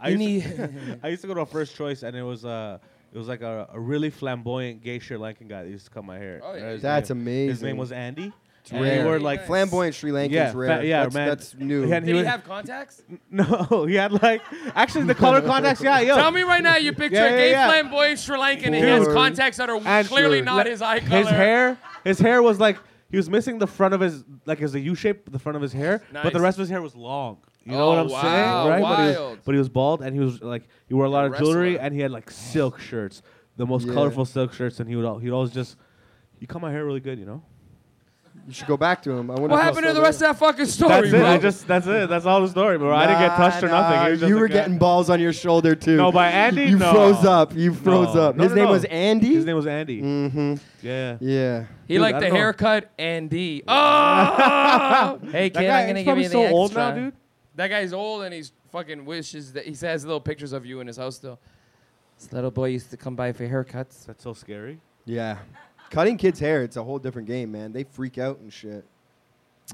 S2: I used, to, [LAUGHS] I used to go to a first choice, and it was uh, it was like a, a really flamboyant gay Sri Lankan guy that used to cut my hair.
S5: Oh, yeah.
S2: Right, his
S3: That's
S2: name- His
S3: amazing.
S2: name was Andy. It's
S3: rare.
S2: He wore like
S5: Nice.
S3: Flamboyant Sri Lankans
S2: yeah, fa-
S3: rare.
S2: yeah,
S3: that's,
S2: man.
S3: that's new.
S2: He had-
S5: Did he have contacts?
S2: [LAUGHS] no, he had like actually the color contacts. Yeah, yo.
S5: Tell me right now you picture
S2: Yeah,
S5: a gay
S2: yeah, yeah.
S5: flamboyant Sri Lankan and he has
S3: Dude.
S5: contacts that are
S2: And
S5: clearly
S2: sure.
S5: not
S2: Like,
S5: his eye color.
S2: His hair, his hair was like he was missing the front of his like as a U shape, the front of his hair, but the
S5: Nice.
S2: rest of his hair was long. You know
S5: Oh,
S2: what I'm
S5: wow,
S2: saying, right? But he, was,
S5: wild.
S2: but he was bald, and he was like he wore a lot
S5: A
S2: of jewelry,
S5: wrestler.
S2: and he had like silk shirts, the most
S3: Yeah.
S2: colorful silk shirts, and he would al- he'd always just you cut my hair really good, you know.
S3: You should go back to him. I wonder
S5: What
S3: if he'll
S5: happened to
S3: still
S5: the
S3: there.
S5: rest of that fucking
S2: [LAUGHS]
S5: story,
S2: That's
S5: bro?
S2: it. I just that's it. That's all the story, bro. I didn't get touched or
S3: Nah,
S2: nothing. It
S3: nah,
S2: was just
S3: you
S2: a
S3: were
S2: guy-
S3: getting balls on your shoulder
S2: [LAUGHS]
S3: too.
S2: no
S3: [LAUGHS]
S2: by Andy.
S3: you
S2: no.
S3: froze up. You froze
S2: No.
S3: up.
S2: No,
S3: His
S2: no,
S3: name
S2: no.
S3: was Andy.
S2: His name was Andy.
S3: Mm-hmm.
S2: Yeah.
S3: Yeah.
S5: He
S2: Dude, I
S5: liked the
S2: don't know.
S5: haircut and
S2: [LAUGHS]
S5: D. Oh! hey,
S2: That
S5: kid,
S2: guy he's
S5: I'm going to give
S2: probably
S5: you the
S2: so
S5: extra.
S2: old now, dude.
S5: That guy's old and he's fucking wishes that he has little pictures of you in his house still. This little boy used to come by for haircuts.
S2: That's so scary.
S3: Yeah. Cutting kids' hair, it's a whole different game, man. They freak out and shit.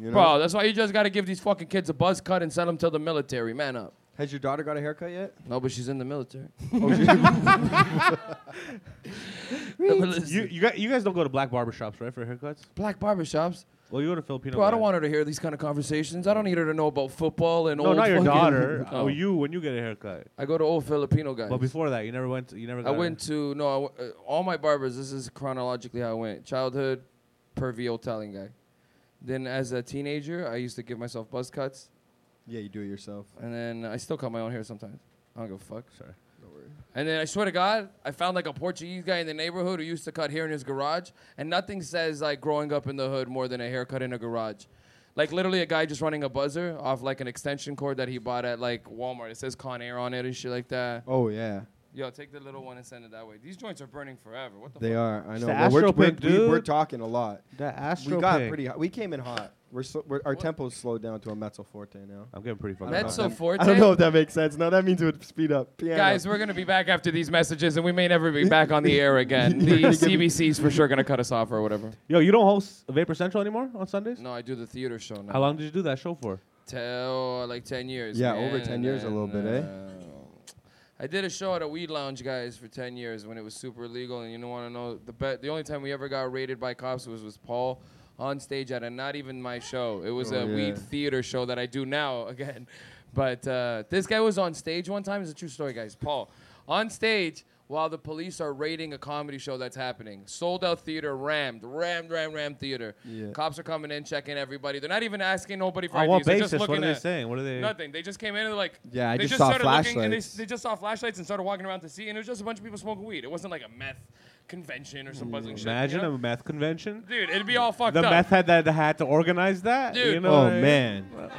S3: You know?
S5: Bro, that's why you just gotta give these fucking kids a buzz cut and send them to the military. Man up.
S3: Has your daughter got a haircut yet?
S5: No, but she's in the military. [LAUGHS]
S2: You you guys, you guys don't go to black barbershops, right, for haircuts?
S5: Black barbershops.
S2: Well, you go to Filipino.
S5: Bro, I don't
S2: guy.
S5: want her to hear these kind of conversations. I don't need her to know about football and
S2: No,
S5: old
S2: not your
S5: fucking- [LAUGHS]
S2: daughter.
S5: Oh.
S2: Oh, you when you get a haircut.
S5: I go to old Filipino guys.
S2: But before that, you never went. To, you never.
S5: I
S2: Got a-
S5: went to no, I w- uh, all my barbers. This is chronologically how I went: childhood, pervy Italian guy. Then as a teenager, I used to give myself buzz cuts,
S3: [LAUGHS] Yeah, you do it yourself.
S5: and then I still cut my own hair sometimes. I don't give a fuck.
S2: Sorry.
S5: And then I swear to God, I found like a Portuguese guy in the neighborhood who used to cut hair in his garage, and nothing says like growing up in the hood more than a haircut in a garage. Like literally a guy just running a buzzer off like an extension cord that he bought at like Walmart. It says Conair on it and shit like that.
S3: Oh yeah,
S5: Yo, take the little one and send it that way. These joints are burning forever. What the
S3: they
S5: fuck?
S3: are. I
S2: It's the
S3: know. Well, we're,
S2: Astro
S3: we're,
S2: Pig,
S3: we- we're
S2: dude.
S3: talking a lot.
S2: The Astro.
S3: we got
S2: Pig.
S3: pretty. Hot. We came in hot. We're, so, we're our
S5: What?
S3: tempo's slowed down to a mezzo forte now.
S2: I'm getting pretty fucking.
S3: I don't know
S5: Mezzo
S3: if that-
S5: forte?
S3: I don't know if that makes sense. No, that means it would speed up. Piano.
S5: Guys, we're going to be back after these messages, and we may never be back
S3: [LAUGHS]
S5: on the air again. The CBC's for sure going to cut us off or whatever.
S2: [LAUGHS] Yo, you don't host Vapor Central anymore on Sundays.
S5: No, I do the theater show now.
S2: How long did you do that show for?
S5: Till like 10 years.
S3: Yeah,
S5: man,
S3: over 10
S5: and
S3: years a little
S5: then,
S3: bit, eh?
S5: uh, I did a show at a weed lounge, guys, for 10 years when it was super illegal. And you don't want to know the bet. The only time we ever got raided by cops was was Paul on stage at a not even my show. It was
S3: Oh,
S5: a
S3: yeah.
S5: weed theater show that I do now [LAUGHS] again. But uh, this guy was on stage one time. It's a true story, guys. Paul on stage while the police are raiding a comedy show that's happening. Sold out theater, rammed, rammed, rammed, rammed theater.
S3: Yeah.
S5: Cops are coming in, checking everybody. They're not even asking nobody for
S2: On what
S5: IDs. They're just
S2: basis? What
S5: looking
S2: are they
S5: at-
S2: saying? What are they?
S5: Nothing. They just came in and like
S3: Yeah, I
S5: they
S3: just saw
S5: started looking and they,
S3: flashlights.
S5: they just saw flashlights and started walking around to see and it was just a bunch of people smoking weed. It wasn't like a meth convention or some buzzing
S2: Imagine
S5: shit. you know?
S2: a meth convention.
S5: dude, it'd be all fucked
S2: The
S5: up.
S2: meth had that had to organize that.
S5: Dude.
S2: you know
S3: Oh
S2: what I mean?
S3: man,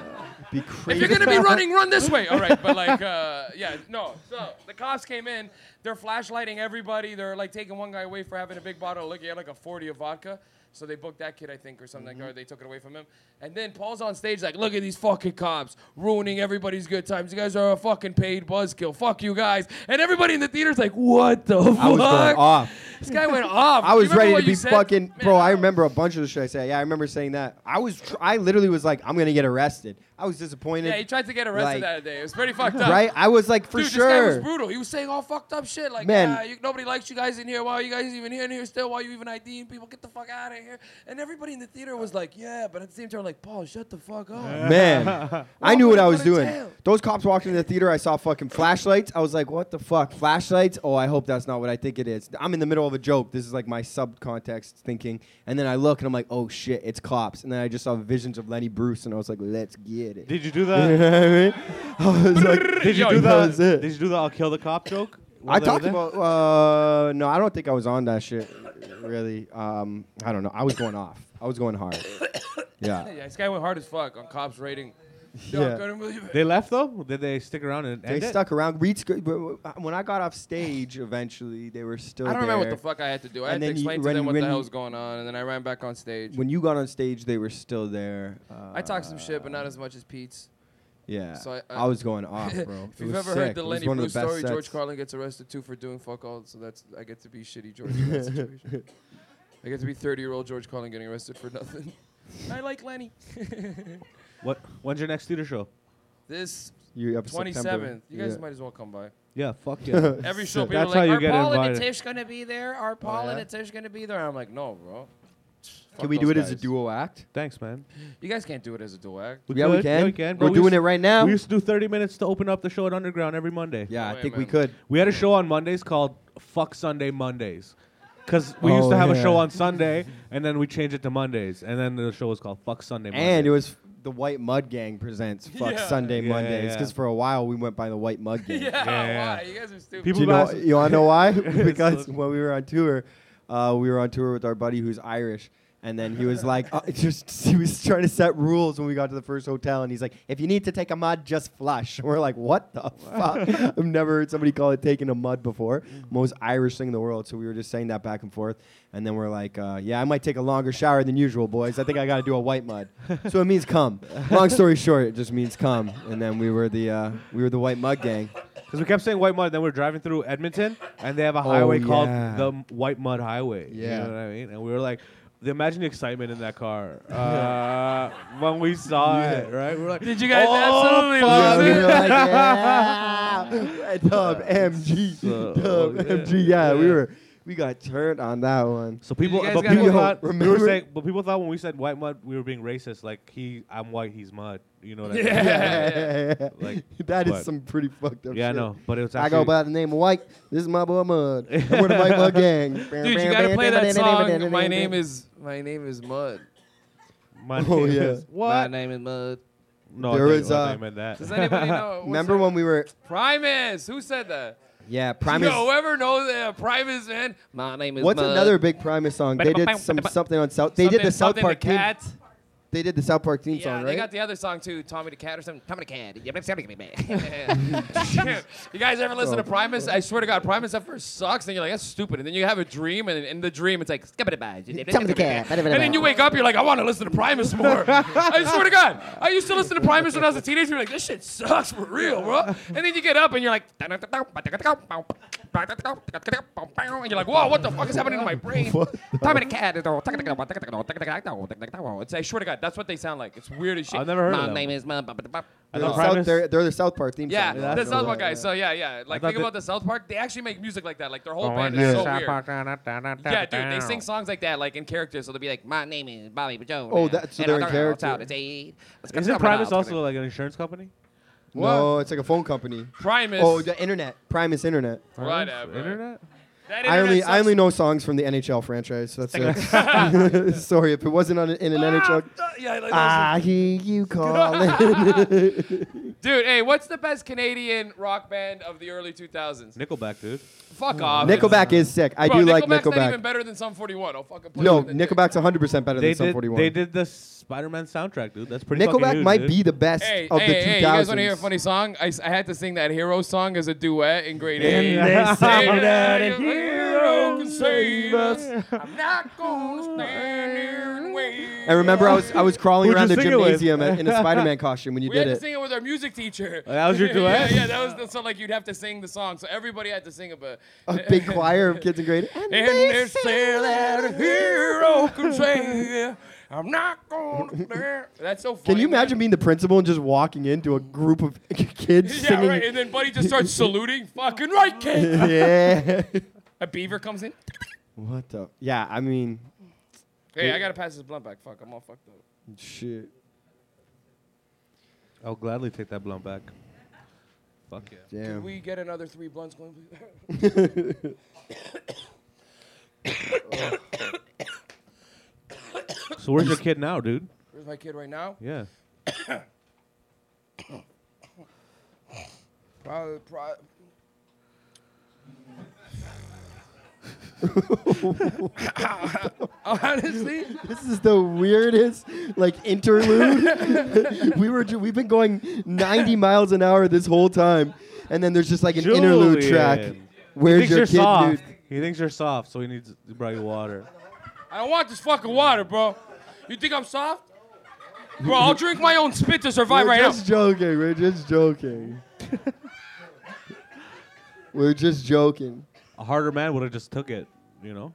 S3: be
S5: if
S3: crazy. [LAUGHS]
S5: you're gonna be running, run this way. All right, but like, uh, yeah, no. So the cops came in. They're flashlighting everybody. They're like taking one guy away for having a big bottle of liquor. He had like a 40 of vodka. So they booked that kid, I think, or something,
S3: Mm-hmm.
S5: or they took it away from him. And then Paul's on stage, like, look at these fucking cops ruining everybody's good times. You guys are a fucking paid buzzkill. Fuck you guys. And everybody in the theater's like, what the fuck?
S3: I was going off.
S5: This guy went off.
S3: I
S5: Do you
S3: was
S5: remember
S3: ready
S5: what
S3: to
S5: you
S3: be
S5: said?
S3: fucking
S5: Man,
S3: bro. I
S5: no.
S3: remember a bunch of the shit I said. Yeah, I remember saying that. I was tr- I literally was like, I'm gonna get arrested. I was disappointed.
S5: Yeah, he tried to get arrested
S3: Like-
S5: that day. It was pretty fucked up.
S3: right? I was like, for
S5: Dude,
S3: sure.
S5: this guy was brutal. He was saying all fucked up shit. Like,
S3: Man.
S5: "Ah, you, nobody likes you guys in here. Why are you guys even here in here still? Why are you even IDing people? Get the fuck out of here. And everybody in the theater was like, yeah, but at the same time, like, Paul, shut the fuck
S2: [LAUGHS]
S5: up.
S3: Man, I knew what I was
S5: What a
S3: doing.
S5: tale.
S3: Those cops walked into the theater. I saw fucking flashlights. I was like, what the fuck? Flashlights? Oh, I hope that's not what I think it is. I'm in the middle of a joke. This is like my subcontext thinking. And then I look and I'm like, oh shit, it's cops. And then I just saw visions of Lenny Bruce and I was like, let's get it.
S2: Did you do
S3: [LAUGHS] you
S2: that?
S3: know what I mean? I was like,
S2: Did you
S5: Yo,
S2: do
S3: that
S2: that?
S3: was it.
S2: Did you do the I'll kill the cop joke?
S3: I
S2: while they were
S3: talked
S2: there?
S3: about, uh, no, I don't think I was on that shit, really. Um, I don't know. I was going off. I was going hard. Yeah.
S5: Yeah, this guy went hard as fuck on cops
S3: [LAUGHS]
S5: rating.
S3: Yeah.
S5: I couldn't believe it.
S2: They left though. Did they stick around and
S3: They
S2: end it?
S3: stuck around. Reed's good, but- but when I got off
S5: [SIGHS]
S3: stage, eventually they were still.
S5: I don't remember what
S3: there.
S5: the fuck I had to do. I
S3: And
S5: had to
S3: then you-
S5: explain
S3: when-
S5: to them what
S3: when
S5: the hell
S3: you-
S5: was going on, and then I ran back on stage.
S3: When you got on stage, they were still there. Uh,
S5: I talked some shit, but not as much as Pete's.
S3: Yeah,
S5: so I-
S3: I,
S5: I-
S3: was going
S5: [LAUGHS]
S3: off, bro.
S5: If
S3: It
S5: you've
S3: was
S5: ever
S3: sick.
S5: heard
S3: It
S5: the
S3: was
S5: Lenny
S3: one of
S5: Bruce
S3: the best
S5: story, George
S3: sets.
S5: Carlin gets arrested too for doing fuck all, so that's I get to be shitty
S3: [LAUGHS]
S5: George in that [LAUGHS] situation. I get to be 30 year old George Carlin getting arrested for nothing. [LAUGHS] I like Lenny.
S2: What? When's your next theater show?
S5: [LAUGHS] this
S3: You have
S5: 27th,
S3: September.
S5: you guys
S3: Yeah.
S5: might as well come by.
S2: Yeah,
S3: [LAUGHS]
S2: fuck yeah.
S5: Every show,
S2: That's
S5: people are
S2: how
S5: like,
S2: you
S5: are
S2: get
S5: Paul
S2: invited. Oh,
S5: and Atish gonna be there? Are Paul
S3: yeah?
S5: and Atish gonna be there? I'm like, no, bro.
S3: Can we do it as a duo act?
S2: Thanks, man.
S5: You guys can't do it as a duo act.
S3: yeah,
S2: could.
S3: we can.
S2: Yeah, we can.
S3: We're
S2: But we
S3: doing
S2: used-
S3: it right now.
S2: We used to do 30 minutes to open up the show at Underground every Monday.
S3: yeah,
S5: Oh,
S3: I think
S5: yeah,
S3: we
S5: man.
S3: could.
S2: We had a show on Mondays called Fuck Sunday Mondays. Because we used
S3: Oh,
S2: to have a show
S3: yeah.
S2: on Sunday, and then we changed it to Mondays. And then the show was called Fuck Sunday Mondays.
S3: And it was the White Mud Gang
S5: [LAUGHS]
S3: presents Fuck
S5: Yeah.
S3: Sunday
S2: Yeah,
S3: Mondays
S2: yeah.
S3: because for a while we went by the White Mud Gang.
S5: [LAUGHS] yeah,
S2: Yeah.
S5: why? You guys are stupid.
S2: People-
S3: Do you know?
S2: Blast.
S3: You want to know why? [LAUGHS]
S2: [LAUGHS]
S3: because
S2: It's so-
S3: when we were on tour, uh, we were on tour with our buddy who's Irish, and then he
S2: [LAUGHS]
S3: was like, uh, just [LAUGHS] he was trying to set rules when we got to the first hotel, and he's like, if you need to take a mud, just flush. [LAUGHS] And we're like,
S2: [LAUGHS]
S3: what the fuck? [LAUGHS] I've never heard somebody call it taking a mud before.
S2: Mm.
S3: Most Irish thing in the world. So we were just saying that back and forth, and then we're like, uh, yeah, I might take a longer shower than usual, boys. I think I got to do a white mud. so it
S2: [LAUGHS]
S3: means come. Long story short, it just means come. And then we were the uh, we were the white mud gang.
S2: Because we kept saying White Mud, then we were driving through Edmonton, and they have a highway called
S3: Oh, yeah.
S2: the M- White Mud Highway.
S3: Yeah.
S2: You know what I mean? And we were like, the- imagine the excitement in that
S3: [LAUGHS]
S2: car uh, when we saw it, right? We were like,
S5: Did you guys
S2: "Oh,
S5: absolutely
S2: fuck."
S5: love
S3: Yeah, we were
S5: it?
S3: like, yeah.
S5: [LAUGHS]
S3: Dub MG.
S2: So,
S3: Dub
S5: oh,
S2: yeah.
S3: MG. Yeah, we
S2: Yeah.
S3: were. We got turned on that one.
S2: So people,
S5: guys
S2: but
S5: gotta
S2: people
S3: go-
S2: thought we were
S3: remember-
S2: saying, but people thought when we said White Mud, we were being racist. Like he, I'm white, he's mud. You know what I mean?
S5: Yeah.
S3: [LAUGHS]
S5: [LAUGHS]
S2: Like,
S3: that is
S2: what?
S3: some pretty fucked up
S2: Yeah, I
S3: Oh, shit.
S2: know, but it was
S3: I
S2: actually.
S3: go by the name of White. This is my boy
S5: [LAUGHS]
S3: Mud. And we're the White Mud Gang.
S5: Dude, you gotta play that song. My name is my name is Mud.
S2: [LAUGHS] My
S3: Oh,
S2: name
S3: yeah.
S2: is-
S5: My
S2: what?
S5: name is Mud.
S2: No,
S3: There
S2: there
S3: is,
S2: is.
S3: uh,
S2: I meant that.
S5: Does anybody know? [LAUGHS] what's
S3: Remember
S5: that-
S3: when we were?
S5: Primus? Who said that?
S3: Yeah, Primus.
S5: Yo, whoever knows uh, Primus, man. My name is
S3: What's
S5: Mud.
S3: another big Primus song? They did some something on South. They
S5: Something-
S3: did the South
S5: something
S3: Park
S5: the
S3: theme.
S5: cat.
S3: They did the South Park theme
S5: Yeah,
S3: song,
S5: they
S3: right?
S5: got the other song too, Tommy the Cat or something. Tommy the Cat. Yeah, but something
S6: [LAUGHS]
S5: bad. [LAUGHS] you guys ever listen to Primus? I swear to God, Primus at first sucks, and you're like, that's stupid. And then you have a dream, and in the dream, it's like, skip it about.
S6: Tommy the Cat.
S5: And then you wake up, you're like, I want to listen to
S6: [LAUGHS]
S5: Primus more. I swear to God, I used to listen to Primus when I was a teenager. You're like, this shit sucks for real, bro. And then you get up, and you're like, and you're like, whoa, what the fuck is happening to my brain? It's, I swear to God, that's what they sound like. It's weird as shit.
S2: I've never heard of
S5: My
S2: them.
S5: name is.
S2: I
S3: They're,
S2: thought
S3: the
S2: Primus-
S3: South, they're, they're the South Park theme
S5: Yeah,
S3: song.
S5: the South Park guys. So yeah, yeah. Like
S2: thought
S5: think
S2: that-
S5: about the South Park. They actually make music like that. Like
S7: Oh,
S5: their whole
S3: Oh,
S5: band is so weird. Yeah, dude, they sing songs like that, like in character. So they'll be like, "My name is Bobby Joe."
S3: Oh, that's- so they're in character.
S2: Isn't Primus also like an insurance company?
S3: No, it's like a phone company.
S5: Primus?
S3: Oh, the internet. Primus Internet.
S5: Whatever.
S2: Internet?
S5: That
S3: I
S5: internet
S3: only I
S5: sucks.
S3: only know songs from the NHL franchise. So that's it. [LAUGHS] Sorry if it wasn't on, in an
S5: Ah.
S3: NHL.
S5: Uh, Yeah, like,
S3: I hear
S5: [LAUGHS]
S3: you calling.
S5: dude. Hey, what's the best Canadian rock band of the early 2000s?
S2: Nickelback, dude.
S5: Fuck off.
S3: Nickelback is sick. I
S5: Bro,
S3: do like
S5: Nickelback's Not even
S3: Nickelback.
S5: better than Sum 41. I'll fucking play
S3: No,
S5: with it.
S3: Nickelback's 100% better
S2: They
S3: than Sum
S2: did,
S3: 41.
S2: they did the Spider-Man soundtrack, dude. That's pretty fucking
S3: Nickelback
S2: huge,
S3: might
S2: dude.
S3: be the best
S5: Hey,
S3: of
S5: hey,
S3: the 2000s.
S5: hey, you guys want to hear a funny song? I, s- I had to sing that hero song as a duet in grade eight.
S2: they [LAUGHS] say
S5: Ain't
S2: that a
S5: no hero can save us. I'm not gonna stand here and wait.
S3: I remember I was I was crawling
S2: Who'd you
S3: around the
S2: sing it with?
S3: gymnasium at- in a
S5: [LAUGHS]
S3: Spider-Man costume when you
S5: We
S3: did
S5: had to
S3: it.
S5: sing it with our music teacher.
S2: that was your duet?
S5: [LAUGHS] yeah, yeah, that was the, so like you'd have to sing the song, so everybody had to sing a bit.
S3: a big choir of kids in grade. And
S5: And they say that a hero can save. I'm not gonna. stand- That's so funny.
S3: can you imagine being the principal and just walking into a group of [LAUGHS] kids
S5: [LAUGHS] Yeah,
S3: singing?
S5: right. And then Buddy just starts saluting. Fucking right, kid.
S3: [LAUGHS]
S5: [LAUGHS]
S3: yeah.
S5: A beaver comes in.
S3: what the? Yeah, I mean,
S5: Hey, I gotta pass this blunt back. Fuck, I'm all fucked up.
S3: shit.
S2: I'll gladly take that blunt back. Fuck yeah.
S5: Can
S3: Damn.
S5: we get another three blunts going, please?
S2: So where's your kid now, dude?
S5: [LAUGHS] Where's my kid right now?
S2: Yeah.
S5: Probably, probably. [LAUGHS] Honestly,
S3: This is the weirdest like interlude.
S5: [LAUGHS]
S3: we were ju- we've been going 90 miles an hour this whole time, and then there's just like an interlude track.
S2: Julian. He
S3: Where's
S2: thinks
S3: your
S2: you're
S3: kid,
S2: soft.
S3: dude?
S2: He thinks you're soft, so he needs to brought you water.
S5: I don't want this fucking water, bro. You think I'm soft? Bro, I'll drink my own spit to survive
S3: We're
S5: right now.
S3: just joking. We're just
S5: [LAUGHS]
S3: joking. we're just joking.
S2: A harder man would have just took it, you know?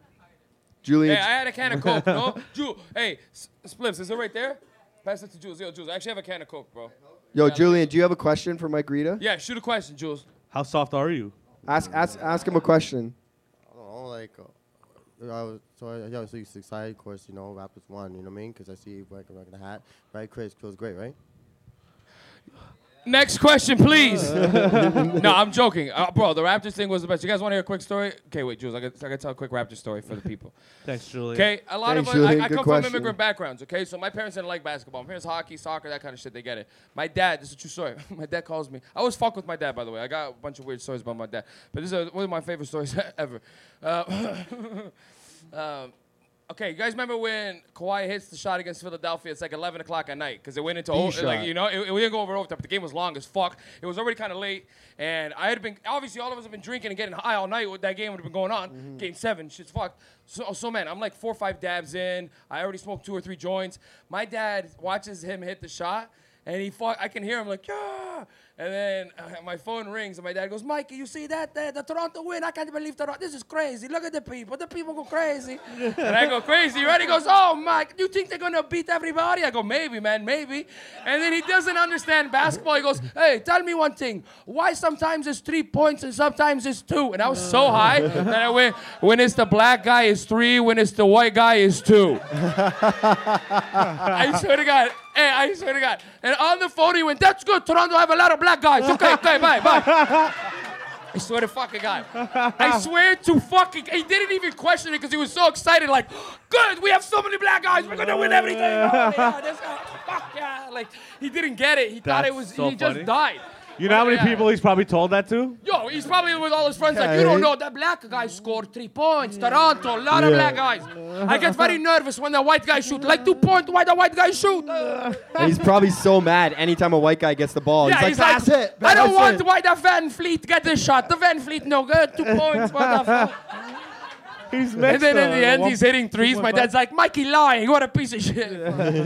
S3: Julian,
S5: Hey, I had a can of Coke, no? Jules, hey, S- Spliffs, is it right there? Pass it to Jules. Yo, Jules, I actually have a can of Coke, bro.
S3: yo, Julian, do you have a question for Mike Rita?
S5: Yeah, shoot a question, Jules.
S2: How soft are you?
S3: Ask, ask, ask him a question.
S4: I don't know, Oh, like, uh, I was, so I, yeah, so you side course, you know, rappers one, you know what I mean? Because I see you wearing like, a hat, right? Chris feels great, right?
S5: Next
S3: [LAUGHS]
S5: question, please. no, I'm joking. Uh, bro, the Raptors thing was the best. You guys want to hear a quick story? Okay, wait, Jules, I got to tell a quick Raptor story for the people.
S2: Thanks, Julian.
S5: Okay, a lot
S3: Thanks,
S5: of us, I,
S3: Julian.
S5: I
S3: Good
S5: come
S3: question.
S5: from immigrant backgrounds, okay? So my parents didn't like basketball. My parents, hockey, soccer, that kind of shit, they get it. My dad, this is a true story. [LAUGHS] my dad calls me. I always fuck with my dad, by the way. I got a bunch of weird stories about my dad. But this is one of my favorite stories [LAUGHS] ever. Uh, [LAUGHS] um, okay, you guys remember when Kawhi hits the shot against Philadelphia? It's like 11 o'clock at night because it went into over, like
S3: shot.
S5: you know it, it- we didn't go over overtime. but The game was long as fuck. It was already kind of late, and I had been obviously all of us have been drinking and getting high all night. With that game would have been going on. Game seven, shit's fucked. So so man, I'm like four or five dabs in. I already smoked two or three joints. My dad watches him hit the shot. And he fuck, I can hear him like, yeah. And then uh, my phone rings, and my dad goes, Mikey, you see that? The, the Toronto win. I can't believe Toronto. This is crazy. Look at the people. The people go crazy. [LAUGHS] and I go crazy, right? He goes, Oh, Mike, you think they're going to beat everybody? I go, Maybe, man, maybe. And then he doesn't understand basketball. He goes, Hey, tell me one thing. Why sometimes it's three points and sometimes it's two? And I was so high that I went, When it's the black guy, it's three. When it's the white guy, it's two. I swear to God. Hey, I swear to God. And on the phone, he went, That's good. Toronto have a lot of black guys.
S2: [LAUGHS]
S5: Okay, okay, bye, bye. I swear to fucking God. I swear to fucking. He didn't even question it because he was so excited. Like, good, we have so many black guys. We're gonna win everything. Oh, yeah, this guy, fuck yeah. Like, he didn't get it. He thought
S2: That's
S5: it was.
S2: so
S5: he
S2: funny.
S5: just died.
S2: You know how many
S5: Oh, Yeah.
S2: people he's probably told that to?
S5: Yo, he's probably with all his friends like, you don't know, that black guy scored three points. Toronto, a lot of black guys. I get very nervous when the white guy shoot. Like two points, why the white
S2: [LAUGHS]
S5: guy shoot? Uh,
S3: And
S5: [LAUGHS]
S3: he's probably so mad anytime a white guy gets the ball.
S5: yeah,
S3: he's like, that's it.
S5: I don't
S3: that's
S5: want
S3: it." [LAUGHS]
S5: why the Van Fleet get the shot. The Van Fleet no good. Two points, what the fuck?
S2: He's
S5: And
S2: mixed
S5: then
S2: though,
S5: in the
S3: uh,
S5: end,
S2: one-
S5: he's hitting threes. My dad's like, Mikey lying. What a piece
S3: [LAUGHS]
S5: of shit.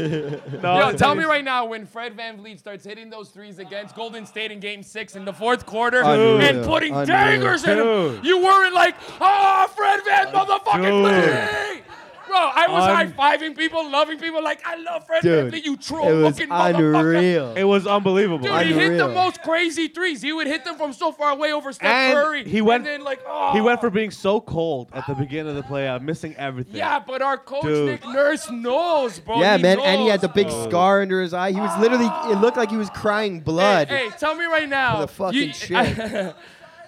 S2: no,
S5: Yo,
S2: it's-
S5: tell me right now when Fred Van Vliet starts hitting those threes against Golden State in game six in the fourth quarter
S3: Unreal.
S5: and putting
S3: Unreal.
S5: daggers in him,
S2: Dude.
S5: you weren't like, oh, Fred Van motherfucking
S2: Dude.
S5: Vliet. Bro, I was
S2: Un-
S5: high fiving people, loving people, like, I love Fred Van
S3: Dude,
S5: Vliet, you troll
S3: It was
S5: fucking motherfucker.
S3: unreal.
S2: It was unbelievable.
S5: Dude, he hit the
S3: Unreal.
S5: most crazy threes. He would hit them from so far away over Steph
S2: And
S5: Curry.
S2: he went-
S5: and then like, oh.
S2: He went for being so cold at the beginning of the playoff, missing everything.
S5: Yeah, but our coach
S2: Dude.
S5: Nick Nurse knows, bro.
S3: yeah, man, and he
S5: knows,
S3: had the big
S5: bro.
S2: Oh.
S3: scar under his eye. He was literally, it looked like he was crying blood.
S5: Hey, hey, tell me right now.
S3: the fucking
S5: [LAUGHS]
S3: shit.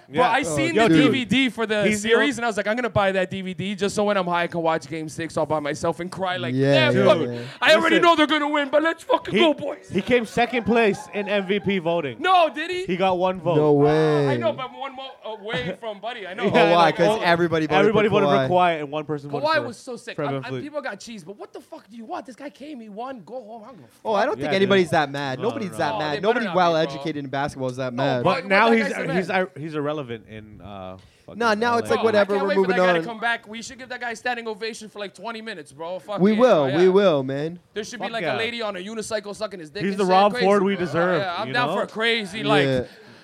S5: Bro, I seen
S2: Oh, Yo,
S5: the
S2: dude.
S5: DVD for the
S2: He's the o-
S5: series, and I was like, I'm gonna buy that DVD just so when I'm high, I can watch Game Six all by myself and cry like,
S3: Yeah,
S5: yeah,
S3: dude.
S5: fuck it.
S3: Dude.
S5: I already
S2: Listen.
S5: know they're gonna win, but let's fucking
S2: He,
S5: go, boys.
S2: he came second place in MVP voting.
S5: no, did he?
S2: He got one vote.
S3: no way. [LAUGHS]
S5: I know, but one more away from Buddy. I know.
S2: Yeah,
S3: oh, why?
S2: like,
S3: Because
S2: all-
S3: everybody voted
S2: Everybody
S3: for
S2: voted
S3: Kawhi.
S2: for Kawhi, and one person voted for
S5: Kawhi was so sick.
S2: Fred
S5: I- I-
S2: VanVleet.
S5: people got cheese, but what the fuck do you want? This guy came, he won. Go home. I don't give a fuck.
S3: Oh, I don't think
S2: Yeah,
S3: anybody's
S2: dude.
S3: that mad.
S2: No,
S3: Nobody's
S2: no,
S3: that
S5: no. They
S3: mad.
S5: better
S3: Nobody
S5: not be,
S3: well
S5: bro.
S3: educated in basketball is that mad.
S5: bro.
S2: But now
S5: that
S2: he's
S5: guy's a
S2: he's uh,
S5: man.
S2: he's irrelevant in uh. fucking
S3: No, now it's
S2: LA.
S3: like
S5: Oh,
S3: whatever,
S5: I can't
S3: we're
S5: wait for
S3: moving
S5: that guy
S3: on.
S5: to come back. We should give that guy a standing ovation for like 20 minutes, bro. Fuck
S3: we
S5: yeah, Oh,
S3: will,
S5: yeah.
S3: we will, man.
S5: There should be
S2: Fuck
S5: like
S2: yeah.
S5: a lady on a unicycle sucking his dick.
S2: He's
S5: and
S2: the
S5: shit.
S2: Rob
S5: Crazy,
S2: Ford we
S5: bro.
S2: deserve,
S5: Yeah, I'm
S2: you
S5: down
S2: know?
S5: for a crazy like,
S3: Yeah.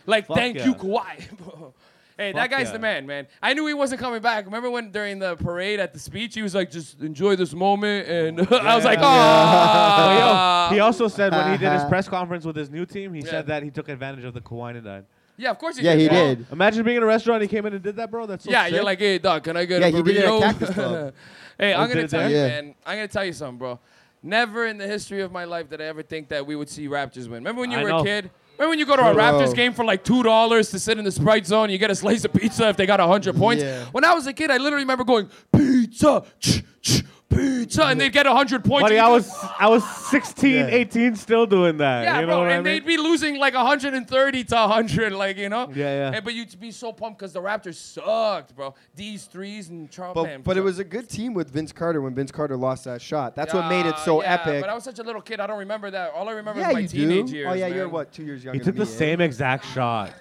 S5: like
S2: Fuck
S5: thank
S2: yeah.
S5: you Kawhi. [LAUGHS] bro. hey, that
S2: Fuck
S5: guy's
S2: yeah.
S5: the man, man. I knew he wasn't coming back. Remember when during the parade at the speech he was like, just enjoy this moment, and [LAUGHS] I was like, oh.
S2: But
S5: Uh,
S2: yo, [LAUGHS] he also said when he did
S3: [LAUGHS]
S2: his press conference with his new team, he said that he took advantage of the Kawhi nine.
S5: yeah, of course he
S3: Yeah,
S5: did.
S3: he
S5: bro.
S3: did.
S2: Imagine being in a restaurant and he came in and did that, bro. That's so
S5: Yeah,
S2: sick.
S5: you're like, hey, doc, can I get
S3: Yeah,
S5: a
S3: he did it at
S5: burrito?"
S3: Cactus
S5: [LAUGHS]
S3: Club.
S5: hey, I'm
S2: did
S5: gonna
S2: it
S5: tell
S2: there?
S5: you,
S3: Yeah.
S5: man. I'm gonna tell you something, bro. Never in the history of my life did I ever think that we would see Raptors win. Remember when you
S2: I
S5: were a
S2: know.
S5: kid? Remember when you go to a
S3: Bro.
S5: Raptors game for like two dollars to sit in the Sprite Zone, you get a slice of pizza if they got hundred points.
S3: Yeah.
S5: When I was a kid, I literally remember going pizza, ch, ch, pizza, and they'd get hundred points.
S2: buddy,
S5: and
S2: I
S5: you-
S2: was I was 16,
S3: Yeah.
S2: 18, still doing that.
S5: yeah,
S2: you know
S5: bro,
S2: what
S5: and
S2: I mean?
S5: they'd be losing like 130 to 100, like you know.
S2: Yeah, yeah.
S5: And, but you'd be so pumped because the Raptors sucked, bro. These threes and Trump.
S3: But,
S5: and
S3: but it
S5: sucked.
S3: was a good team with Vince Carter when Vince Carter lost that shot. That's what made it
S5: Yeah,
S3: so
S5: yeah,
S3: epic.
S5: But I was such a little kid. I don't remember that. All I remember
S3: yeah,
S5: is my
S3: you
S5: teenage
S3: do.
S5: years.
S3: oh yeah, you're
S5: man.
S3: what? Two years younger.
S2: he took
S3: than
S2: the
S3: me, eh?
S2: same exact shot.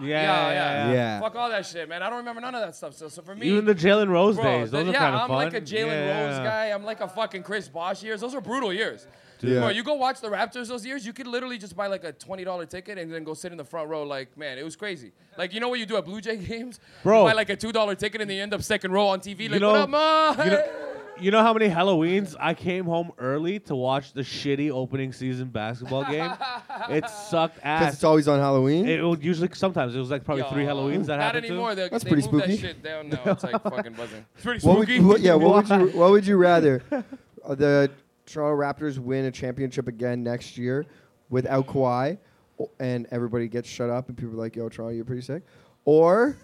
S2: Yeah,
S5: Yeah yeah, yeah,
S3: yeah.
S5: Fuck all that shit, man. I don't remember none of that stuff. So, so for me,
S2: Even the Jalen Rose
S5: bro,
S2: days,
S5: the-
S2: those are
S5: yeah,
S2: kind of
S5: I'm
S2: fun.
S5: like a Jalen
S2: Yeah,
S5: Rose
S2: yeah.
S5: guy. I'm like a fucking Chris Bosh years. Those are brutal years.
S3: Dude.
S5: Bro,
S3: Yeah.
S5: you go watch the Raptors those years, you could literally just buy like a twenty dollar ticket and then go sit in the front row. Like, man, it was crazy. Like, you know what you do at Blue Jay [LAUGHS] games?
S2: Bro.
S5: you buy like a two dollar ticket and then you end up second row on TV. Like,
S2: know-
S5: what up, ma? [LAUGHS]
S2: You know, you know how many Halloweens I came home early to watch the shitty opening season basketball
S5: [LAUGHS]
S2: game? it sucked
S3: Because it's
S2: ass.
S3: always on Halloween.
S2: It would usually sometimes it was like probably three
S5: Yo,
S2: Halloweens that
S5: Not
S2: happened.
S5: anymore. They,
S3: That's
S5: they
S3: pretty
S5: moved
S3: spooky.
S5: That
S3: [LAUGHS]
S5: shit down now. It's like fucking buzzing. It's pretty
S3: what would,
S5: spooky.
S3: what- yeah, what would you?
S5: [LAUGHS]
S3: What would you rather? Uh, the Toronto Raptors win a championship again next year without Kawhi, o- and everybody gets shut up, and people are like, "Yo, Toronto, you're pretty sick," or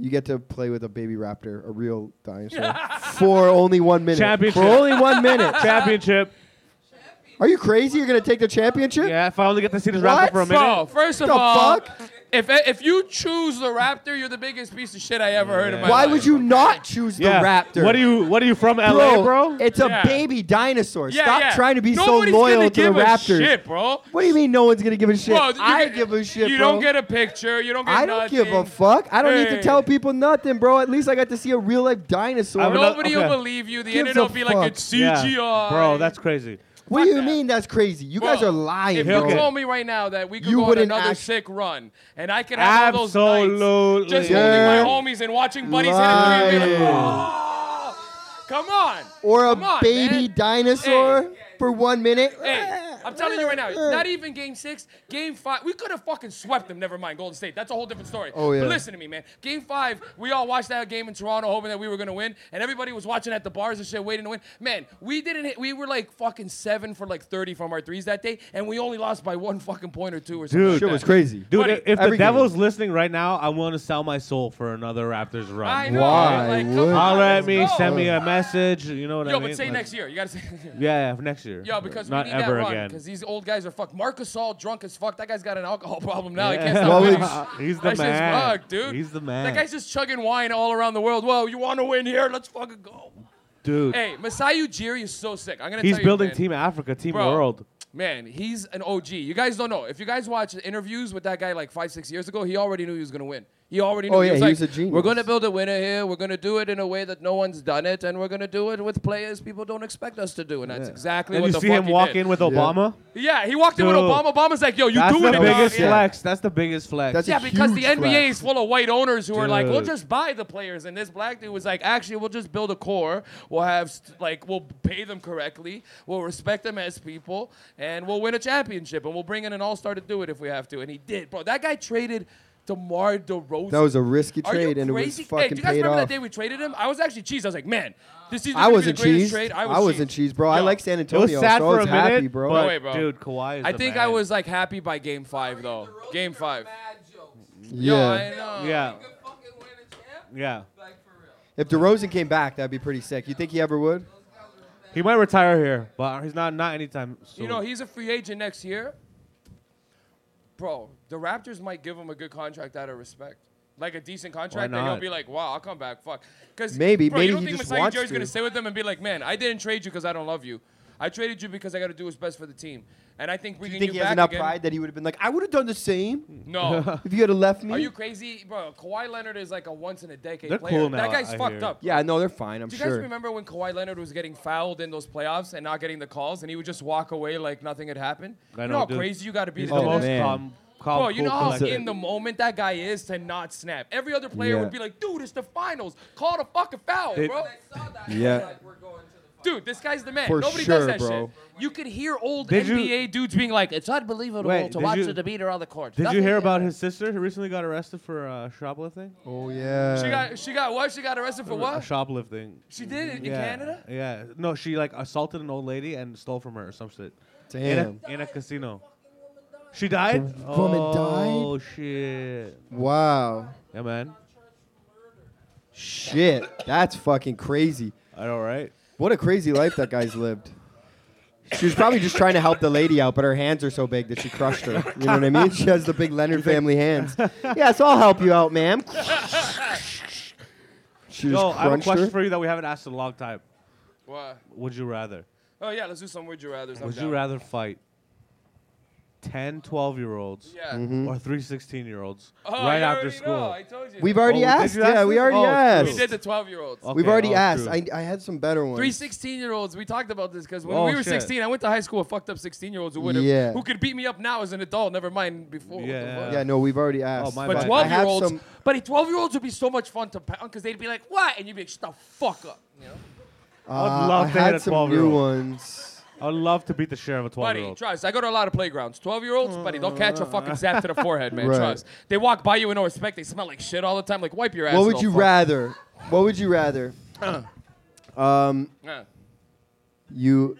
S3: you get to play with a baby raptor, a real dinosaur, for only one minute.
S2: Championship.
S3: For only one minute.
S2: To. [LAUGHS] Championship.
S3: Are you crazy? You're gonna take the championship?
S2: Yeah, if I only get to see this
S3: What?
S2: rapper for a minute.
S5: Bro, first of
S3: The
S5: all,
S3: fuck?
S5: if if you choose the Raptor, you're the biggest piece of shit I ever heard in my
S3: Why
S5: life.
S3: would you not choose
S2: yeah.
S3: the raptor?
S2: What are you? What are you from
S3: bro?
S2: LA, bro?
S3: It's
S5: Yeah.
S3: a baby dinosaur.
S5: Yeah,
S3: Stop
S5: yeah.
S3: trying to be
S5: Nobody's
S3: so
S5: gonna
S3: loyal to
S5: give
S3: the
S5: a
S3: Raptors.
S5: shit, bro.
S3: What do you mean no one's gonna give a shit?
S5: Bro, you
S3: I
S5: get-
S3: give a shit.
S5: You
S3: bro.
S5: don't get a picture. You don't get.
S3: I don't
S5: nothing.
S3: give a fuck. I don't need to
S5: Hey.
S3: tell people nothing, bro. At least I got to see a real life dinosaur.
S2: I'm not-
S5: Nobody
S2: Okay.
S5: will believe you. The
S3: Gives
S5: internet
S3: a
S5: will be like it's
S2: Yeah.
S5: CGI.
S2: Bro, that's crazy.
S3: what do you
S5: that.
S3: mean that's crazy? You guys
S5: Bro,
S3: are lying,
S5: If
S3: bro.
S5: you told me right now that we could
S3: You
S5: go on
S3: wouldn't
S5: another
S3: act-
S5: sick run and I could have all those nights just
S2: Absolutely.
S5: holding my homies and watching buddies hit a three and be like,
S3: Lying.
S5: "Oh, [LAUGHS] come on.
S3: or a
S5: Come on,
S3: baby
S5: man.
S3: dinosaur
S5: Hey.
S3: for one minute.
S5: Hey, I'm telling
S3: [LAUGHS]
S5: you right now, not even game six, game five. We could have fucking swept them, never mind Golden State. That's a whole different story.
S3: Oh, yeah.
S5: But listen to me, man. Game five, we all watched that game in Toronto hoping that we were going to win, and everybody was watching at the bars and shit waiting to win. Man, we didn't hit, we were like fucking seven for like 30 from our threes that day, and we only lost by one fucking point or two or something.
S2: Dude.
S5: like
S3: Shit
S5: that.
S3: was crazy.
S2: Dude,
S5: Buddy,
S2: if- if the
S3: e-, every game.
S2: devil's listening right now, I want to sell my soul for another Raptors run.
S5: I know.
S3: Why
S5: Like, come
S3: would-
S5: on,
S2: Holler at
S5: let's
S2: me,
S5: go.
S2: send me a message. You know what
S5: Yo,
S2: I mean?
S5: but say
S2: Like,
S5: next year. You gotta say next year.
S2: [LAUGHS] Yeah, yeah, next year.
S5: Yo, because
S2: not
S5: we need
S2: ever
S5: that run.
S2: again.
S5: Because these old guys are fucked. Marcus All drunk as fuck. That guy's got an alcohol [LAUGHS] problem now. He
S2: Yeah. [LAUGHS]
S5: can't stop
S3: Well,
S5: winning.
S3: we-
S2: He's the
S5: That shit's
S2: man.
S5: fucked, dude.
S2: He's the man.
S5: That guy's just chugging wine all around the world. Whoa, you want to win here? Let's fucking go.
S2: Dude,
S5: Hey, Masai Ujiri is so sick. I'm gonna.
S2: he's
S5: tell
S2: building
S5: you, man,
S2: Team Africa, Team
S5: Bro.
S2: World.
S5: Man, he's an OG. You guys don't know. If you guys watch interviews with that guy like five, six years ago, he already knew he was gonna win. He already knew.
S3: Oh,
S5: he
S3: yeah,
S5: was
S3: he
S5: like,
S3: was a genius.
S5: We're gonna build a winner here. We're gonna do it in a way that no one's done it, and we're gonna do it with players people don't expect us to do, and that's exactly
S2: And
S5: what
S2: you
S5: the
S2: see
S5: fuck
S2: him
S5: he
S2: walk
S5: did.
S2: in with Obama.
S5: Yeah, he walked in with
S2: Dude.
S5: Obama. Obama's like, "Yo, you
S2: That's
S5: doing
S2: the
S5: it?" dog."
S2: biggest
S5: yeah.
S2: flex. That's the biggest flex.
S3: That's
S5: Yeah,
S3: a
S5: because the
S3: huge
S5: NBA
S3: flex.
S5: is full of white owners who are like, we'll
S2: Dude.
S5: just buy the players. And this black dude was like, actually, we'll just build a core. We'll have, st- like, we'll pay them correctly. We'll respect them as people. And we'll win a championship. And we'll bring in an all star to do it if we have to. And he did, bro. That guy traded DeMar DeRozan.
S3: That was a risky
S5: Are
S3: trade,
S5: you
S3: and it was
S5: crazy? hey, do
S3: fucking
S5: you guys
S3: paid
S5: remember
S3: off.
S5: that day we traded him? I was actually cheesed. I was like, man, this is
S3: I wasn't
S5: the greatest
S3: cheese.
S5: trade. I was,
S3: I wasn't cheese, bro. I
S5: Yo.
S3: like San
S2: it was
S3: Antonio.
S2: sad
S3: so
S2: for
S3: I
S2: a
S3: was
S2: minute,
S3: happy, bro.
S2: But,
S5: No way, bro.
S2: Dude, Kawhi is
S5: I
S2: the
S5: think
S2: man.
S5: I was like happy by game five though. Game five.
S3: yeah.
S5: Yo, I know.
S2: Yeah. Yeah.
S3: if DeRozan came back, that'd be pretty sick. You think he ever would?
S2: He might retire here, but he's not not anytime soon.
S5: You know, he's a free agent next year. Bro, the Raptors might give him a good contract out of respect. Like a decent contract, and he'll
S2: not?
S5: be like, wow, I'll come back. Fuck. Cause,
S3: Maybe-
S5: bro,
S3: maybe
S5: you don't
S3: he
S5: think
S3: just
S5: Masai
S3: wants
S5: Ujiri's
S3: to.
S5: going to sit with him and be like, man, I didn't trade you because I don't love you. I traded you because I got to do what's best for the team. And I think
S3: Do
S5: bringing
S3: you think he has
S5: back
S3: enough
S5: again-
S3: pride that he would have been like, I would have done the same [LAUGHS]
S5: No.
S3: if you had have left me?
S5: Are you crazy? Bro, Kawhi Leonard is like a once in a decade
S2: They're
S5: player.
S2: cool
S5: that
S2: now,
S5: guy's
S2: I
S5: fucked
S2: hear.
S5: up.
S3: yeah, no, they're fine. I'm
S5: Do you
S3: sure.
S5: guys remember when Kawhi Leonard was getting fouled in those playoffs and not getting the calls, and he would just walk away like nothing had happened?
S2: I
S5: you
S2: know,
S5: know how
S2: dude.
S5: crazy you got to be
S2: he's
S5: to
S2: the
S5: do
S3: Oh,
S2: most
S5: that?
S3: man.
S2: calm, calm,
S5: Bro, you know
S2: cool,
S5: how
S2: collected.
S5: in the moment that guy is to not snap. Every other player
S3: Yeah.
S5: would be like, "Dude, it's the finals. Call the fucking foul,
S2: They-
S5: bro."
S3: yeah.
S5: Dude, this guy's the man.
S3: For
S5: Nobody
S3: sure,
S5: does that
S3: bro.
S5: shit. You could hear old
S2: Did you-
S5: NBA dudes being like, "It's unbelievable
S2: Wait,
S5: to
S2: did
S5: watch
S2: you-
S5: the demeanor on the court."
S2: Did you
S5: Nothing-
S2: hear about his sister who recently got arrested for uh, shoplifting?
S3: Oh yeah.
S5: She got she got what? She got arrested for
S2: Uh,
S5: what?
S2: shoplifting.
S5: She did it in
S2: yeah.
S5: Canada.
S2: Yeah. No, she like assaulted an old lady and stole from her or some shit.
S3: Damn.
S2: In a, in a casino. She died?
S3: The woman
S2: Oh, shit.
S3: Wow.
S2: Yeah, man.
S3: Shit. That's fucking crazy.
S2: I know, right?
S3: What a crazy life that guy's lived. She was probably just trying to help the lady out, but her hands are so big that she crushed her. You know what I mean? She has the big Leonard family hands. Yes, I'll help you out, ma'am. She
S2: Yo,
S3: just
S2: I have a
S3: crunched
S2: question
S3: her.
S2: for you that we haven't asked in a long time.
S5: What?
S2: Would you rather?
S5: Oh yeah, let's do some would you rather's. I'm
S2: Would you
S5: down.
S2: rather fight 10, 12 year olds
S5: Yeah.
S3: Mm-hmm. Hmm?
S2: or three 16 year olds
S5: Oh,
S2: right
S5: I
S2: after
S5: already
S2: school?
S5: Know. I told you.
S3: We've
S5: that.
S3: already
S2: Oh, did
S3: asked.
S2: you ask
S3: Yeah, we
S2: this?
S3: already
S2: Oh,
S5: We
S3: asked.
S5: did the 12 year olds.
S3: We've
S2: Okay,
S3: already
S2: oh,
S3: asked.
S2: true.
S3: I, I had some better ones.
S5: Three 16 year olds. We talked about this because when
S2: Oh,
S5: we were
S2: shit.
S5: 16, I went to high school with fucked up 16 year olds who would have,
S3: Yeah.
S5: who could beat me up now as an adult, never mind before. What the
S2: Yeah.
S5: fuck?
S3: Yeah, no, we've already asked.
S2: Oh, my
S5: But
S2: bad.
S5: 12
S3: I have
S5: year olds,
S3: some-
S5: but 12 year olds would be so much fun to pound because they'd be like, what? And you'd be like, shut the fuck up. You know?
S3: uh, I
S2: would love
S3: I
S2: to hit
S3: had
S2: a
S3: some
S2: 12-year-old.
S3: new ones.
S2: I would love to beat the shit out of a 12 year
S5: Buddy,
S2: old.
S5: trust. I go to a lot of playgrounds. 12 year olds, buddy, they'll catch a fucking
S3: [LAUGHS]
S5: zap to the forehead, man.
S3: Right.
S5: Trust. They walk by you with no respect. They smell like shit all the time. Like, wipe your ass.
S3: What would
S5: little
S3: you
S5: fuck.
S3: rather? What would you rather? Um,
S5: Yeah.
S3: you.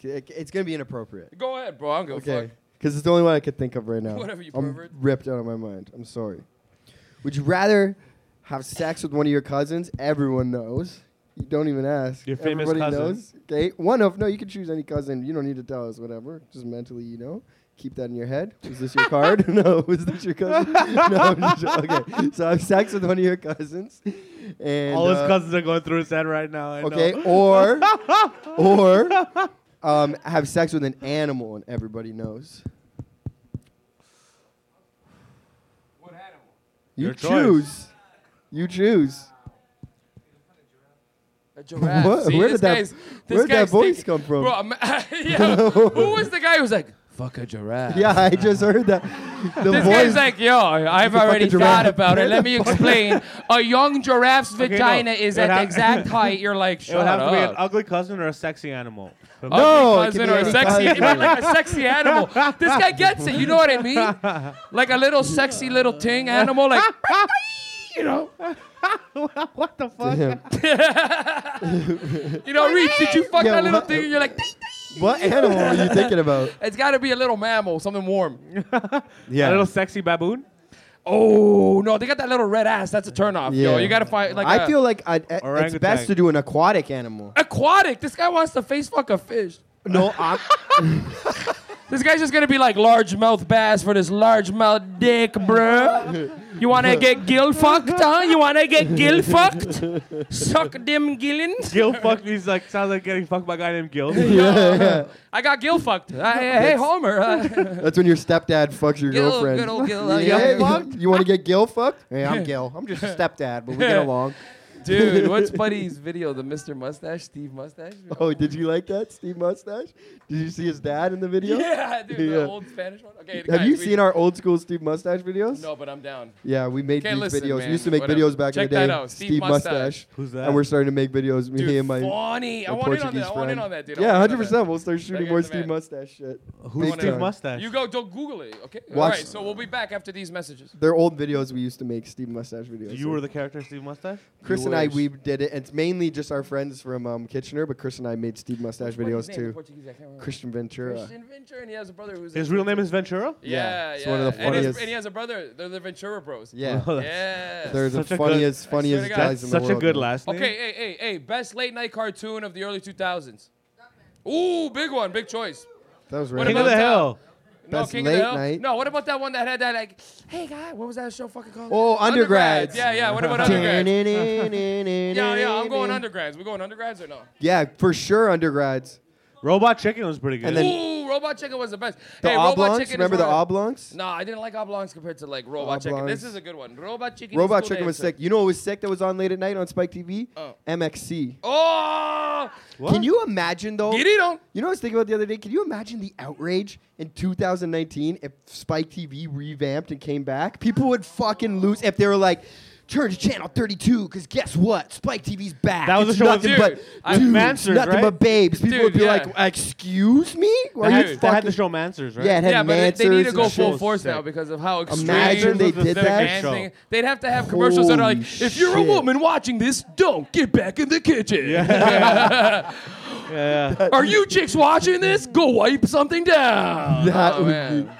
S3: It's gonna be inappropriate.
S5: Go ahead, bro. I don't give a
S3: Okay.
S5: fuck.
S3: Because it's the only one I could think of right now.
S5: Whatever, you
S3: I'm
S5: pervert.
S3: ripped out of my mind. I'm sorry. Would you rather have sex with one of your cousins? Everyone knows. You don't even ask.
S2: Your famous
S3: Everybody
S2: cousin.
S3: knows. Okay. One of no, you can choose any cousin. You don't need to tell us. Whatever. Just mentally, you know. Keep that in your head. Is this your card? [LAUGHS] no. Is this your cousin? [LAUGHS] no. I'm just, okay. So have sex with one of your cousins. And
S2: All his
S3: uh,
S2: cousins are going through his head right now. I know.
S3: Okay,
S5: [LAUGHS]
S3: or or um, have sex with an animal and everybody knows.
S5: What animal?
S3: You
S2: Your choice.
S3: choose. You choose.
S5: A giraffe.
S3: What?
S5: See,
S3: Where
S5: this
S3: did that-
S5: guy's, this
S3: where'd that
S5: guy's
S3: voice
S5: thinking-
S3: come from?
S5: Bro, I'm- [LAUGHS]
S3: [LAUGHS]
S5: yeah, who was the guy who was like, "Fuck a giraffe"?
S3: Yeah, I just heard
S5: [LAUGHS]
S3: that. The
S5: This
S3: voice.
S5: guy's like, yo, I've
S3: a fucking
S5: already
S3: giraffe.
S5: thought about it. Let me explain.
S3: [LAUGHS]
S5: A young giraffe's
S2: no.
S5: vagina is
S2: It
S5: at
S2: ha-
S5: the exact height. You're like,
S2: It would
S5: shut
S2: have to be an
S5: up. Oh,
S2: ugly cousin or a sexy animal.
S3: No,
S5: Ugly
S3: oh, it could
S5: cousin
S3: be
S5: or a
S3: any
S5: sexy,
S3: cousin.
S5: [LAUGHS] but like a sexy animal. This guy gets it. You know what I
S3: [LAUGHS]
S5: mean? Like a little sexy little ting animal. Like, you know,
S2: what the fuck?
S3: Damn.
S5: you know, Reach, did you fuck
S3: Yeah,
S5: that little
S3: what-
S5: thing? And you're like,
S3: What animal are you thinking
S5: [LAUGHS]
S3: about?
S5: it's got to be a little mammal, something warm.
S2: A little sexy baboon?
S5: Oh no, they got that little red ass. That's a turnoff, yo.
S3: Yeah.
S5: You gotta find like
S3: I
S5: a-
S3: feel like I'd, uh, it's
S2: Orangutan.
S3: best to do an aquatic animal. [LAUGHS]
S5: aquatic. This guy wants to face fuck a fish.
S3: No, I'm,
S5: This guy's just gonna be like largemouth bass for this largemouth
S3: [LAUGHS]
S5: dick, bruh. You wanna get gill fucked, huh? You wanna get gill fucked? Suck them
S3: [LAUGHS]
S5: gillins. [LAUGHS]
S2: Gil fucked me. He's like, sounds like getting fucked by a guy named Gil.
S5: I got gill fucked. I, hey, Homer. Uh,
S3: That's when [LAUGHS] your stepdad fucks your
S5: Gil,
S3: girlfriend.
S5: good old Gil. uh,
S3: Yeah, [LAUGHS]
S5: yeah.
S3: you- you want to get Gil fucked? Yeah,
S5: [LAUGHS]
S3: I'm Gil. I'm just a stepdad, but we get along.
S5: Dude, what's Buddy's video? The Mr. Mustache, Steve Mustache?
S3: Oh, did you like that, Steve Mustache? Did you see his dad in the video?
S5: [LAUGHS] Yeah, dude,
S3: Yeah.
S5: the old Spanish one. Okay,
S3: Have
S5: guys,
S3: you
S5: we-
S3: seen our old school Steve Mustache videos?
S5: No, but I'm down.
S3: Yeah, we made
S5: Okay,
S3: these
S5: listen,
S3: videos.
S5: man,
S3: We used to make
S5: whatever.
S3: videos back in
S5: Check
S3: the day.
S5: that out, Steve Mustache.
S2: Who's that?
S3: And we're starting to make videos. Me
S5: Dude,
S3: and my
S5: funny. I
S3: my
S5: want in on
S3: Portuguese
S5: that. I want in
S3: friend.
S5: on that, dude. I
S3: yeah,
S5: want in
S3: hundred
S5: on that.
S3: percent. We'll start shooting
S5: guy's
S3: more
S5: the
S3: Steve
S5: man.
S3: Mustache shit.
S5: I
S2: Who's
S5: wanna
S2: Steve
S5: know.
S2: Mustache?
S5: You go, don't Google it. Okay. All
S3: Watch-
S5: right. So we'll be back after these messages.
S3: They're old videos we used to make Steve Mustache videos.
S2: You were the character in Steve Mustache?
S3: Chris
S2: You
S3: and I.
S2: wish.
S3: We did it. and It's mainly just our friends from um, Kitchener, but Chris and I made Steve Mustache videos too. Christian Ventura.
S5: Christian Ventura, and he has a brother who's.
S2: His real name is Ventura?
S5: Yeah, yeah.
S3: Yeah, it's one of the
S5: And, his-
S3: funniest-
S5: and he has a brother. They're the Ventura Bros.
S3: Yeah,
S2: Oh, that's
S5: Yeah.
S3: they're the
S2: Such a good-
S3: funniest, funniest
S5: swear to God.
S3: guys
S2: that's
S3: in the
S2: such
S3: world.
S2: a good
S3: man.
S2: last name.
S5: Okay, hey, hey, hey. Best late night cartoon of the early 2000s. Ooh, big one, big choice.
S3: That was
S5: What
S3: right.
S2: King of
S5: about
S2: the
S5: that?
S2: Hill.
S5: No,
S3: Best
S5: King
S3: late
S5: of the Hill?
S3: night.
S5: No, what about that one that had that like, hey guy, what was that show fucking called?
S3: Oh, undergrads.
S5: Yeah, yeah.
S3: [LAUGHS]
S5: What about undergrads? [LAUGHS] Yeah, yeah. I'm going undergrads. We going undergrads or no?
S3: Yeah, for sure, undergrads.
S2: Robot Chicken was pretty good.
S3: And then-
S5: Ooh, Robot Chicken was the best.
S3: The
S5: hey, Robot
S3: oblongs.
S5: Chicken
S3: Remember
S5: is
S3: the
S5: one of-
S3: oblongs?
S5: No, I didn't like oblongs compared to like Robot Chicken. This
S3: Oblongs.
S5: is a good one. Robot Chicken. is
S3: Robot
S5: cool
S3: Chicken was
S5: dancer.
S3: sick. You know what was sick that was on late at night on Spike TV?
S5: Oh.
S3: MXC.
S5: Oh,
S2: What?
S3: Can you imagine though?
S5: get it on.
S3: You know what I was thinking about the other day? Can you imagine the outrage in 2019 if Spike TV revamped and came back? People would fucking lose if they were like, turn to channel 32, because guess what? Spike TV's back.
S2: That was
S3: It's
S2: a show with-
S3: nothing
S5: Dude,
S3: but
S2: I-
S3: dudes,
S2: Mansers,
S3: nothing
S2: right?
S3: but babes. People
S5: Dude,
S3: would be
S5: yeah.
S3: like, excuse me?
S2: They
S3: Are you
S2: had, they had
S3: fucking-"
S2: the show Mansers, right?
S3: Yeah, it had
S5: Yeah, but they- they need
S3: Mansers
S5: to go
S3: and
S5: full
S3: shit.
S5: force
S2: sick.
S5: now because of how extreme.
S3: Imagine they
S2: Mansers was a
S3: did
S2: sick
S3: that.
S5: and
S2: show.
S5: thing. They'd have to have commercials that are like,
S3: Holy
S5: if you're a
S3: shit.
S5: woman watching this, don't get back in the kitchen.
S2: Yeah.
S5: [LAUGHS] Are you chicks watching this? Go wipe something down.
S3: That
S5: Oh,
S3: would
S5: man.
S3: be-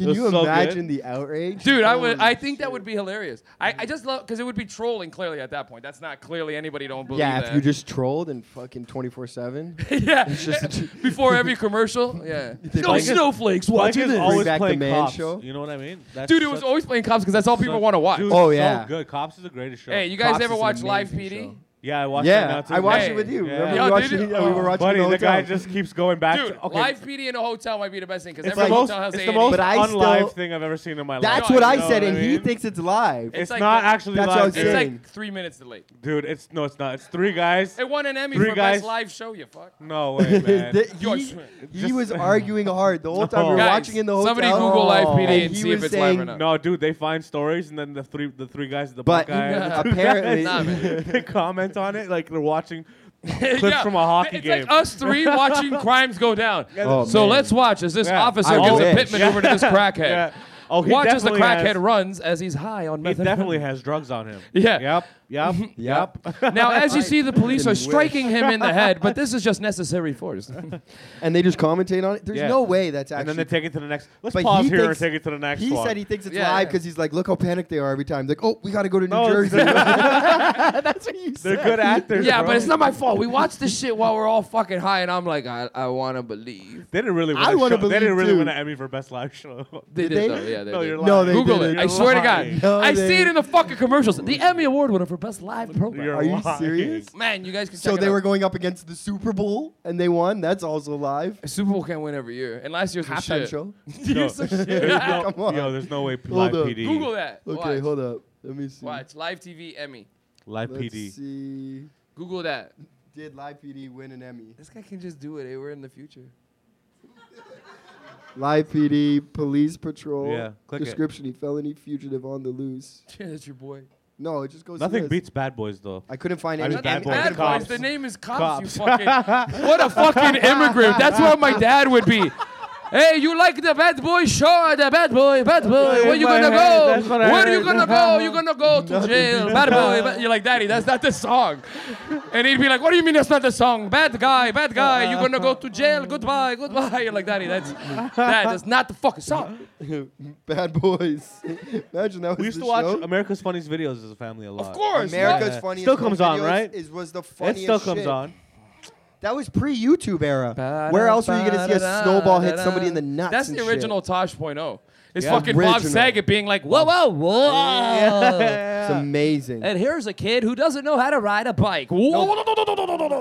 S3: Can
S2: was
S3: you
S2: so good.
S3: imagine the outrage?
S5: Dude, I would.
S3: Holy
S5: I think that would be hilarious. I, I just love because it would be trolling clearly at that point. That's not clearly anybody don't believe
S3: Um, Yeah,
S5: that.
S3: if you
S5: [LAUGHS]
S3: just trolled and fucking 24 7.
S5: yeah.
S3: just-
S5: [LAUGHS] Before every commercial, yeah. No
S2: Like it-
S5: snowflakes watching
S2: Mike is
S5: this.
S2: always
S3: Bring back the
S2: playing
S3: man
S2: cops.
S3: show.
S2: You know what I mean? That's
S5: Dude, it was
S2: such-
S5: always playing cops because that's all people
S2: such-
S5: want to watch.
S2: Dude,
S3: Oh,
S2: so
S3: yeah.
S2: good. Cops is the greatest show.
S5: hey, you guys
S3: Cops
S5: ever
S3: is an
S5: watch Live
S3: amazing
S5: PD?
S3: show.
S2: Yeah, I watched it now
S3: Yeah,
S2: too.
S3: I watched
S5: Hey.
S3: it with you.
S2: Yeah.
S3: Remember
S5: Y'all
S3: we watched
S5: did
S3: it?
S5: it?
S3: Yeah, we were watching
S2: Buddy,
S3: the
S2: the guy
S3: hotel.
S2: just keeps going back.
S5: Dude,
S2: to, okay,
S5: Live PD in a hotel might be the best thing because
S2: it's
S5: every
S2: the most,
S5: hotel has
S2: it's
S5: A
S2: the
S5: and E.
S2: most
S3: But I still-
S2: unlive thing I've ever seen in my life.
S3: That's
S5: No,
S3: what
S5: I
S3: I
S2: You know
S3: said,
S2: what
S3: and
S2: I
S3: he
S2: mean?
S3: thinks it's live. [LAUGHS]
S5: It's
S2: it's
S5: like
S2: not
S5: the-
S2: actually
S3: That's what I
S2: live,
S3: was
S5: It's
S2: dude.
S3: saying.
S5: like three minutes delayed.
S2: dude. It's no, it's not. It's three guys.
S5: It won an Emmy
S2: Three
S5: for
S2: guys.
S5: best live show. You fuck.
S2: No way, man.
S3: Th-
S5: Yo,
S3: he,
S5: swear.
S2: [LAUGHS]
S3: he
S2: Just-
S3: was arguing hard the whole time we were
S2: Guys,
S3: watching in the hotel.
S5: somebody Google Live PD and
S3: he
S5: see if
S3: was
S5: it's live or
S3: saying-
S5: not.
S2: No, dude, they find stories and then the three the three guys, the black
S3: But
S2: guy, and the two
S3: apparently-
S5: Nah, man.
S2: guys, they comment on it like they're watching [LAUGHS] clips
S5: Yeah,
S2: from a hockey
S5: it's
S2: game.
S5: like us
S2: [LAUGHS]
S5: three watching crimes go down.
S3: Oh,
S5: so
S3: man.
S5: let's watch as this
S2: Yeah.
S5: officer
S3: I
S5: gives a
S3: wish.
S5: pit maneuver to this
S2: [LAUGHS]
S5: crackhead.
S2: yeah. Oh, he
S5: Watch as the
S2: definitely
S5: crackhead
S2: has,
S5: runs as he's high on
S2: He
S5: meth. [LAUGHS]
S2: definitely has drugs on him.
S5: Yeah.
S2: Yep.
S5: [LAUGHS]
S2: Yep.
S3: Yep.
S5: now, as you see, the police are
S3: wish.
S5: striking him in the head, but this is just necessary force.
S3: And they just commentate on it. There's
S2: Yeah.
S3: no way that's
S2: And
S3: actually.
S2: then they take it to the next. Let's
S3: But
S2: pause
S3: he
S2: here and
S3: thinks-
S2: take it to the next
S3: he
S2: one.
S3: said he thinks it's
S5: Yeah,
S3: live
S5: yeah.
S3: because he's like, look how panicked they are every time. Like, oh, we got to go to New
S2: No, it's- [LAUGHS]
S3: Jersey. [LAUGHS] that's what you said.
S2: they're good actors.
S5: yeah,
S2: bro.
S5: but it's not my fault. We watched this shit while we're all fucking high, and I'm like, I, I want to believe.
S2: They didn't really. Win
S3: I
S2: a
S3: wanna
S2: show- They didn't
S3: believe,
S2: really
S3: too.
S2: win an Emmy for best live show.
S5: They did,
S3: Did they?
S5: though. Yeah, they
S2: No,
S5: did.
S2: you're
S3: No,
S2: lying.
S3: they
S5: Google it.
S3: didn't.
S5: I swear to
S2: lying.
S5: [LAUGHS] God.
S3: No,
S5: I
S3: they-
S5: see it in the fucking commercials. The Emmy Award winner for Best Live Program.
S2: You're
S3: Are you
S2: lying.
S3: serious?
S5: Man, you guys can
S3: So
S5: check it
S3: they
S5: out.
S3: were going up against the Super Bowl and they won. That's also live.
S5: Super Bowl can't win every year. And last year's was
S3: Halftime
S5: [LAUGHS] shit.
S3: show.
S2: No.
S5: You're so shit. [LAUGHS]
S2: There's [LAUGHS] no,
S3: Come on.
S2: Yo, there's no way live
S3: Hold up.
S2: PD.
S5: Google that.
S3: Okay,
S5: Watch.
S3: hold up. Let me see.
S5: Watch. Live TV Emmy.
S2: Live
S3: Let's
S2: PD.
S3: see.
S5: Google that.
S3: Did Live PD win an Emmy?
S5: This guy can just do it. eh? We're in the future.
S3: Live PD, police patrol.
S2: Yeah, click it.
S3: description: He felony fugitive on the loose.
S5: Yeah, that's your boy.
S3: No, it just goes. to
S2: Nothing
S3: this.
S2: beats Bad Boys though.
S3: I couldn't find
S2: I
S3: any.
S2: just Bad
S5: Bad,
S2: Boys,
S5: bad boys.
S2: Cops.
S5: The name is cops.
S2: [LAUGHS]
S5: You fucking. what a fucking immigrant. That's what my dad would be. Hey, you like the bad boy? Sure, the bad boy, bad boy. Where you
S2: my
S5: gonna
S2: head, that's
S5: go?
S2: what I
S5: Where are you
S2: heard.
S5: gonna go? You gonna go to jail, bad boy? Bad. You're like, daddy, that's not the song. And he'd be like, what do you mean that's not the song? Bad guy, bad guy. You gonna go to jail? Goodbye, goodbye. You're like, daddy, that's that is not the fucking song.
S3: [LAUGHS] Bad Boys. [LAUGHS] Imagine that was
S2: We used
S3: the
S2: to watch
S3: show.
S2: America's Funniest Videos as a family a lot.
S5: Of course,
S3: America's
S2: Yeah.
S3: funniest.
S2: Still comes
S3: Home
S2: on,
S3: Videos
S2: right?
S3: Is was the
S2: It
S3: funniest.
S2: still comes
S3: shit.
S2: on.
S3: That was pre YouTube era. Where else were you gonna see a snowball hit somebody in the nuts?
S5: That's the
S3: and
S5: original Tosh.0. It's fucking Bob
S3: Original.
S5: Saget being like, whoa, whoa, whoa.
S3: Shit.
S5: Oh.
S3: It's amazing.
S5: And here's a kid who doesn't know how to ride a bike.
S3: Oh,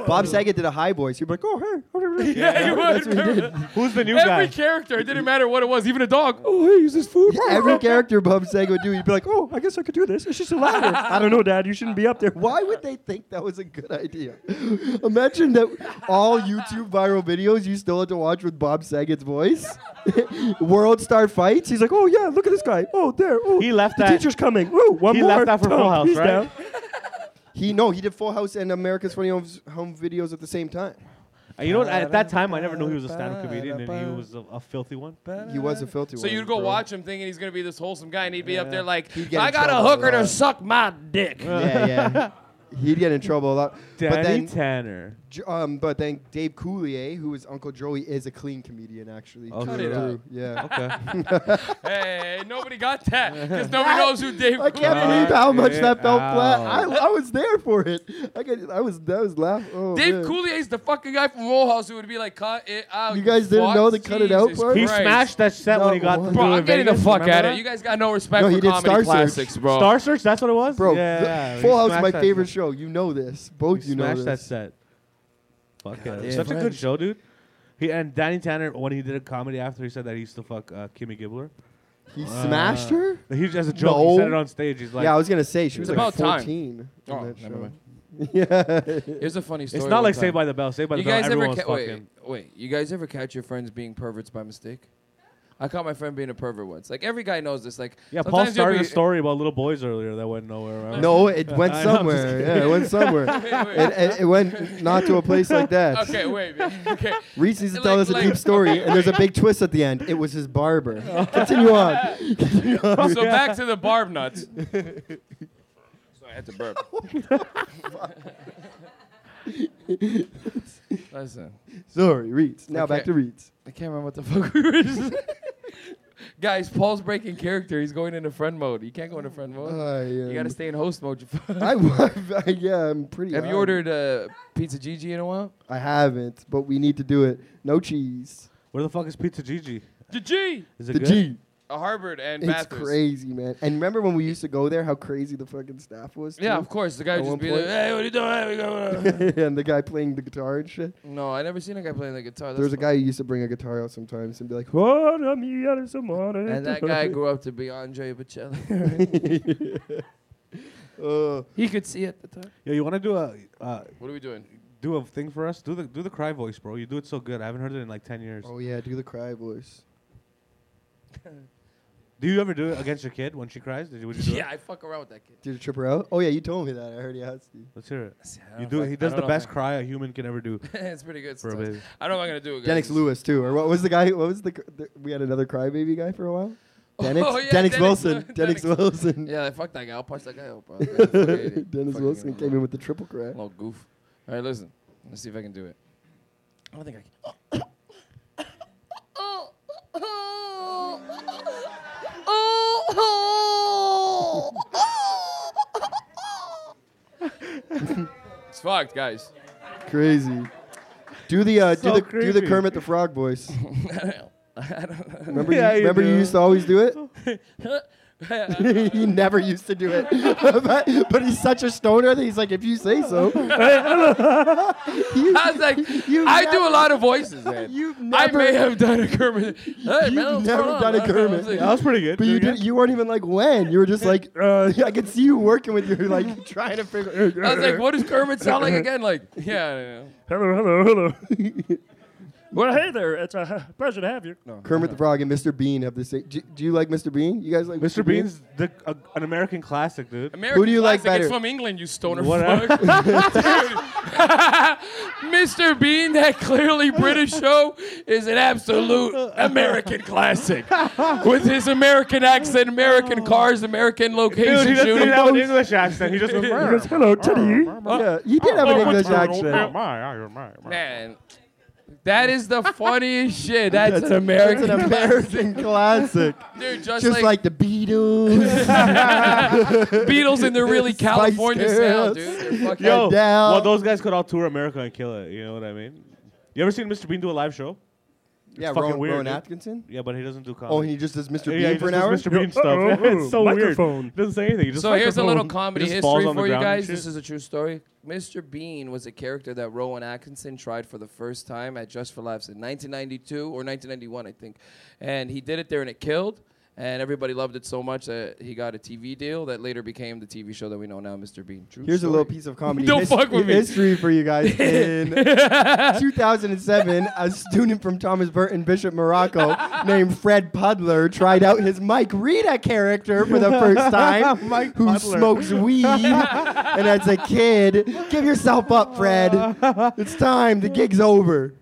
S3: Bob Saget did a high voice. You'd be like, oh, hey.
S2: [LAUGHS]
S5: [LAUGHS] Yeah, you would.
S2: [LAUGHS] Who's the new guy?
S5: Every character, it didn't matter what it was, even a dog. Oh, hey, is this food?
S3: Every character Bob Saget would do, you'd be like, oh, I guess I could do this. It's just a [LAUGHS] ladder. I don't know, Dad. You shouldn't be up there. Why would they think that was a good idea? Imagine that all YouTube viral videos you still had to watch with Bob Saget's voice. [LAUGHS] World star fights. He's like, oh, yeah, look at this guy. Oh, there. Oh,
S2: He left
S3: the
S2: that-
S3: teacher's coming. Ooh, one
S2: he
S3: more.
S2: left that for
S3: Dunk.
S2: Full House,
S3: He's
S2: right?
S3: down. He no, he did Full House and America's Funny Home, Home Videos at the same time.
S2: Uh, You know, what, at that time, I never knew he was a stand-up comedian, and he was a, a filthy one.
S3: He was a filthy
S5: So
S3: one,
S5: you'd go
S3: bro.
S5: watch him thinking he's gonna be this wholesome guy, and he'd be up there like,
S3: He'd get
S5: "I
S3: in
S5: got a
S3: trouble a
S5: hooker to
S3: lot."
S5: suck my dick."
S3: Yeah, yeah. [LAUGHS] He'd get in trouble a lot. but
S2: Danny
S3: then,
S2: Tanner.
S3: J- um, but then Dave Coulier, who is Uncle Joey, is a clean comedian actually.
S2: Oh,
S5: Cut
S2: yeah.
S5: it out.
S3: Yeah.
S2: Okay.
S5: [LAUGHS] Hey, nobody got that because nobody knows who Dave.
S3: I can't
S5: Coulier is.
S3: believe how much
S2: it
S3: that fell flat. I,
S2: out.
S3: I was there for it. I could, I was that was laugh. Oh,
S5: Dave
S3: man.
S5: Coulier's the fucking guy from Whole House who would be like, "Cut it out."
S3: You guys didn't
S5: fuck.
S3: know the cut it out
S5: Jesus
S3: part?
S2: He
S5: Christ.
S2: smashed that set when he
S3: No,
S2: got
S3: what?
S2: to
S5: Bro, I'm getting the
S2: Vegas,
S5: fuck
S2: remember
S5: out of
S2: that?
S5: it. You guys got no respect
S3: No,
S5: for
S3: he did
S5: comedy
S3: Star Search.
S5: classics, bro.
S2: Star Search. That's what it was,
S3: Bro,
S2: Yeah,
S3: the-
S2: yeah, yeah.
S3: Full
S2: He
S3: House, my
S2: smashed that
S3: favorite
S2: set.
S3: show. You know this. Both
S2: He
S3: you know
S2: smashed
S3: this.
S2: that set. Fuck yeah, it was
S3: damn.
S2: such a good show, dude. He and Danny Tanner when he did a comedy after he said that he used to fuck uh, Kimmy Gibbler.
S3: He smashed her.
S2: He just as a joke. He said it
S3: No.
S2: on stage. He's like,
S3: yeah, I was gonna say she was
S5: It's
S3: like
S5: about time.
S3: 14. in
S5: Oh,
S3: that
S5: never
S3: show.
S2: mind.
S3: [LAUGHS]
S5: Here's a funny story.
S2: it's not
S5: one
S2: like
S5: time.
S2: Saved by the Bell. Saved by the
S5: You
S2: Bell.
S5: guys ever
S2: Everyone was
S5: ca- wait,
S2: fucking.
S5: wait, you guys ever catch your friends being perverts by mistake? I caught my friend being a pervert once. Like every guy knows this. Like
S2: Yeah, Paul
S5: sometimes you'll
S2: started
S5: be-
S2: a story about little boys earlier that went nowhere. Right?
S3: No, it went
S2: I know, I'm just
S3: somewhere. Yeah, it went somewhere.
S5: [LAUGHS] Wait, wait.
S3: it, it, it went not to a place like that.
S5: Okay, wait. [LAUGHS] man.
S2: [LAUGHS]
S5: Okay.
S3: Reese needs to
S5: Like-
S3: tell us a
S5: like-
S3: deep story, and there's a
S5: [LAUGHS]
S3: big twist at the end. It was his barber. Continue on. Continue on.
S5: So back to the
S3: [LAUGHS]
S5: barb nuts. Sorry, I had to burp. [LAUGHS] Listen,
S3: Sorry, Reeds. Now back
S5: Okay.
S3: to Reeds.
S5: I can't remember what the [LAUGHS] fuck we were. just- Guys, Paul's breaking character. He's going into friend mode. You can't go into friend mode. Oh, you gotta stay in host mode. you [LAUGHS] fuck.
S3: Uh, um, [LAUGHS] I, I, yeah, I'm pretty.
S5: Have you
S3: on.
S5: ordered uh, pizza Gigi in a while?
S3: I haven't, but we need to do it. No cheese.
S2: Where the fuck is Pizza Gigi?
S5: Gigi.
S2: Is it
S3: The
S2: good?
S3: G.
S5: A Harvard and
S3: It's
S5: Bathurst.
S3: crazy, man. And remember when we used to go there? How crazy the fucking staff was. Too? [LAUGHS]
S5: Yeah, of course. The guy
S3: At
S5: would
S3: one
S5: just be
S3: point.
S5: like, "Hey, what are you doing? Hey, we
S3: [LAUGHS]
S5: go." uh."
S3: and the guy playing the guitar and shit.
S5: no, I never seen a guy playing the guitar.
S3: There was
S5: That's
S3: a guy who used to bring a guitar out sometimes and be like, [LAUGHS]
S5: fu- And that guy grew up to be Andre Bocelli. [LAUGHS]
S3: uh,
S5: he could see at the time.
S2: Yo, you want to do a uh,
S5: What are we doing?
S2: do a thing for us? Do the do the cry voice, bro. You do it so good. I haven't heard it in like ten years.
S3: "Oh yeah, do the cry voice."
S2: Do you ever do it against your kid when she cries? Did you? Would you do
S5: Yeah,
S2: It?
S5: I fuck around with that kid.
S3: Did you trip her out? Oh yeah, you told me that. I heard you asked you.
S2: Let's hear it.
S5: See, I
S2: You
S5: don't
S2: do.
S5: fuck-
S2: He
S5: I
S2: does
S5: don't
S2: the
S5: know if
S2: best
S5: I-
S2: cry a human can ever do.
S5: [LAUGHS] it's pretty good.
S2: For a
S5: sometimes.
S2: baby.
S5: I don't know if I'm gonna do it. guys.
S3: Denix Lewis too, or what was the guy? What was the, cr- the we had another crybaby guy for a while?
S5: [LAUGHS] Oh,
S3: Denix,
S5: yeah,
S3: Denix,
S5: Dennis-
S3: Wilson,
S5: Dennis-
S3: Denix,
S5: [LAUGHS]
S3: Wilson. [LAUGHS]
S5: Yeah, like, fuck that guy. I'll punch that guy out, bro. Dennis
S3: Dennis Wilson came in with the triple
S5: [LAUGHS]
S3: cry.
S5: Little goof. All right, listen. Let's see if I can do it. I don't think I can. [COUGHS] It's fucked, guys.
S3: Crazy. Do the uh,
S2: So
S3: do the do the
S2: creepy.
S3: Kermit the Frog
S5: [LAUGHS]
S3: voice. Remember,
S2: Yeah, you
S3: you, remember you
S2: do.
S3: used to always
S5: [LAUGHS]
S3: do it. [LAUGHS] he never used to do it, [LAUGHS] but, but he's such a stoner that he's like, if you say
S5: [LAUGHS]
S3: so.
S5: I was
S3: [LAUGHS]
S5: like,
S3: You've
S5: I do
S3: never-
S5: a lot of
S3: [LAUGHS]
S5: voices, man.
S3: You've
S5: I
S3: never,
S5: may have done a
S3: [LAUGHS]
S5: Kermit. Hey, man,
S3: you've
S5: what's
S3: never
S5: going on?
S3: done a
S5: I was
S3: Kermit.
S5: like,
S2: That was pretty good.
S3: but you
S5: [LAUGHS]
S2: Do it again.
S3: did. You weren't even like when. You were just like, uh, [LAUGHS] I could see you working with your like trying to figure.
S5: I was like, what does Kermit
S3: [LAUGHS]
S5: sound like again? Like, yeah, I don't know.
S7: [LAUGHS] Hello, hello, hello. [LAUGHS] well, hey there. It's a uh, pleasure to have you.
S3: Kermit the Frog and Mr. Bean have the same. Do, do you like Mr. Bean? You guys like
S2: Mr. Bean's the, a an American classic, dude.
S5: American
S3: Who do you like
S5: classic, It's
S3: better?
S5: from England, you stoner
S2: Whatever.
S5: fuck.
S3: [LAUGHS]
S5: [LAUGHS] Dude. Mr. Bean, that clearly British show, is an absolute American classic. With his American accent, American cars, American location
S2: Dude, he doesn't
S5: shooting.
S2: even have an English accent. He just goes,
S7: Hello, Teddy.
S2: Oh,
S3: Yeah, you did have an English
S2: "You're
S3: accent.
S2: my, you're my, you're my."
S5: Man. That is the funniest shit. That's,
S7: That's
S5: an
S7: American.
S3: An
S5: American.
S3: American classic.
S2: [LAUGHS]
S5: Dude, just,
S3: Just like,
S5: [LAUGHS] like,
S3: the Beatles.
S5: Beatles in their really California sound,
S3: Girls.
S5: dude. They're fucking-
S2: Yo,
S3: Adele.
S2: well, those guys could all tour America and kill it. You know what I mean? You ever seen Mr. Bean do a live show?
S3: yeah,
S2: fucking
S3: Rowan,
S2: weird,
S3: Rowan
S2: dude.
S3: Atkinson.
S2: Yeah, but he doesn't do comedy.
S3: Oh, and he just does Mr.
S2: yeah,
S3: Bean
S2: he
S3: for an
S2: just
S3: hour.
S2: does Mr. Bean stuff. it's so
S7: microphone.
S2: weird. Doesn't say anything. He just
S5: So here's a little
S2: microphone.
S5: comedy
S2: He just
S5: history
S2: falls on the
S5: for you
S2: ground and
S5: guys.
S2: shit.
S5: This is a true story. Mr. Bean was a character that Rowan Atkinson tried for the first time at Just for Laughs in 1992 or 1991, I think. And he did it there and it killed. And everybody loved it so much that he got a TV deal that later became the TV show that we know now, Mr. Bean. True
S3: Here's a
S5: story.
S3: little piece of comedy
S5: Don't fuck with me.
S3: history for you guys.
S5: [LAUGHS]
S3: In 2007, a student from Thomas Burton Bishop Morocco named Fred Pudler tried out his Mike Rita character for the
S5: [LAUGHS]
S3: first time,
S2: Mike
S3: who
S2: Pudler.
S3: smokes weed. and as a kid, give yourself up, Fred. It's time. The gig's
S5: [LAUGHS]
S3: over.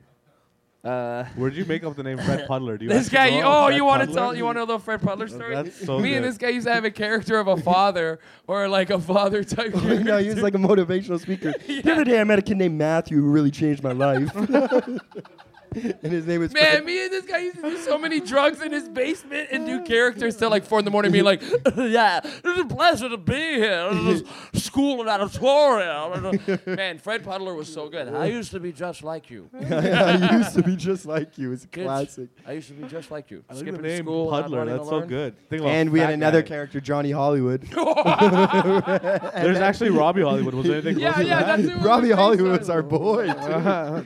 S2: Where did you make up the name Fred Pudler? Do you
S5: This
S2: actually
S5: guy,
S2: know
S5: you-
S2: of
S5: oh,
S2: Fred
S5: you want
S2: Pudler?
S5: to tell, you want to know a Fred Butler story?
S2: That's so
S5: Me and
S2: good.
S5: this guy used to have a character of a father or like a father type.
S3: You know,
S5: character.
S3: he was like a motivational
S5: [LAUGHS]
S3: speaker. The other day, I met a kid named Matthew who really changed my life. [LAUGHS] and his name is Fred. [LAUGHS]
S5: Man, me and this guy used to do so many drugs in his basement and do characters till like four in the morning, being like, [LAUGHS] "Yeah, it's a pleasure to be here. This
S2: [LAUGHS]
S5: is school and auditorium." uh, Man, Fred Puddler was so good. I used to be just
S2: [LAUGHS]
S5: like you.
S3: I used to be just like you. It's a
S5: Kids,
S3: classic.
S5: I used to be just like you.
S2: I like
S5: Skipping
S2: the name
S5: school, not
S2: Pudler.
S5: wanting to
S2: That's so
S5: learn.
S2: good. Think about
S3: And we had
S2: that
S3: another
S2: guy.
S3: character, Johnny
S5: [LAUGHS]
S3: Hollywood.
S2: There's actually Robbie Hollywood. Was there anything?
S5: Yeah,
S2: close to
S5: yeah,
S2: that?
S5: that's
S3: [LAUGHS]
S5: it.
S3: Robbie Hollywood's
S2: [LAUGHS]
S3: our boy.
S5: Bro,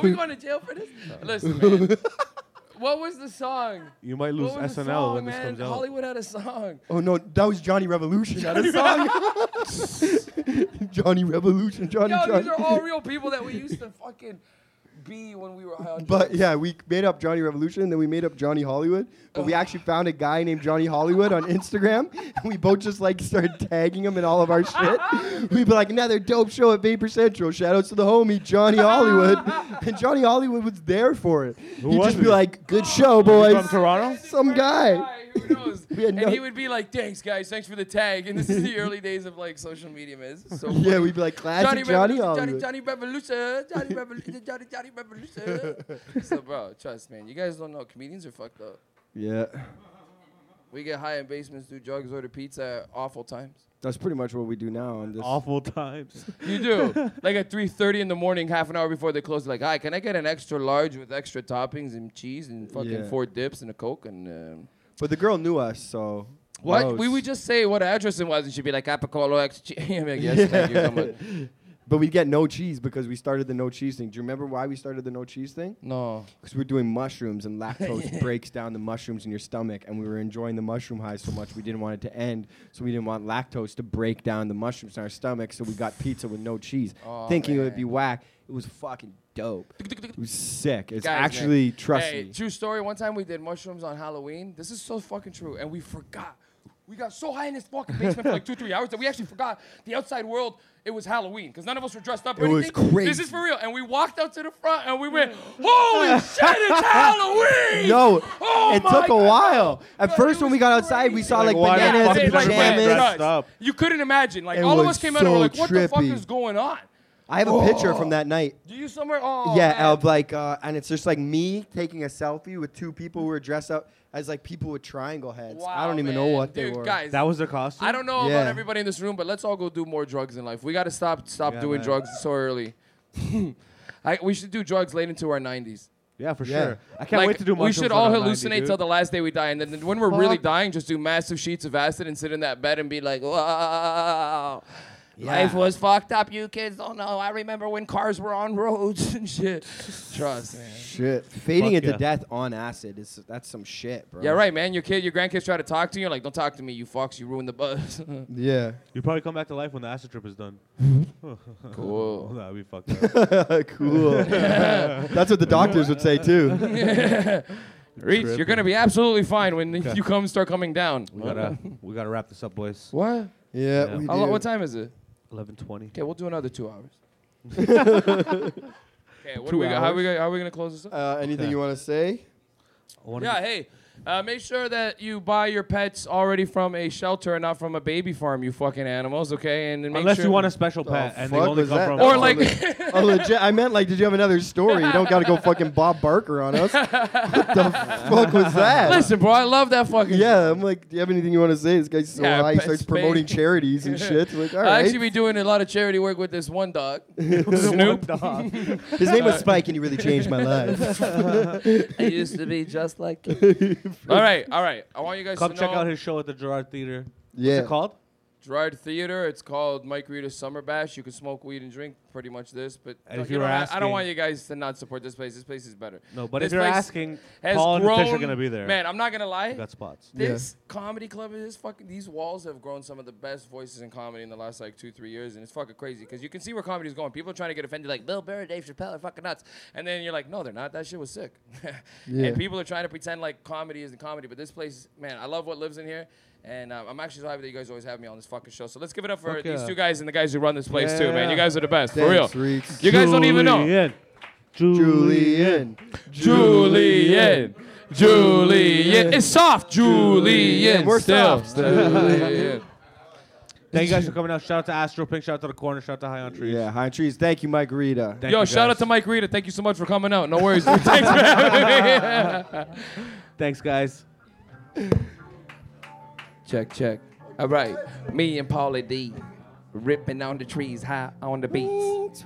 S5: we going to jail
S3: [LAUGHS]
S5: for this? Listen, man. What was the song?
S2: You might lose
S5: What was the
S2: SNL
S5: song,
S2: when this
S5: man?
S2: comes out.
S5: Hollywood had a song.
S3: oh no, that was Johnny Revolution. Not a song. [LAUGHS] Johnny Revolution, Johnny
S5: Yo,
S3: Johnny.
S5: these are
S2: [LAUGHS]
S5: all real people that we used to fucking be when we were high on
S3: But yeah, we made up Johnny Revolution, and then we made up Johnny Hollywood. But we actually found a guy named Johnny Hollywood on Instagram, [LAUGHS] and we both just like started tagging him in all of our
S5: [LAUGHS]
S3: shit. We'd be like, another dope show at Vapor Central. Shoutouts to the homie Johnny
S5: [LAUGHS]
S3: Hollywood, and Johnny Hollywood was there for it.
S2: Who
S3: He'd
S2: was
S3: just be
S2: he?
S3: like, good show, boys.
S2: From Toronto?
S3: Some guy.
S5: Who knows?
S2: [LAUGHS]
S3: had
S5: and
S3: no-
S5: he would be like, "Thanks, guys. Thanks for the tag." And this is the early days of like social media, man. This
S2: [LAUGHS]
S5: is so funny.
S3: Yeah, we'd be like classic Johnny,
S5: Revolution, Johnny,
S3: Hollywood.
S5: Johnny Revolution,
S3: [LAUGHS]
S5: Johnny Revolution, Johnny, Johnny Revolution. so, bro, trust, man. You guys don't know. Comedians are fucked up.
S3: Yeah,
S5: We get high in basements, do drugs, order pizza at awful times.
S3: that's pretty much what we do now on this.
S2: Awful times.
S3: [LAUGHS]
S5: You do. like at 3.30 in the morning, half an hour before they close, like, hi, can I get an extra large with extra toppings and cheese and fucking
S3: Yeah.
S5: four dips and a Coke? And um
S3: But the girl knew us, so.
S5: What?
S3: knows.
S5: We would just say what address it was and she'd be like, Apicolo X. G-" [LAUGHS] I'm like, yes, thank you so
S3: [LAUGHS]
S5: much.
S3: But we'd get no cheese because we started the no cheese thing. Do you remember why we started the no cheese thing?
S5: No.
S3: Because we were doing mushrooms and lactose
S5: [LAUGHS]
S3: breaks down the mushrooms in your stomach, and we were enjoying the mushroom high so much we didn't want it to end. So we didn't want lactose to break down the mushrooms in our stomach. So we got pizza with no cheese,
S5: Aw,
S3: thinking it would
S5: man.
S3: be whack. It was fucking dope. It was sick. It's
S5: Guys, man.
S3: actually trust
S5: hey,
S3: me.
S5: True story. One time we did mushrooms on Halloween. This is so fucking true. And we forgot. We got so high in this fucking basement for like two, three hours that we actually forgot the outside world. It was Halloween because none of us were dressed up. Or
S3: It was
S5: anything. This
S3: crazy.
S5: is for real. And we walked out to the front and we
S3: [LAUGHS]
S5: went, "Holy shit, it's Halloween!"
S3: No,
S5: Oh
S3: it
S5: my
S3: took a
S5: God.
S3: while. At
S5: But
S3: first,
S5: it
S3: when we
S5: was
S3: got outside, we
S5: crazy.
S3: saw like,
S2: Like, why the
S3: bananas
S2: fuck
S5: They,
S3: and
S2: did
S5: like,
S2: everybody
S5: went
S3: pajamas.
S2: dress
S5: nuts.
S2: up?
S5: You couldn't imagine. Like
S3: It
S5: all of
S3: was
S5: us came out and
S3: so
S5: were like, "What the fuck
S3: trippy.
S5: is going on?"
S3: I have a picture from that night.
S5: Do you somewhere? Oh
S3: yeah,
S5: man.
S3: of like, uh, and it's just like me taking a selfie with two people who were dressed up as like people with triangle heads. I
S5: Wow,
S3: don't even
S5: man.
S3: know what
S5: Dude,
S3: they were.
S5: Guys,
S2: That was their costume.
S5: I don't know
S3: Yeah.
S5: about everybody in this room, but let's all go do more drugs in life. We got to stop stop
S2: Yeah,
S5: doing
S2: man.
S5: drugs so early. [LAUGHS] I, we should do drugs late into our 90s.
S2: Yeah, for
S3: Yeah.
S2: sure. I can't
S5: Like,
S2: wait to do.
S5: We
S2: mushrooms
S5: should
S2: on
S5: all
S2: a 90,
S5: hallucinate
S2: dude.
S5: till the last day we die, and then when we're really
S3: Fuck.
S5: dying, just do massive sheets of acid and sit in that bed and be like, "Wow, life was fucked up. You kids don't know. I remember when cars were on roads [LAUGHS] and shit." Trust, man.
S3: Shit, fading
S2: Fuck
S3: into
S2: yeah.
S3: death on acid is that's some shit, bro.
S5: Yeah, right, man. Your kid, your grandkids try to talk to you. You're like, don't talk to me, you fucks. You ruined the [LAUGHS] buzz.
S3: Yeah,
S2: You probably come back to life when the acid trip is done.
S5: cool. [LAUGHS]
S2: That'd be fucked up.
S3: [LAUGHS] cool. that's what the doctors would say too.
S5: Reach, you're gonna be absolutely fine when you come start coming down.
S2: we gotta, we gotta wrap this up, boys.
S5: What?
S3: Yeah,
S2: Yeah.
S3: we
S5: How long,
S3: do.
S5: what time is it?
S2: Eleven twenty.
S5: Okay, we'll do another
S2: [LAUGHS]
S5: two hours. okay, what
S3: Two
S5: do we got? How
S3: hours?
S5: we got, how we gonna close this up?
S3: Uh, anything you want to say?
S5: yeah, hey, Uh, make sure that you buy your pets already from a shelter and not from a baby farm, you fucking animals, okay? And then make
S2: Unless
S5: sure
S2: you want a special pet and they
S3: fuck
S2: only
S3: was
S2: come
S3: that?
S2: from
S3: That
S5: Or
S3: was
S5: like-
S3: a le- a Oh, legit. I meant like, did you have another story? You don't got to go fucking Bob Barker on us. What the fuck was that?
S5: [LAUGHS] Listen, bro, I love that fucking
S3: Yeah, I'm like, do you have anything you want to say? This guy's so
S5: Yeah,
S3: high, he
S5: pet
S3: starts
S5: space.
S3: promoting charities and shit.
S5: [LAUGHS]
S3: Like, all
S5: I'll
S3: right.
S5: actually be doing a lot of charity work with this one
S2: [LAUGHS]
S5: dog.
S3: His name was Spike, and he really changed my life.
S5: I used to be just like him. [LAUGHS] all right, all right. I want you guys
S2: Come
S5: to
S2: check
S5: know
S2: out his show at the Gerard Theater.
S3: [LAUGHS] yeah.
S2: What's it called?
S5: Gerard Theater. It's called Mike Rita's Summer Bash. You can smoke weed and drink pretty much this, but
S2: And if
S5: you
S2: you
S5: know,
S2: were
S5: I- I don't
S2: asking-
S5: want you guys to not support this place. This place is better.
S2: No, but
S5: This
S2: if you're
S5: place
S2: asking,
S5: has
S2: Paul and
S5: grown,
S2: Fish are gonna be there.
S5: Man, I'm not gonna lie.
S2: We got spots.
S3: Yeah.
S5: this comedy club is fucking. These walls have grown some of the best voices in comedy in the last like two, three years, and it's fucking crazy because you can see where comedy is going. People are trying to get offended, like Bill Burr, Dave Chappelle are fucking nuts, and then you're like, no, they're not. That shit was sick. [LAUGHS]
S3: Yeah.
S5: And people are trying to pretend like comedy isn't comedy, but this place, man, I love what lives in here, and um, I'm actually so happy that you guys always have me on this fucking show. So let's give it up for
S2: Fuck
S5: these
S2: yeah.
S5: two guys and the guys who run this place too, man.
S2: Yeah.
S5: You guys are the best, for real.
S3: Thanks, Reeks.
S5: You guys don't even know.
S2: Julian. Julian.
S3: Julian.
S5: Julian. Julian. It's soft, Julian.
S3: We're
S5: still.
S3: soft.
S5: Julian.
S2: Thank you guys for coming out. Shout out to Astro Pink. Shout out to the corner. Shout out to High on Trees.
S3: Yeah, High Trees. Thank you, Mike Rita.
S2: Thank
S5: Yo,
S2: you
S5: shout
S2: guys.
S5: out to Mike Rita. Thank you so much for coming out. No worries. [LAUGHS] dude. Thanks for having me.
S2: Thanks, guys.
S5: Check, check. All right. Me and Paulie D ripping on the trees, high on the beats.